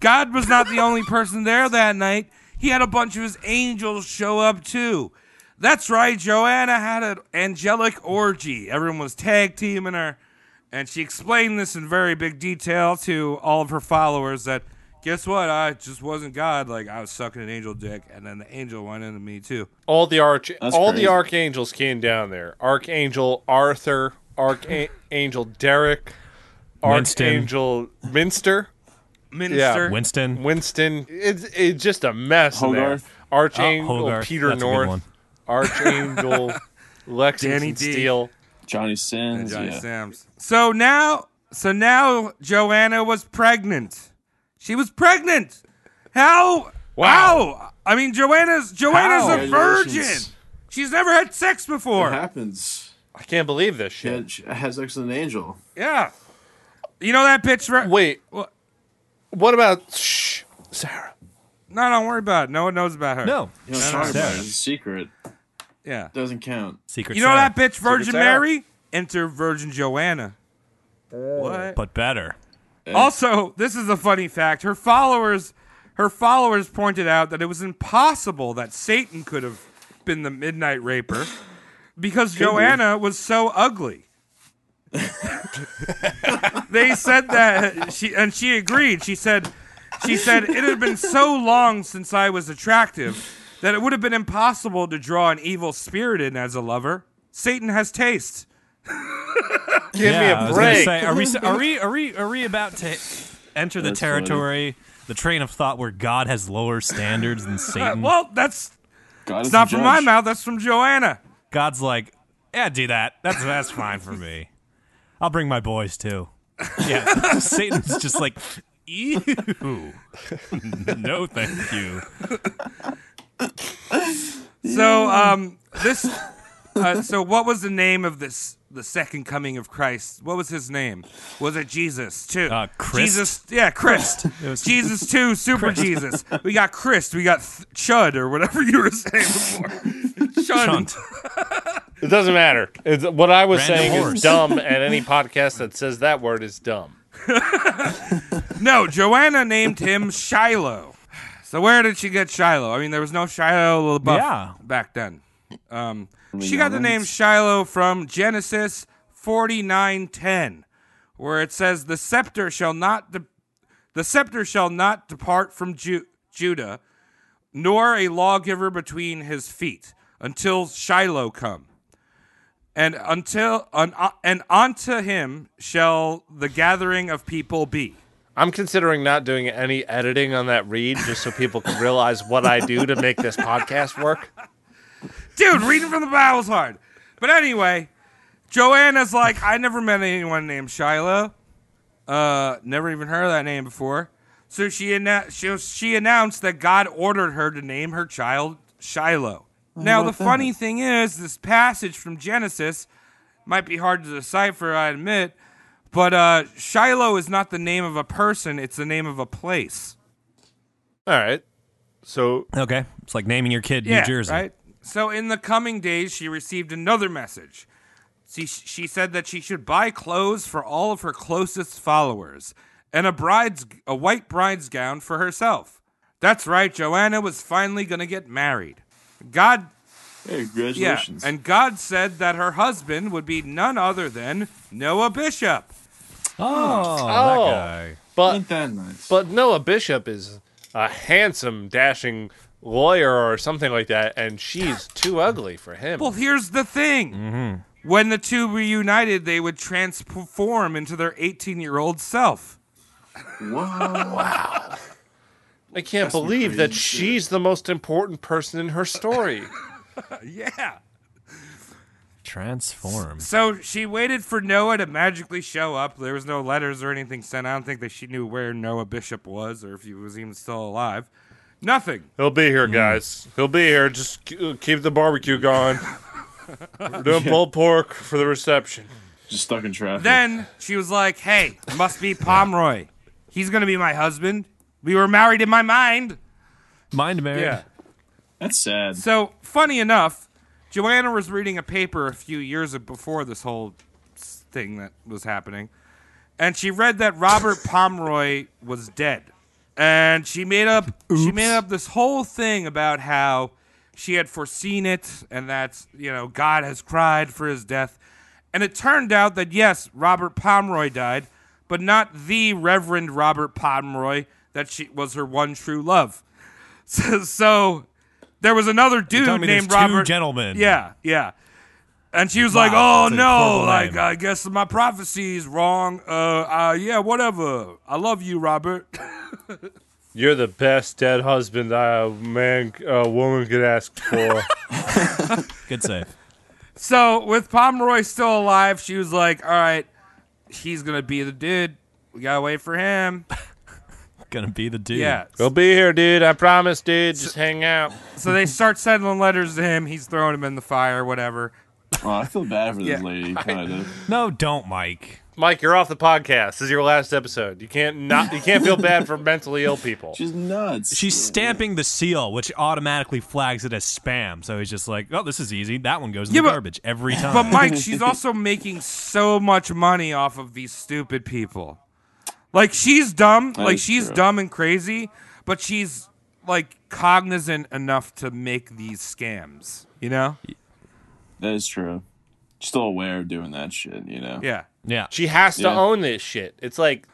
Speaker 8: God was not the only person there that night. He had a bunch of his angels show up too. That's right, Joanna had an angelic orgy. Everyone was tag teaming her, and she explained this in very big detail to all of her followers. That guess what? I just wasn't God. Like I was sucking an angel dick, and then the angel went into me too.
Speaker 6: All the arch,
Speaker 9: That's
Speaker 6: all
Speaker 9: crazy.
Speaker 6: the archangels came down there. Archangel Arthur, Archangel Derek,
Speaker 7: Winston.
Speaker 6: Archangel Minster,
Speaker 8: Minister,
Speaker 7: Winston.
Speaker 6: Winston. It's it's just a mess. in there.
Speaker 9: Hogarth.
Speaker 7: Oh,
Speaker 6: Archangel
Speaker 7: Hogarth.
Speaker 6: Peter
Speaker 7: That's a good
Speaker 6: North,
Speaker 7: one.
Speaker 6: Archangel Lexington
Speaker 8: Danny D.
Speaker 6: Steele.
Speaker 9: Johnny Sins.
Speaker 8: Johnny
Speaker 9: yeah.
Speaker 8: Sams. So now, so now Joanna was pregnant. She was pregnant. How?
Speaker 6: Wow.
Speaker 8: How? I mean, Joanna's Joanna's a virgin.
Speaker 9: Congratulations.
Speaker 8: She's never had sex
Speaker 11: It
Speaker 8: before.
Speaker 11: happens.
Speaker 6: I can't believe this shit.
Speaker 11: And she has sex with an angel.
Speaker 8: Yeah. You know that bitch? Right?
Speaker 6: Wait,
Speaker 8: What?
Speaker 6: what about shh, Sarah?
Speaker 8: No, don't worry about it. No one knows about her.
Speaker 7: No,
Speaker 11: You know what I'm talking about?
Speaker 7: Sarah.
Speaker 11: It's a secret.
Speaker 8: Yeah.
Speaker 11: Doesn't count.
Speaker 7: secret.
Speaker 8: You know
Speaker 7: Santa,
Speaker 8: that bitch, Virgin
Speaker 6: out.
Speaker 8: Mary? Enter Virgin Joanna.
Speaker 7: but better.
Speaker 8: Also, this is a funny fact. Her followers, her followers pointed out that it was impossible that Satan could have been the midnight raper because Joanna was so ugly. they said that she and she agreed. She said she said it had been so long since I was attractive that it would have been impossible to draw an evil spirit in as a lover. Satan has taste.
Speaker 6: Give
Speaker 7: yeah, I
Speaker 6: me a
Speaker 7: was gonna
Speaker 6: break.
Speaker 7: say, are we are we are we are we about to enter the
Speaker 9: That's funny.
Speaker 7: territory, the train of thought where God has lower standards than Satan?
Speaker 8: Well, that's
Speaker 9: God is
Speaker 8: it's
Speaker 9: Mm-hmm. the
Speaker 8: not from my
Speaker 9: judge.
Speaker 8: mouth, that's from Joanna.
Speaker 7: God's like, yeah, do that. That's that's fine for me. I'll bring my boys too. Yeah, Satan's just like, ew, no, thank you.
Speaker 8: So um this uh, so what was the name of this the second coming of Christ? What was his name? Was it Jesus too?
Speaker 7: Uh, Christ?
Speaker 8: Jesus, yeah, Christ. Jesus too, Super Jesus. We got Christ. We got th- Chud or whatever you were saying before. Chud.
Speaker 7: Cunt.
Speaker 6: It doesn't matter. It's, what I was
Speaker 7: Random
Speaker 6: saying
Speaker 7: horse.
Speaker 6: is dumb, and any podcast that says that word is dumb.
Speaker 8: No, Joanna named him Shiloh. So where did she get Shiloh? I mean, there was no Shiloh LaBeouf
Speaker 7: Yeah.
Speaker 8: back then. Um,
Speaker 9: Really
Speaker 8: she got the
Speaker 9: young
Speaker 8: name
Speaker 9: ones.
Speaker 8: Shiloh from Genesis forty nine ten, where it says, "The scepter shall not de- the scepter shall not depart from Ju- Judah, nor a lawgiver between his feet, until Shiloh come." And uh, until un, and unto him shall the gathering of people be.
Speaker 6: I'm considering not doing any editing on that read just so people can realize what I do to make this podcast work.
Speaker 8: Dude, reading from the Bible's hard. But anyway, Joanna's like, I never met anyone named Shiloh. Uh, never even heard of that name before. So she, annou- she, she announced that God ordered her to name her child Shiloh. Now, the funny thing is, this passage from Genesis might be hard to decipher, I admit, but uh, Shiloh is not the name of a person, it's the name of a place.
Speaker 6: All right. So
Speaker 7: Okay, it's like naming your kid New Jersey.
Speaker 8: Right? So in the coming days, she received another message. She, she said that she should buy clothes for all of her closest followers and a bride's a white bride's gown for herself. That's right, Joanna was finally going to get married. God,
Speaker 9: Hey,
Speaker 8: yeah,
Speaker 9: congratulations.
Speaker 8: and God said that her husband would be none other than Noah Bishop.
Speaker 7: Oh,
Speaker 6: Oh.
Speaker 7: that guy.
Speaker 6: but
Speaker 9: Ain't that nice?
Speaker 6: but Noah Bishop is a handsome, dashing lawyer or something like that, and she's too ugly for him.
Speaker 8: Well, here's the thing.
Speaker 7: Mm-hmm.
Speaker 8: When the two reunited, they would transform into their 18 year old self.
Speaker 9: Whoa.
Speaker 6: I can't believe that she's the most important person in her story.
Speaker 8: Yeah.
Speaker 7: Transform.
Speaker 8: So she waited for Noah to magically show up. There was no letters or anything sent. I don't think that she knew where Noah Bishop was or if he was even still alive. Nothing.
Speaker 6: He'll be here, guys. He'll be here. Just k- uh, keep the barbecue going. We're doing pulled pork for the reception.
Speaker 9: Just stuck in traffic.
Speaker 8: Then she was like, "Hey, must be Pomeroy. He's gonna be my husband. We were married in my mind."
Speaker 7: Mind married.
Speaker 6: Yeah.
Speaker 9: That's sad.
Speaker 8: So funny enough, Joanna was reading a paper a few years before this whole s- thing that was happening, and she read that Robert Pomeroy was dead, and she made up she made up this whole thing about how she had foreseen it, and that you know God has cried for his death, and it turned out that yes, Robert Pomeroy died, but not the Reverend Robert Pomeroy that she was her one true love. So, so there was another dude
Speaker 7: telling me there's
Speaker 8: named
Speaker 7: two
Speaker 8: Robert.
Speaker 7: gentlemen?
Speaker 8: Yeah, yeah. And she was like,
Speaker 7: Wow,
Speaker 8: "Oh
Speaker 7: that's a horrible
Speaker 8: no, like
Speaker 7: name.
Speaker 8: I guess my prophecy is wrong. Uh, uh, yeah, whatever. I love you, Robert."
Speaker 6: You're the best dead husband a man, a woman could ask for.
Speaker 7: Good save.
Speaker 8: So with Pomeroy still alive, she was like, "All right, he's gonna be the dude. We gotta wait for him."
Speaker 7: Gonna be the dude.
Speaker 8: Yeah.
Speaker 6: He'll be here, dude. I promise, dude. Just hang out.
Speaker 8: So they start sending letters to him. He's throwing them in the fire, whatever.
Speaker 9: Oh, I feel bad for this
Speaker 8: Yeah,
Speaker 9: lady, kind of.
Speaker 7: No, don't, Mike.
Speaker 6: Mike, you're off the podcast. This is your last episode. You can't not. You can't feel bad for mentally ill people.
Speaker 9: She's nuts.
Speaker 7: She's stamping the seal, which automatically flags it as spam. So he's just like, "Oh, this is easy. That one goes in
Speaker 8: Yeah,
Speaker 7: the
Speaker 8: but-
Speaker 7: garbage every time."
Speaker 8: But Mike, she's also making so much money off of these stupid people. Like she's dumb, like
Speaker 9: is
Speaker 8: she's
Speaker 9: true.
Speaker 8: dumb and crazy, but she's like cognizant enough to make these scams. You know?
Speaker 9: That is true. She's still aware of doing that shit, you know?
Speaker 8: Yeah.
Speaker 7: yeah,
Speaker 6: She has to
Speaker 9: Yeah.
Speaker 6: own this shit. It's like,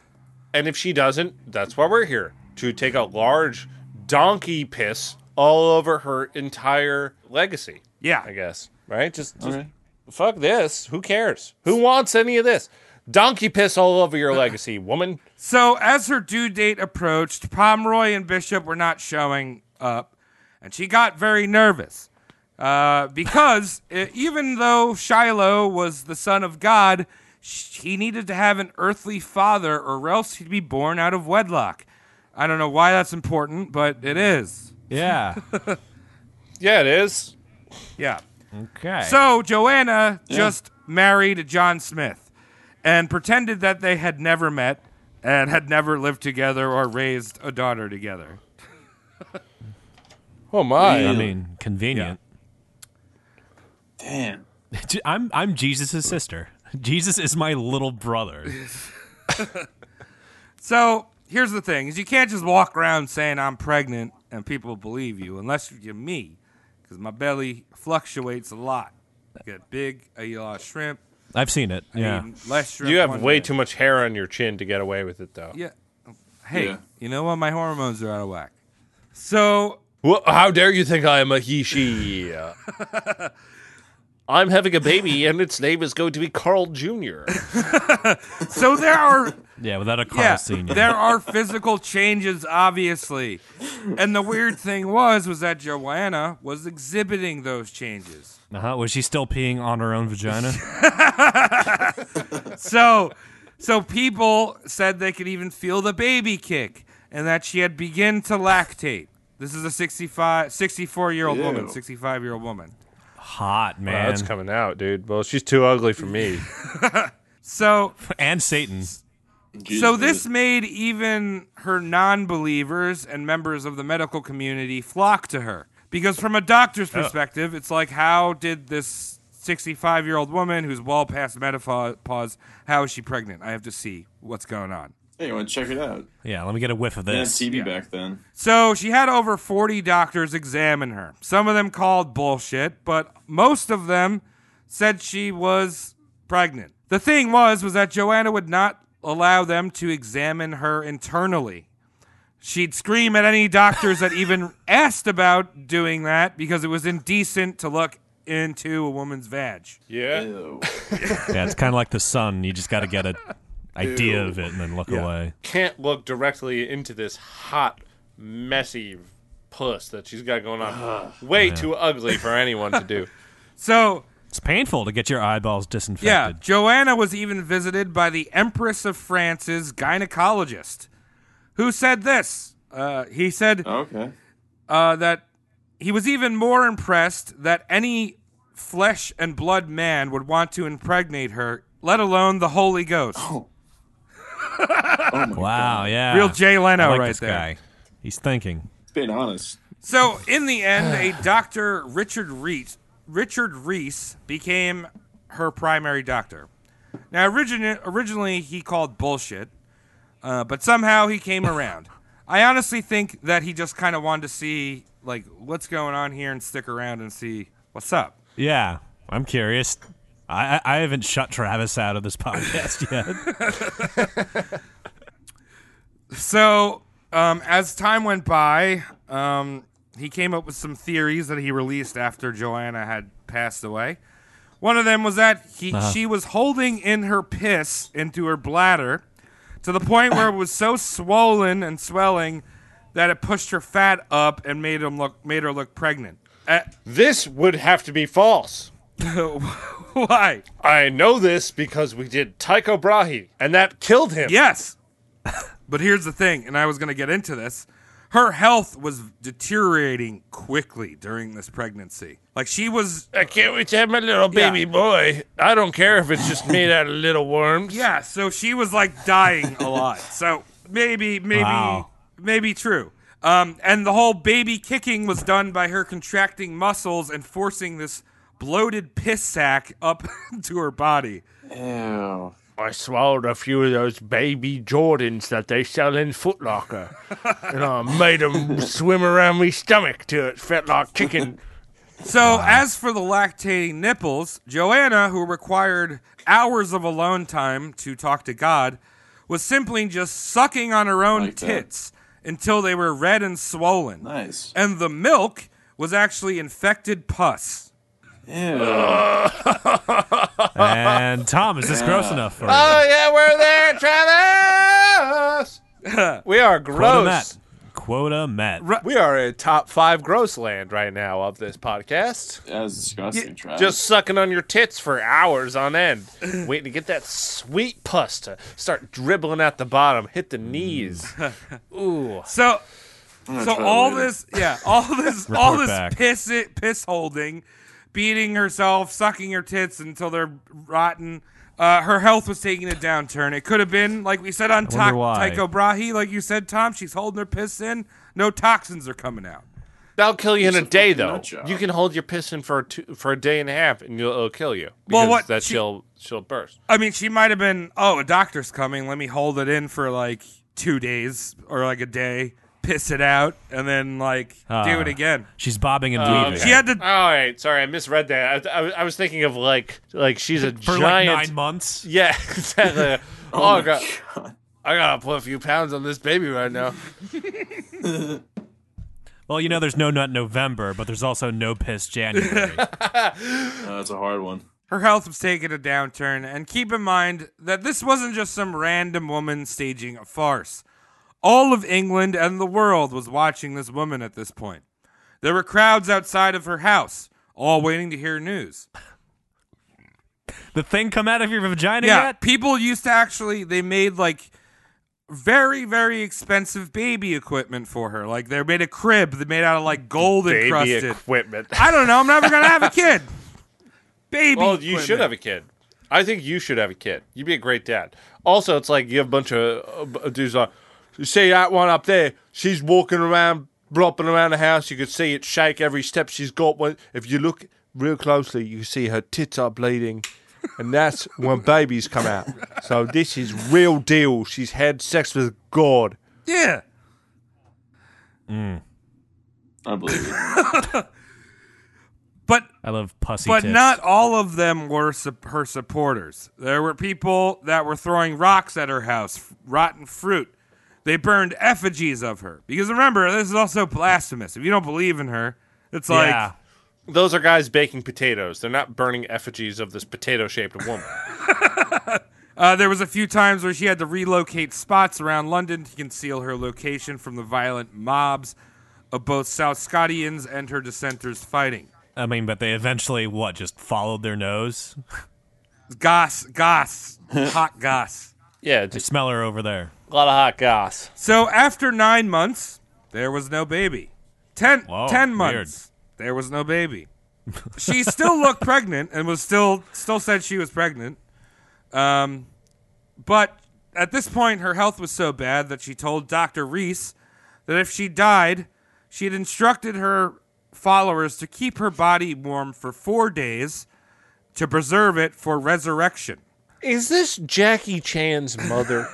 Speaker 6: and if she doesn't, that's why we're here to take a large donkey piss all over her entire legacy.
Speaker 8: Yeah.
Speaker 6: I guess right. Just, just
Speaker 9: Okay.
Speaker 6: fuck this. Who cares? Who wants any of this? Donkey piss all over your legacy, woman.
Speaker 8: So as her due date approached, Pomeroy and Bishop were not showing up, and she got very nervous uh, because uh, even though Shiloh was the son of God, sh- he needed to have an earthly father, or else he'd be born out of wedlock. I don't know why that's important, but it is.
Speaker 7: yeah.
Speaker 6: Yeah, it is.
Speaker 8: Yeah.
Speaker 7: Okay.
Speaker 8: So Joanna just married John Smith and pretended that they had never met and had never lived together or raised a daughter together.
Speaker 6: Oh my.
Speaker 7: I mean, convenient.
Speaker 9: Damn.
Speaker 7: J- I'm I'm Jesus' sister. Jesus is my little brother.
Speaker 8: So here's the thing: is you can't just walk around saying I'm pregnant and people believe you, unless you're me, because my belly fluctuates a lot. I get big, I eat a lot of shrimp.
Speaker 7: I've seen it.
Speaker 8: Yeah.
Speaker 7: Yeah.
Speaker 8: less shrimp.
Speaker 6: You have
Speaker 8: one
Speaker 6: way
Speaker 8: day.
Speaker 6: too much hair on your chin to get away with it, though.
Speaker 8: Yeah. Hey,
Speaker 9: Yeah.
Speaker 8: you know what? My hormones are out of whack. So
Speaker 6: Well, how dare you think I am a he she? I'm having a baby, and its name is going to be Carl Jr.
Speaker 8: so there are
Speaker 7: Yeah, without a Carl
Speaker 8: Yeah,
Speaker 7: Senior.
Speaker 8: there are physical changes, obviously. And the weird thing was, was that Joanna was exhibiting those changes.
Speaker 7: Uh-huh. Was she still peeing on her own vagina?
Speaker 8: So, so people said they could even feel the baby kick, and that she had begun to lactate. This is a 65, 64 year old woman,
Speaker 9: Ew.
Speaker 8: 65 year old woman.
Speaker 7: Hot
Speaker 6: Wow,
Speaker 7: man.
Speaker 6: that's coming out, dude. Well, she's too ugly for me.
Speaker 8: So,
Speaker 7: and Satan.
Speaker 8: So this made even her non-believers and members of the medical community flock to her because from a doctor's perspective, it's like how did this 65-year-old woman who's well past menopause how is she pregnant? I have to see what's going on.
Speaker 9: Hey, want to check it out?
Speaker 7: Yeah, let me get a whiff of
Speaker 9: They had
Speaker 7: this.
Speaker 9: TB back then.
Speaker 8: So she had over 40 doctors examine her. Some of them called bullshit, but most of them said she was pregnant. The thing was was that Joanna would not allow them to examine her internally. She'd scream at any doctors that even asked about doing that because it was indecent to look into a woman's vag.
Speaker 6: Yeah.
Speaker 9: Ew.
Speaker 7: Yeah, it's kind of like the sun. You just got to get an idea of it and then look away.
Speaker 6: Can't look directly into this hot, messy puss that she's got going on. Way too ugly for anyone to do.
Speaker 8: So,
Speaker 7: It's painful to get your eyeballs
Speaker 8: Yeah,
Speaker 7: disinfected.
Speaker 8: Joanna was even visited by the Empress of France's gynecologist, who said this. Uh, he said
Speaker 9: Okay.
Speaker 8: uh, that he was even more impressed that any flesh and blood man would want to impregnate her, let alone the Holy Ghost.
Speaker 7: Oh, Wow. Yeah.
Speaker 8: Real Jay Leno
Speaker 7: I like
Speaker 8: right
Speaker 7: this
Speaker 8: there.
Speaker 7: guy. He's thinking.
Speaker 9: It's being honest.
Speaker 8: So in the end, a doctor Richard Reese Richard Reese became her primary doctor. Now origin- originally he called bullshit, uh, but somehow he came around. I honestly think that he just kind of wanted to see like what's going on here and stick around and see what's up.
Speaker 7: Yeah. I'm curious. I I I haven't shut Travis out of this podcast yet.
Speaker 8: So um, as time went by, um, he came up with some theories that he released after Joanna had passed away. One of them was that he, she was holding in her piss into her bladder to the point where it was so swollen and swelling that it pushed her fat up and made him look made her look pregnant. Uh,
Speaker 6: This would have to be false.
Speaker 8: why?
Speaker 6: I know this because we did Tycho Brahe, and that killed him.
Speaker 8: Yes. But here's the thing, and I was going to get into this. Her health was deteriorating quickly during this pregnancy. Like she was
Speaker 6: I can't wait to have my little baby
Speaker 8: Yeah.
Speaker 6: boy. I don't care if it's just made out of little worms.
Speaker 8: Yeah, so she was like dying a lot. So maybe, maybe,
Speaker 7: Wow.
Speaker 8: maybe true. Um, and the whole baby kicking was done by her contracting muscles and forcing this bloated piss sack up to her body.
Speaker 9: Ew.
Speaker 6: I swallowed a few of those baby Jordans that they sell in Foot Locker, and I made them swim around my stomach till it felt like chicken.
Speaker 8: So as for the lactating nipples, Joanna, who required hours of alone time to talk to God, was simply just sucking on her own
Speaker 9: Like that.
Speaker 8: tits until they were red and swollen.
Speaker 9: Nice.
Speaker 8: And the milk was actually infected pus.
Speaker 9: Ew.
Speaker 7: and Tom, is this gross enough for you?
Speaker 8: Uh,
Speaker 6: Oh yeah, we're there, Travis. we are
Speaker 7: Quota
Speaker 6: gross.
Speaker 7: Met. Quota Met.
Speaker 6: We are in top five gross land right now of this podcast.
Speaker 9: That was disgusting, Travis.
Speaker 6: Just sucking on your tits for hours on end, waiting to get that sweet pus to start dribbling out the bottom, hit the knees.
Speaker 8: So, so
Speaker 9: try
Speaker 8: all
Speaker 9: later.
Speaker 8: this, yeah, all this, all
Speaker 7: Report
Speaker 8: this
Speaker 7: back.
Speaker 8: piss it, piss holding, beating herself, sucking her tits until they're rotten. Uh, her health was taking a downturn. It could have been like we said on
Speaker 7: wonder
Speaker 8: Tycho
Speaker 7: why.
Speaker 8: Tycho Brahe, like you said, Tom. She's holding her piss in. No toxins are coming out.
Speaker 6: That'll kill you in a
Speaker 9: a
Speaker 6: day,
Speaker 9: fucking
Speaker 6: though.
Speaker 9: nut job.
Speaker 6: You can hold your piss in for a two, for a day and a half, and you'll, it'll kill you.
Speaker 8: Well,
Speaker 6: because
Speaker 8: what-
Speaker 6: That
Speaker 8: she-
Speaker 6: she'll she'll burst.
Speaker 8: I mean, she might have been. Oh, a doctor's coming. Let me hold it in for like two days or like a day. Piss it out and then like do
Speaker 7: Ah.
Speaker 8: it again.
Speaker 7: She's bobbing and weaving.
Speaker 8: Oh, She had to.
Speaker 6: Oh, All right, sorry, I misread that. I, I, I was thinking of like like she's a
Speaker 7: for
Speaker 6: giant.
Speaker 7: like nine months.
Speaker 6: yeah, exactly. oh, god. I gotta put a few pounds on this baby right now.
Speaker 7: Well, you know, there's no nut November, but there's also no piss January.
Speaker 9: Uh, that's a hard one.
Speaker 8: Her health was taking a downturn, and keep in mind that this wasn't just some random woman staging a farce. All of England and the world was watching this woman at this point. There were crowds outside of her house, all waiting to hear news.
Speaker 7: The thing come out of your vagina
Speaker 8: yeah,
Speaker 7: yet?
Speaker 8: people used to actually they made like very very expensive baby equipment for her. Like they made a crib that made out of like gold
Speaker 6: Baby
Speaker 8: encrusted.
Speaker 6: equipment.
Speaker 8: I don't know. I'm never gonna have a kid. Baby.
Speaker 6: Well, you should
Speaker 8: equipment.
Speaker 6: have a kid. I think you should have a kid. You'd be a great dad. Also, it's like you have a bunch of uh, b- dudes on. You see that one up there? She's walking around, bopping around the house. You could see it shake every step she's got. When if you look real closely, you see her tits are bleeding, and that's when babies come out. So this is real deal. She's had sex with God.
Speaker 8: Yeah.
Speaker 9: I believe it.
Speaker 8: But
Speaker 7: I love pussy
Speaker 8: but
Speaker 7: tits.
Speaker 8: not all of them were sup- her supporters. There were people that were throwing rocks at her house, f- rotten fruit. They burned effigies of her. Because remember, this is also blasphemous. If you don't believe in her, it's like
Speaker 7: yeah.
Speaker 6: Those are guys baking potatoes. They're not burning effigies of this potato-shaped woman.
Speaker 8: Uh, there was a few times where she had to relocate spots around London to conceal her location from the violent mobs of both South Scotians and her dissenters fighting.
Speaker 7: I mean, but they eventually what? Just followed their nose.
Speaker 8: Goss, goss, hot goss.
Speaker 6: yeah,
Speaker 7: They
Speaker 6: just
Speaker 7: smell her over there.
Speaker 6: a lot of hot goss.
Speaker 8: So after nine months, there was no baby. Ten,
Speaker 7: Whoa,
Speaker 8: ten
Speaker 7: weird.
Speaker 8: months, there was no baby. she still looked pregnant and was still still said she was pregnant. Um, but at this point, her health was so bad that she told Doctor Reese that if she died, she had instructed her followers to keep her body warm for four days to preserve it for resurrection.
Speaker 6: Is this Jackie Chan's mother?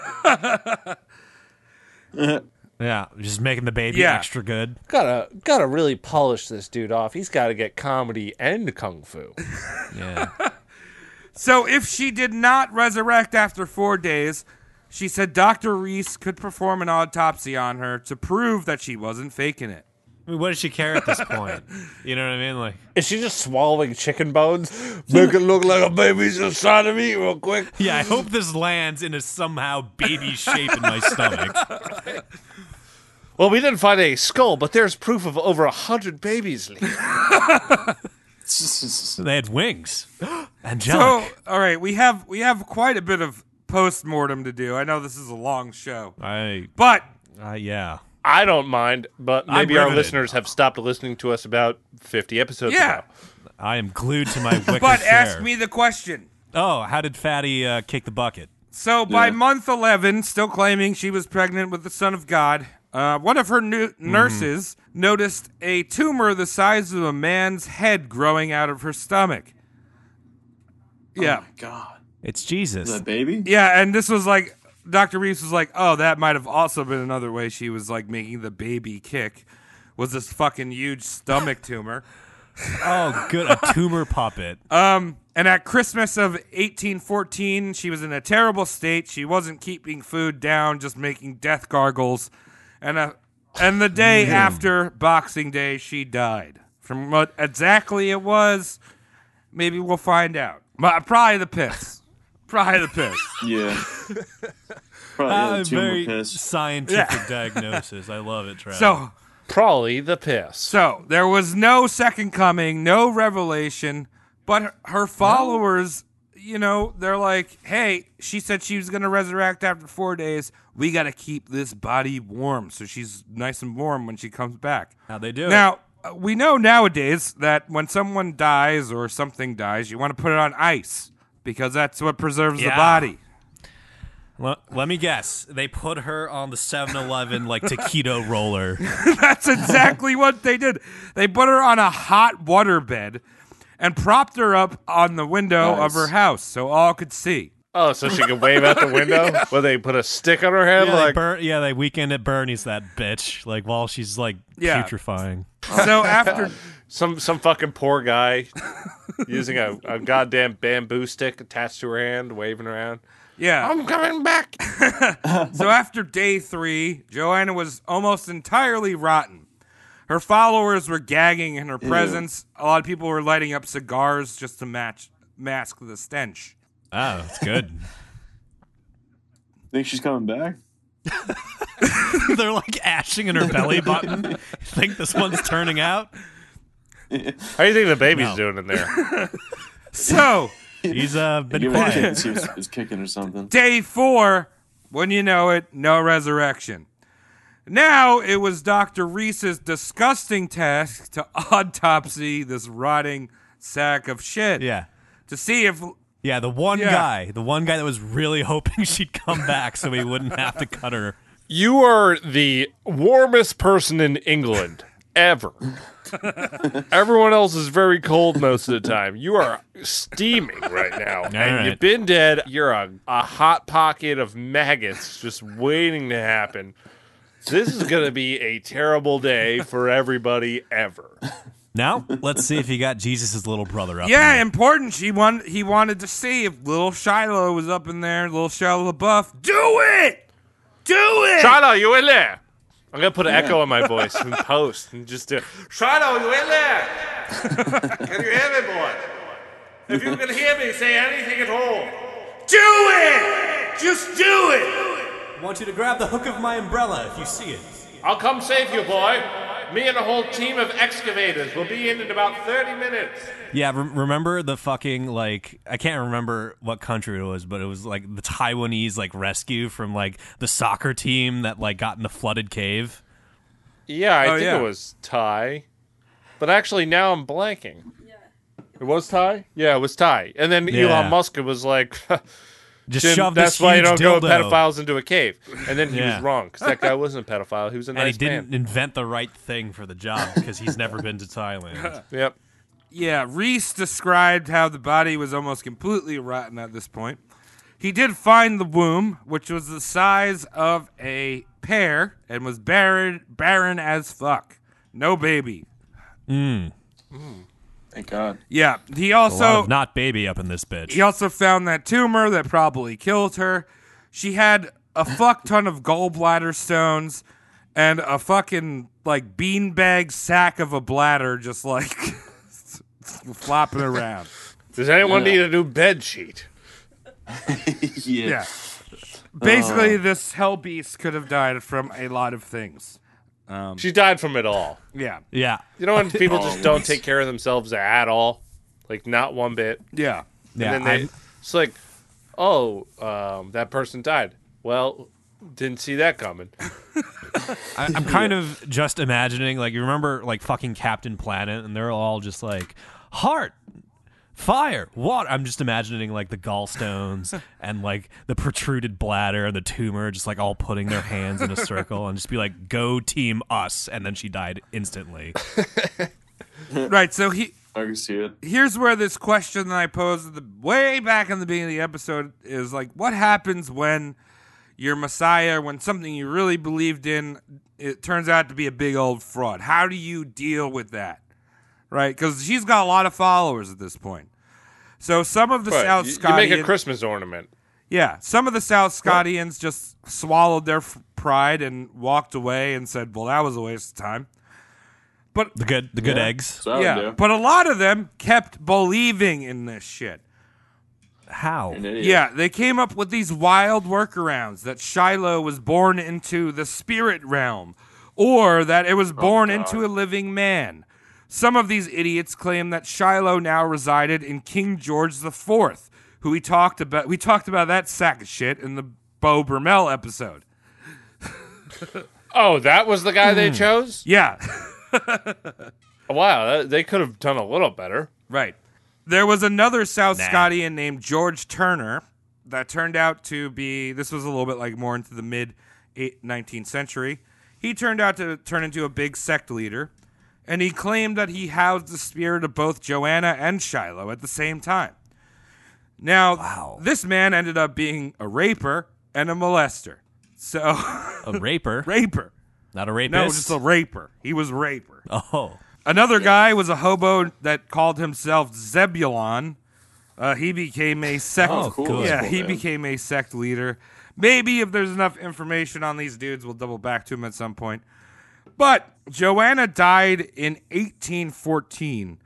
Speaker 7: Yeah, just making the baby
Speaker 8: Yeah.
Speaker 7: extra good.
Speaker 6: gotta gotta really polish this dude off. He's gotta get comedy and kung fu.
Speaker 7: Yeah.
Speaker 8: So if she did not resurrect after four days, she said Dr. Reese could perform an autopsy on her to prove that she wasn't faking it.
Speaker 7: I mean, what does she care at this point? You know what I mean? Like,
Speaker 6: Is she just swallowing chicken bones? Make it look like a baby's inside of me real quick.
Speaker 7: yeah, I hope this lands in a somehow baby shape in my stomach.
Speaker 6: Well, we didn't find a skull, but there's proof of over a hundred babies. Lee.
Speaker 7: They had wings.
Speaker 8: So,
Speaker 7: Angelic.
Speaker 8: all right, we have we have quite a bit of post-mortem to do. I know this is a long show,
Speaker 7: I,
Speaker 8: but
Speaker 7: I, Uh, yeah.
Speaker 6: I don't mind, but maybe our
Speaker 7: riveted.
Speaker 6: listeners have stopped listening to us about fifty episodes
Speaker 8: Yeah.
Speaker 6: ago.
Speaker 7: I am glued to my wicker
Speaker 8: but ask
Speaker 7: chair.
Speaker 8: me the question.
Speaker 7: Oh, how did Fatty uh, kick the bucket?
Speaker 8: So by month 11, still claiming she was pregnant with the Son of God, uh, one of her nu- nurses noticed a tumor the size of a man's head growing out of her stomach. Yeah.
Speaker 9: God.
Speaker 7: It's Jesus.
Speaker 9: Is that baby?
Speaker 8: Yeah, and this was like Dr. Reeves was like, "Oh, that might have also been another way she was like making the baby kick was this fucking huge stomach tumor."
Speaker 7: Oh, good. A tumor puppet.
Speaker 8: And at Christmas of 1814, she was in a terrible state. She wasn't keeping food down, just making death gargles. And uh, and the day after Boxing Day, she died. From what exactly it was, maybe we'll find out. But probably the piss. probably the piss.
Speaker 9: Yeah. Probably
Speaker 7: Ah,
Speaker 9: yeah, the tumor
Speaker 7: very
Speaker 9: piss.
Speaker 7: scientific diagnosis. I love it, Trav.
Speaker 8: So
Speaker 6: Probably the piss.
Speaker 8: So there was no second coming, no revelation, but her, her followers, you know, they're like, hey, she said she was going to resurrect after four days. We got to keep this body warm. So she's nice and warm when she comes back.
Speaker 7: how they do it?
Speaker 8: Now, uh, we know nowadays that when someone dies or something dies, you want to put it on ice because that's what preserves the
Speaker 7: Yeah.
Speaker 8: body.
Speaker 7: Le- let me guess. They put her on the 7-Eleven like taquito roller.
Speaker 8: That's exactly what they did. They put her on a hot water bed and propped her up on the window of
Speaker 9: Nice.
Speaker 8: her house so all could see.
Speaker 6: Oh, so she can wave out the window? Where they put a stick on her head?
Speaker 7: Yeah, they
Speaker 6: like
Speaker 7: bur- yeah, they weekend at Bernie's that bitch. Like while she's like
Speaker 8: Yeah.
Speaker 7: putrefying.
Speaker 8: So after
Speaker 6: some some fucking poor guy using a, a goddamn bamboo stick attached to her hand, waving around.
Speaker 8: yeah,
Speaker 6: I'm coming back.
Speaker 8: so after day 3, Joanna was almost entirely rotten. Her followers were gagging in her presence. A lot of people were lighting up cigars just to match mask the stench.
Speaker 7: Ah, that's good.
Speaker 5: Think she's coming back?
Speaker 7: They're like ashing in her belly button. Think this one's turning out?
Speaker 6: How do you think the baby's
Speaker 7: No.
Speaker 6: doing in there?
Speaker 8: So,
Speaker 7: He's uh, been
Speaker 5: Give her a kick
Speaker 7: quiet.
Speaker 5: and see if it's kicking or something.
Speaker 8: day four, when you know it, no resurrection. Now it was Dr. Reese's disgusting task to autopsy this rotting sack of shit
Speaker 7: Yeah.
Speaker 8: to see if
Speaker 7: Yeah, the one
Speaker 8: Yeah.
Speaker 7: guy, the one guy that was really hoping she'd come back so he wouldn't have to cut her.
Speaker 6: You are the warmest person in England ever. Everyone else is very cold most of the time. You are steaming right now. and
Speaker 7: right.
Speaker 6: you've been dead. You're a, a hot pocket of maggots just waiting to happen. This is going to be a terrible day for everybody ever.
Speaker 7: Now, let's see if he got Jesus' little brother up.
Speaker 8: Yeah,
Speaker 7: in there.
Speaker 8: important. She wanted. He wanted to see if little Shiloh was up in there. Little Shiloh LaBeouf. Do it. Do it.
Speaker 6: Shiloh, you in there? I'm going to put an echo on my voice and post and just do Shiloh, you in there? Can you hear me, boy? If you can hear me, say anything at all.
Speaker 8: do it. Just do it.
Speaker 7: I want you to grab the hook of my umbrella if you see it.
Speaker 6: I'll come save you, boy. Me and a whole team of excavators will be in in about 30 minutes.
Speaker 7: Yeah, re- remember the fucking like I can't remember what country it was, but it was like the Taiwanese like rescue from like the soccer team that like got in the flooded cave.
Speaker 6: Yeah, I
Speaker 8: Oh,
Speaker 6: think
Speaker 8: yeah.
Speaker 6: it was Ty. But actually, now I'm blanking. Yeah. It was Ty? Yeah, it was Ty. And then
Speaker 7: Yeah.
Speaker 6: Elon Musk was like,
Speaker 7: Just
Speaker 6: Jim,
Speaker 7: shove
Speaker 6: that's
Speaker 7: this
Speaker 6: why you
Speaker 7: huge
Speaker 6: don't
Speaker 7: dildo.
Speaker 6: go pedophiles into a cave. And then he
Speaker 7: Yeah.
Speaker 6: was wrong, because that guy wasn't a pedophile. He was a
Speaker 7: and he
Speaker 6: nice
Speaker 7: didn't
Speaker 6: man.
Speaker 7: invent the right thing for the job because he's never been to Thailand.
Speaker 6: Yep.
Speaker 8: Yeah, Reese described how the body was almost completely rotten at this point. He did find the womb, which was the size of a pear and was barren, barren as fuck. No baby.
Speaker 5: Thank God.
Speaker 8: Yeah. He
Speaker 7: A
Speaker 8: also
Speaker 7: lot of Oh, not baby up in this bitch.
Speaker 8: He also found that tumor that probably killed her. She had a fuck ton of gallbladder stones and a fucking like beanbag sack of a bladder just like flopping around.
Speaker 6: Does anyone need a new bed sheet?
Speaker 5: Yeah.
Speaker 8: Yeah.
Speaker 6: Oh.
Speaker 8: Basically, this hell beast could have died from a lot of things.
Speaker 7: Um,
Speaker 6: She died from it all.
Speaker 8: Yeah.
Speaker 7: Yeah.
Speaker 6: You know when people just
Speaker 5: Always.
Speaker 6: don't take care of themselves at all? Like, not one bit.
Speaker 8: Yeah.
Speaker 7: Yeah.
Speaker 6: and then they,
Speaker 7: I'm-
Speaker 6: it's like, oh, um, that person died. Well, didn't see that coming.
Speaker 7: I, I'm kind of just imagining, like, you remember, like, fucking Captain Planet, and they're all just like, heart, fire, water. I'm just imagining, like, the gallstones and, like, the protruded bladder and the tumor just, like, all putting their hands in a circle and just be like, go team us. And then she died instantly.
Speaker 8: Right. So he
Speaker 5: I can see it.
Speaker 8: here's where this question that I posed at the way back in the beginning of the episode is like, what happens when your messiah, when something you really believed in, it turns out to be a big old fraud? How do you deal with that? Right? Because she's got a lot of followers at this point. So some of the
Speaker 6: But
Speaker 8: South
Speaker 6: you, you
Speaker 8: Scotians,
Speaker 6: make a Christmas ornament.
Speaker 8: yeah, some of the South Scotians just swallowed their f- pride and walked away and said, "Well, that was a waste of time." But
Speaker 7: The good, the good eggs.
Speaker 5: So I would
Speaker 8: yeah,
Speaker 5: do.
Speaker 8: but a lot of them kept believing in this shit.
Speaker 7: How?
Speaker 5: An idiot.
Speaker 8: Yeah, they came up with these wild workarounds that Shiloh was born into the spirit realm, or that it was born into a living man. Some of these idiots claim that Shiloh now resided in King George IV, who we talked about. We talked about that sack of shit in the Bo Brummel episode.
Speaker 6: Oh, that was the guy they
Speaker 7: Hmm.
Speaker 6: chose.
Speaker 8: Yeah,
Speaker 6: Wow, that, they could have done a little better.
Speaker 8: right. There was another South Scotian named George Turner that turned out to be. This was a little bit like more into the mid eight- 19th century. He turned out to turn into a big sect leader, and he claimed that he housed the spirit of both Joanna and Shiloh at the same time. Now, this man ended up being a raper and a molester. So,
Speaker 7: A raper.
Speaker 8: raper.
Speaker 7: Not a
Speaker 8: No,
Speaker 7: rapist.
Speaker 8: just a raper. He was a raper.
Speaker 7: oh.
Speaker 8: Another guy was a hobo that called himself Zebulon. Uh, he became a sect.
Speaker 7: Oh, cool.
Speaker 8: Yeah,
Speaker 5: Cool,
Speaker 8: he
Speaker 5: man.
Speaker 8: became a sect leader. Maybe if there's enough information on these dudes, we'll double back to him at some point. But Joanna died in 1814,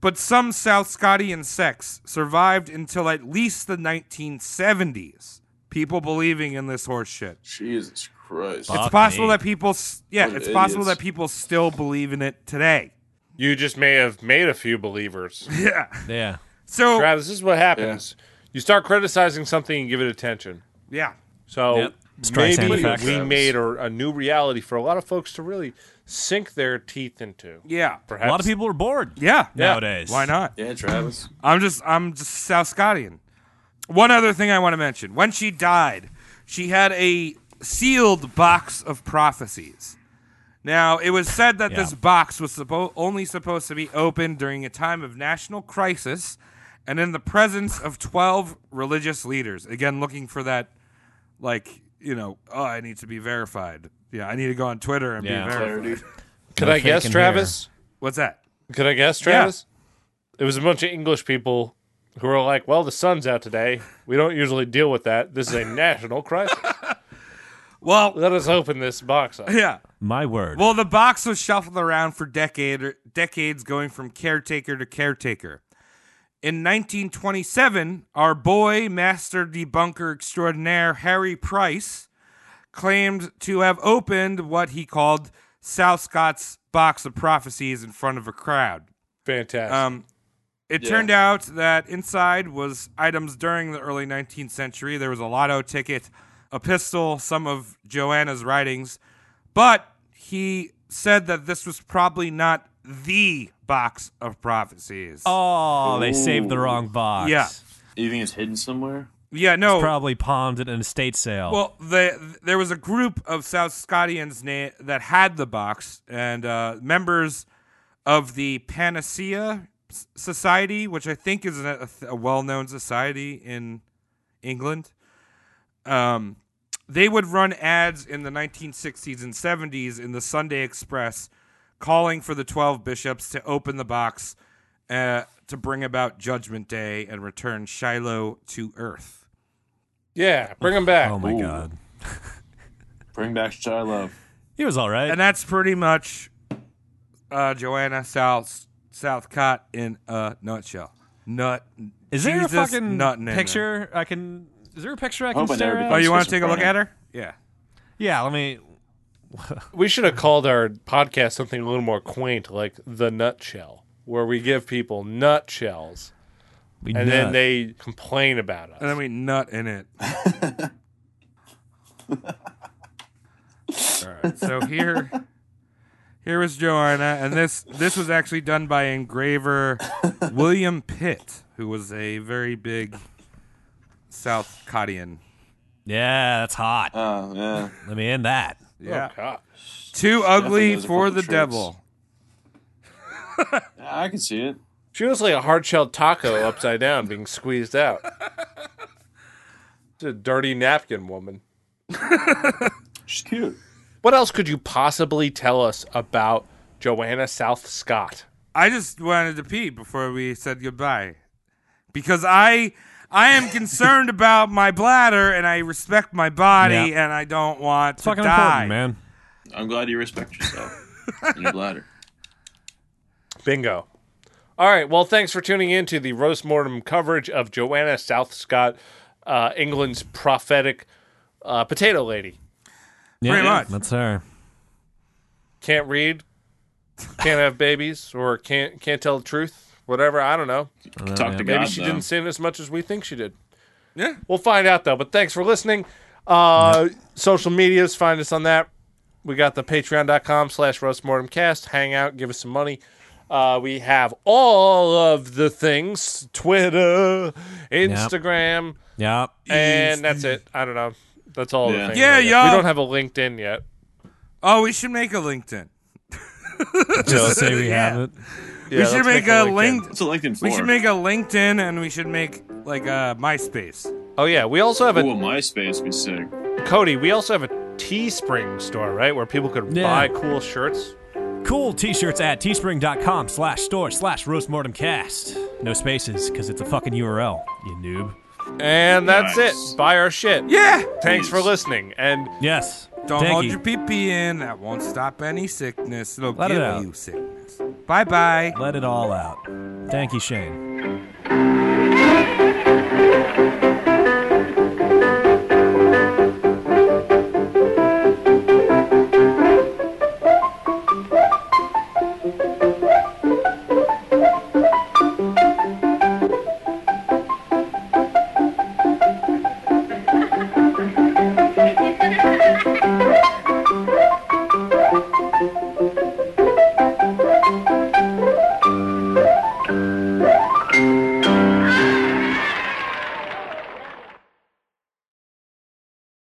Speaker 8: But some South Scotian sects survived until at least the 1970s. People believing in this horse shit.
Speaker 9: Jesus Christ.
Speaker 7: Fuck
Speaker 8: It's possible
Speaker 7: me.
Speaker 8: that people, s- yeah,
Speaker 9: What
Speaker 8: it's possible that
Speaker 9: idiots.
Speaker 8: people still believe in it today.
Speaker 6: You just may have made a few believers.
Speaker 8: Yeah.
Speaker 7: Yeah.
Speaker 8: So
Speaker 6: Travis, this is what happens. You start criticizing something and give it attention.
Speaker 8: yeah,
Speaker 6: So
Speaker 7: Yep. Streisand
Speaker 6: maybe
Speaker 7: effect.
Speaker 6: we made a, a new reality for a lot of folks to really sink their teeth into.
Speaker 8: yeah,
Speaker 6: Perhaps
Speaker 7: A lot of people are bored
Speaker 8: yeah.
Speaker 7: nowadays.
Speaker 8: Why not?
Speaker 9: Yeah, Travis.
Speaker 8: I'm just I'm just South Scotian. One other thing I want to mention. When she died, she had a sealed box of prophecies. Now, it was said that this
Speaker 7: Yeah.
Speaker 8: box was suppo- only supposed to be opened during a time of national crisis and in the presence of 12 religious leaders. Again, looking for that like, you know, oh, I need to be verified. Yeah, I need to go on Twitter and
Speaker 7: Yeah.
Speaker 8: be verified.
Speaker 6: Could
Speaker 7: No
Speaker 6: I guess,
Speaker 7: faking
Speaker 6: Travis?
Speaker 8: What's that?
Speaker 6: Could I guess, Travis? It was a bunch of English people who were like, "Well, the sun's out today. We don't usually deal with that. This is a national crisis.
Speaker 8: Well,
Speaker 6: Let us open this box up."
Speaker 8: yeah.
Speaker 7: My word.
Speaker 8: Well, the box was shuffled around for decade or decades, going from caretaker to caretaker. In 1927, our boy, master debunker extraordinaire Harry Price, claimed to have opened what he called South Scott's box of prophecies in front of a crowd.
Speaker 6: Fantastic.
Speaker 8: Um, it turned out that inside was items during the early 19th century. There was a lotto ticket, a pistol, some of Joanna's writings, but he said that this was probably not the box of prophecies.
Speaker 7: oh, they saved the wrong box.
Speaker 8: Yeah.
Speaker 9: You think it's hidden somewhere?
Speaker 8: yeah, no.
Speaker 7: Probably palmed at an estate sale.
Speaker 8: Oh. well, the, there was a group of South Scotians na- that had the box, and uh, members of the Panacea S- Society, which I think is a, a well-known society in England. um, they would run ads in the 1960s and 70s in the Sunday Express calling for the 12 bishops to open the box uh, to bring about Judgment Day and return Shiloh to earth.
Speaker 6: yeah, bring them back.
Speaker 7: oh my
Speaker 9: Ooh.
Speaker 7: god.
Speaker 9: Bring back Shiloh.
Speaker 7: He was all right.
Speaker 8: And that's pretty much uh, Joanna South Southcott in a nutshell. Nut.
Speaker 7: Is there
Speaker 8: Jesus
Speaker 7: a fucking
Speaker 8: nutting in there.
Speaker 7: picture I can? Is there a picture I can
Speaker 9: Hope I
Speaker 7: stare
Speaker 9: never
Speaker 7: at?
Speaker 8: Oh, you want to take a
Speaker 9: schizophrenic.
Speaker 8: look at her? Yeah.
Speaker 7: yeah, let me.
Speaker 6: We should have called our podcast something a little more quaint, like the nutshell, where we give people nutshells
Speaker 7: We
Speaker 6: and then
Speaker 7: nut.
Speaker 6: they complain about us.
Speaker 8: And then we nut in it. All right, so here, here was Joanna, and this this was actually done by engraver William Pitt, who was a very big South Cottian.
Speaker 7: Yeah, that's hot.
Speaker 9: Oh, yeah.
Speaker 7: Let me in that.
Speaker 8: Yeah,
Speaker 6: God.
Speaker 8: too ugly
Speaker 9: knows a
Speaker 8: for
Speaker 9: couple
Speaker 8: the
Speaker 9: tricks.
Speaker 8: devil.
Speaker 9: I can see it.
Speaker 6: She was like a hard shelled taco upside down being squeezed out. She's a dirty napkin woman.
Speaker 9: She's cute.
Speaker 6: What else could you possibly tell us about Joanna South Scott?
Speaker 8: I just wanted to pee before we said goodbye, because I I am concerned about my bladder, and I respect my body,
Speaker 7: Yeah.
Speaker 8: and I don't want to
Speaker 7: Fucking
Speaker 8: die.
Speaker 7: important, man.
Speaker 9: I'm glad you respect yourself and your bladder.
Speaker 6: Bingo. All right. Well, thanks for tuning in to the roast mortem coverage of Joanna South Scott, uh, England's prophetic uh, potato lady.
Speaker 7: Yeah,
Speaker 8: Pretty much.
Speaker 7: That's her.
Speaker 6: Can't read, can't have babies, or can't can't tell the truth. Whatever. I don't know.
Speaker 9: Talk to
Speaker 6: Maybe
Speaker 9: God,
Speaker 6: she
Speaker 9: though.
Speaker 6: didn't sin as much as we think she did.
Speaker 8: Yeah.
Speaker 6: We'll find out though. But thanks for listening. Uh, Social medias, find us on that. We got the patreon.com slash roastmortemcast. Hang out, give us some money. Uh, we have all of the things Twitter, Instagram,
Speaker 7: Yeah.
Speaker 6: and that's it. I don't know. That's all
Speaker 9: Yeah.
Speaker 6: the things.
Speaker 8: Yeah,
Speaker 6: I guess.
Speaker 8: y'all.
Speaker 6: We don't have a LinkedIn yet.
Speaker 8: Oh, we should make a LinkedIn.
Speaker 7: Just say we have it.
Speaker 6: Yeah,
Speaker 8: we should
Speaker 6: let's
Speaker 8: make, a link.
Speaker 9: What's a LinkedIn for?
Speaker 8: We should make a LinkedIn, and we should make like a MySpace.
Speaker 6: Oh yeah, we also have
Speaker 9: Ooh,
Speaker 6: a
Speaker 9: a MySpace would be sick.
Speaker 6: Cody. We also have a Teespring store, right, where people could
Speaker 7: Yeah.
Speaker 6: buy cool shirts.
Speaker 7: Cool t-shirts at teespring.com slash store slash roastmortemcast. No spaces, because it's a fucking URL, you noob.
Speaker 6: And that's
Speaker 9: Nice.
Speaker 6: it. Buy our shit.
Speaker 8: Yeah.
Speaker 6: Thanks for
Speaker 9: Please.
Speaker 6: listening. And
Speaker 7: Yes.
Speaker 8: Don't
Speaker 7: Thank
Speaker 8: hold
Speaker 7: you.
Speaker 8: your pee pee in. That won't stop any sickness. It'll
Speaker 7: Let it
Speaker 8: give
Speaker 7: out.
Speaker 8: you sickness. Bye. Bye bye.
Speaker 7: Let it all out. Thank you, Shane.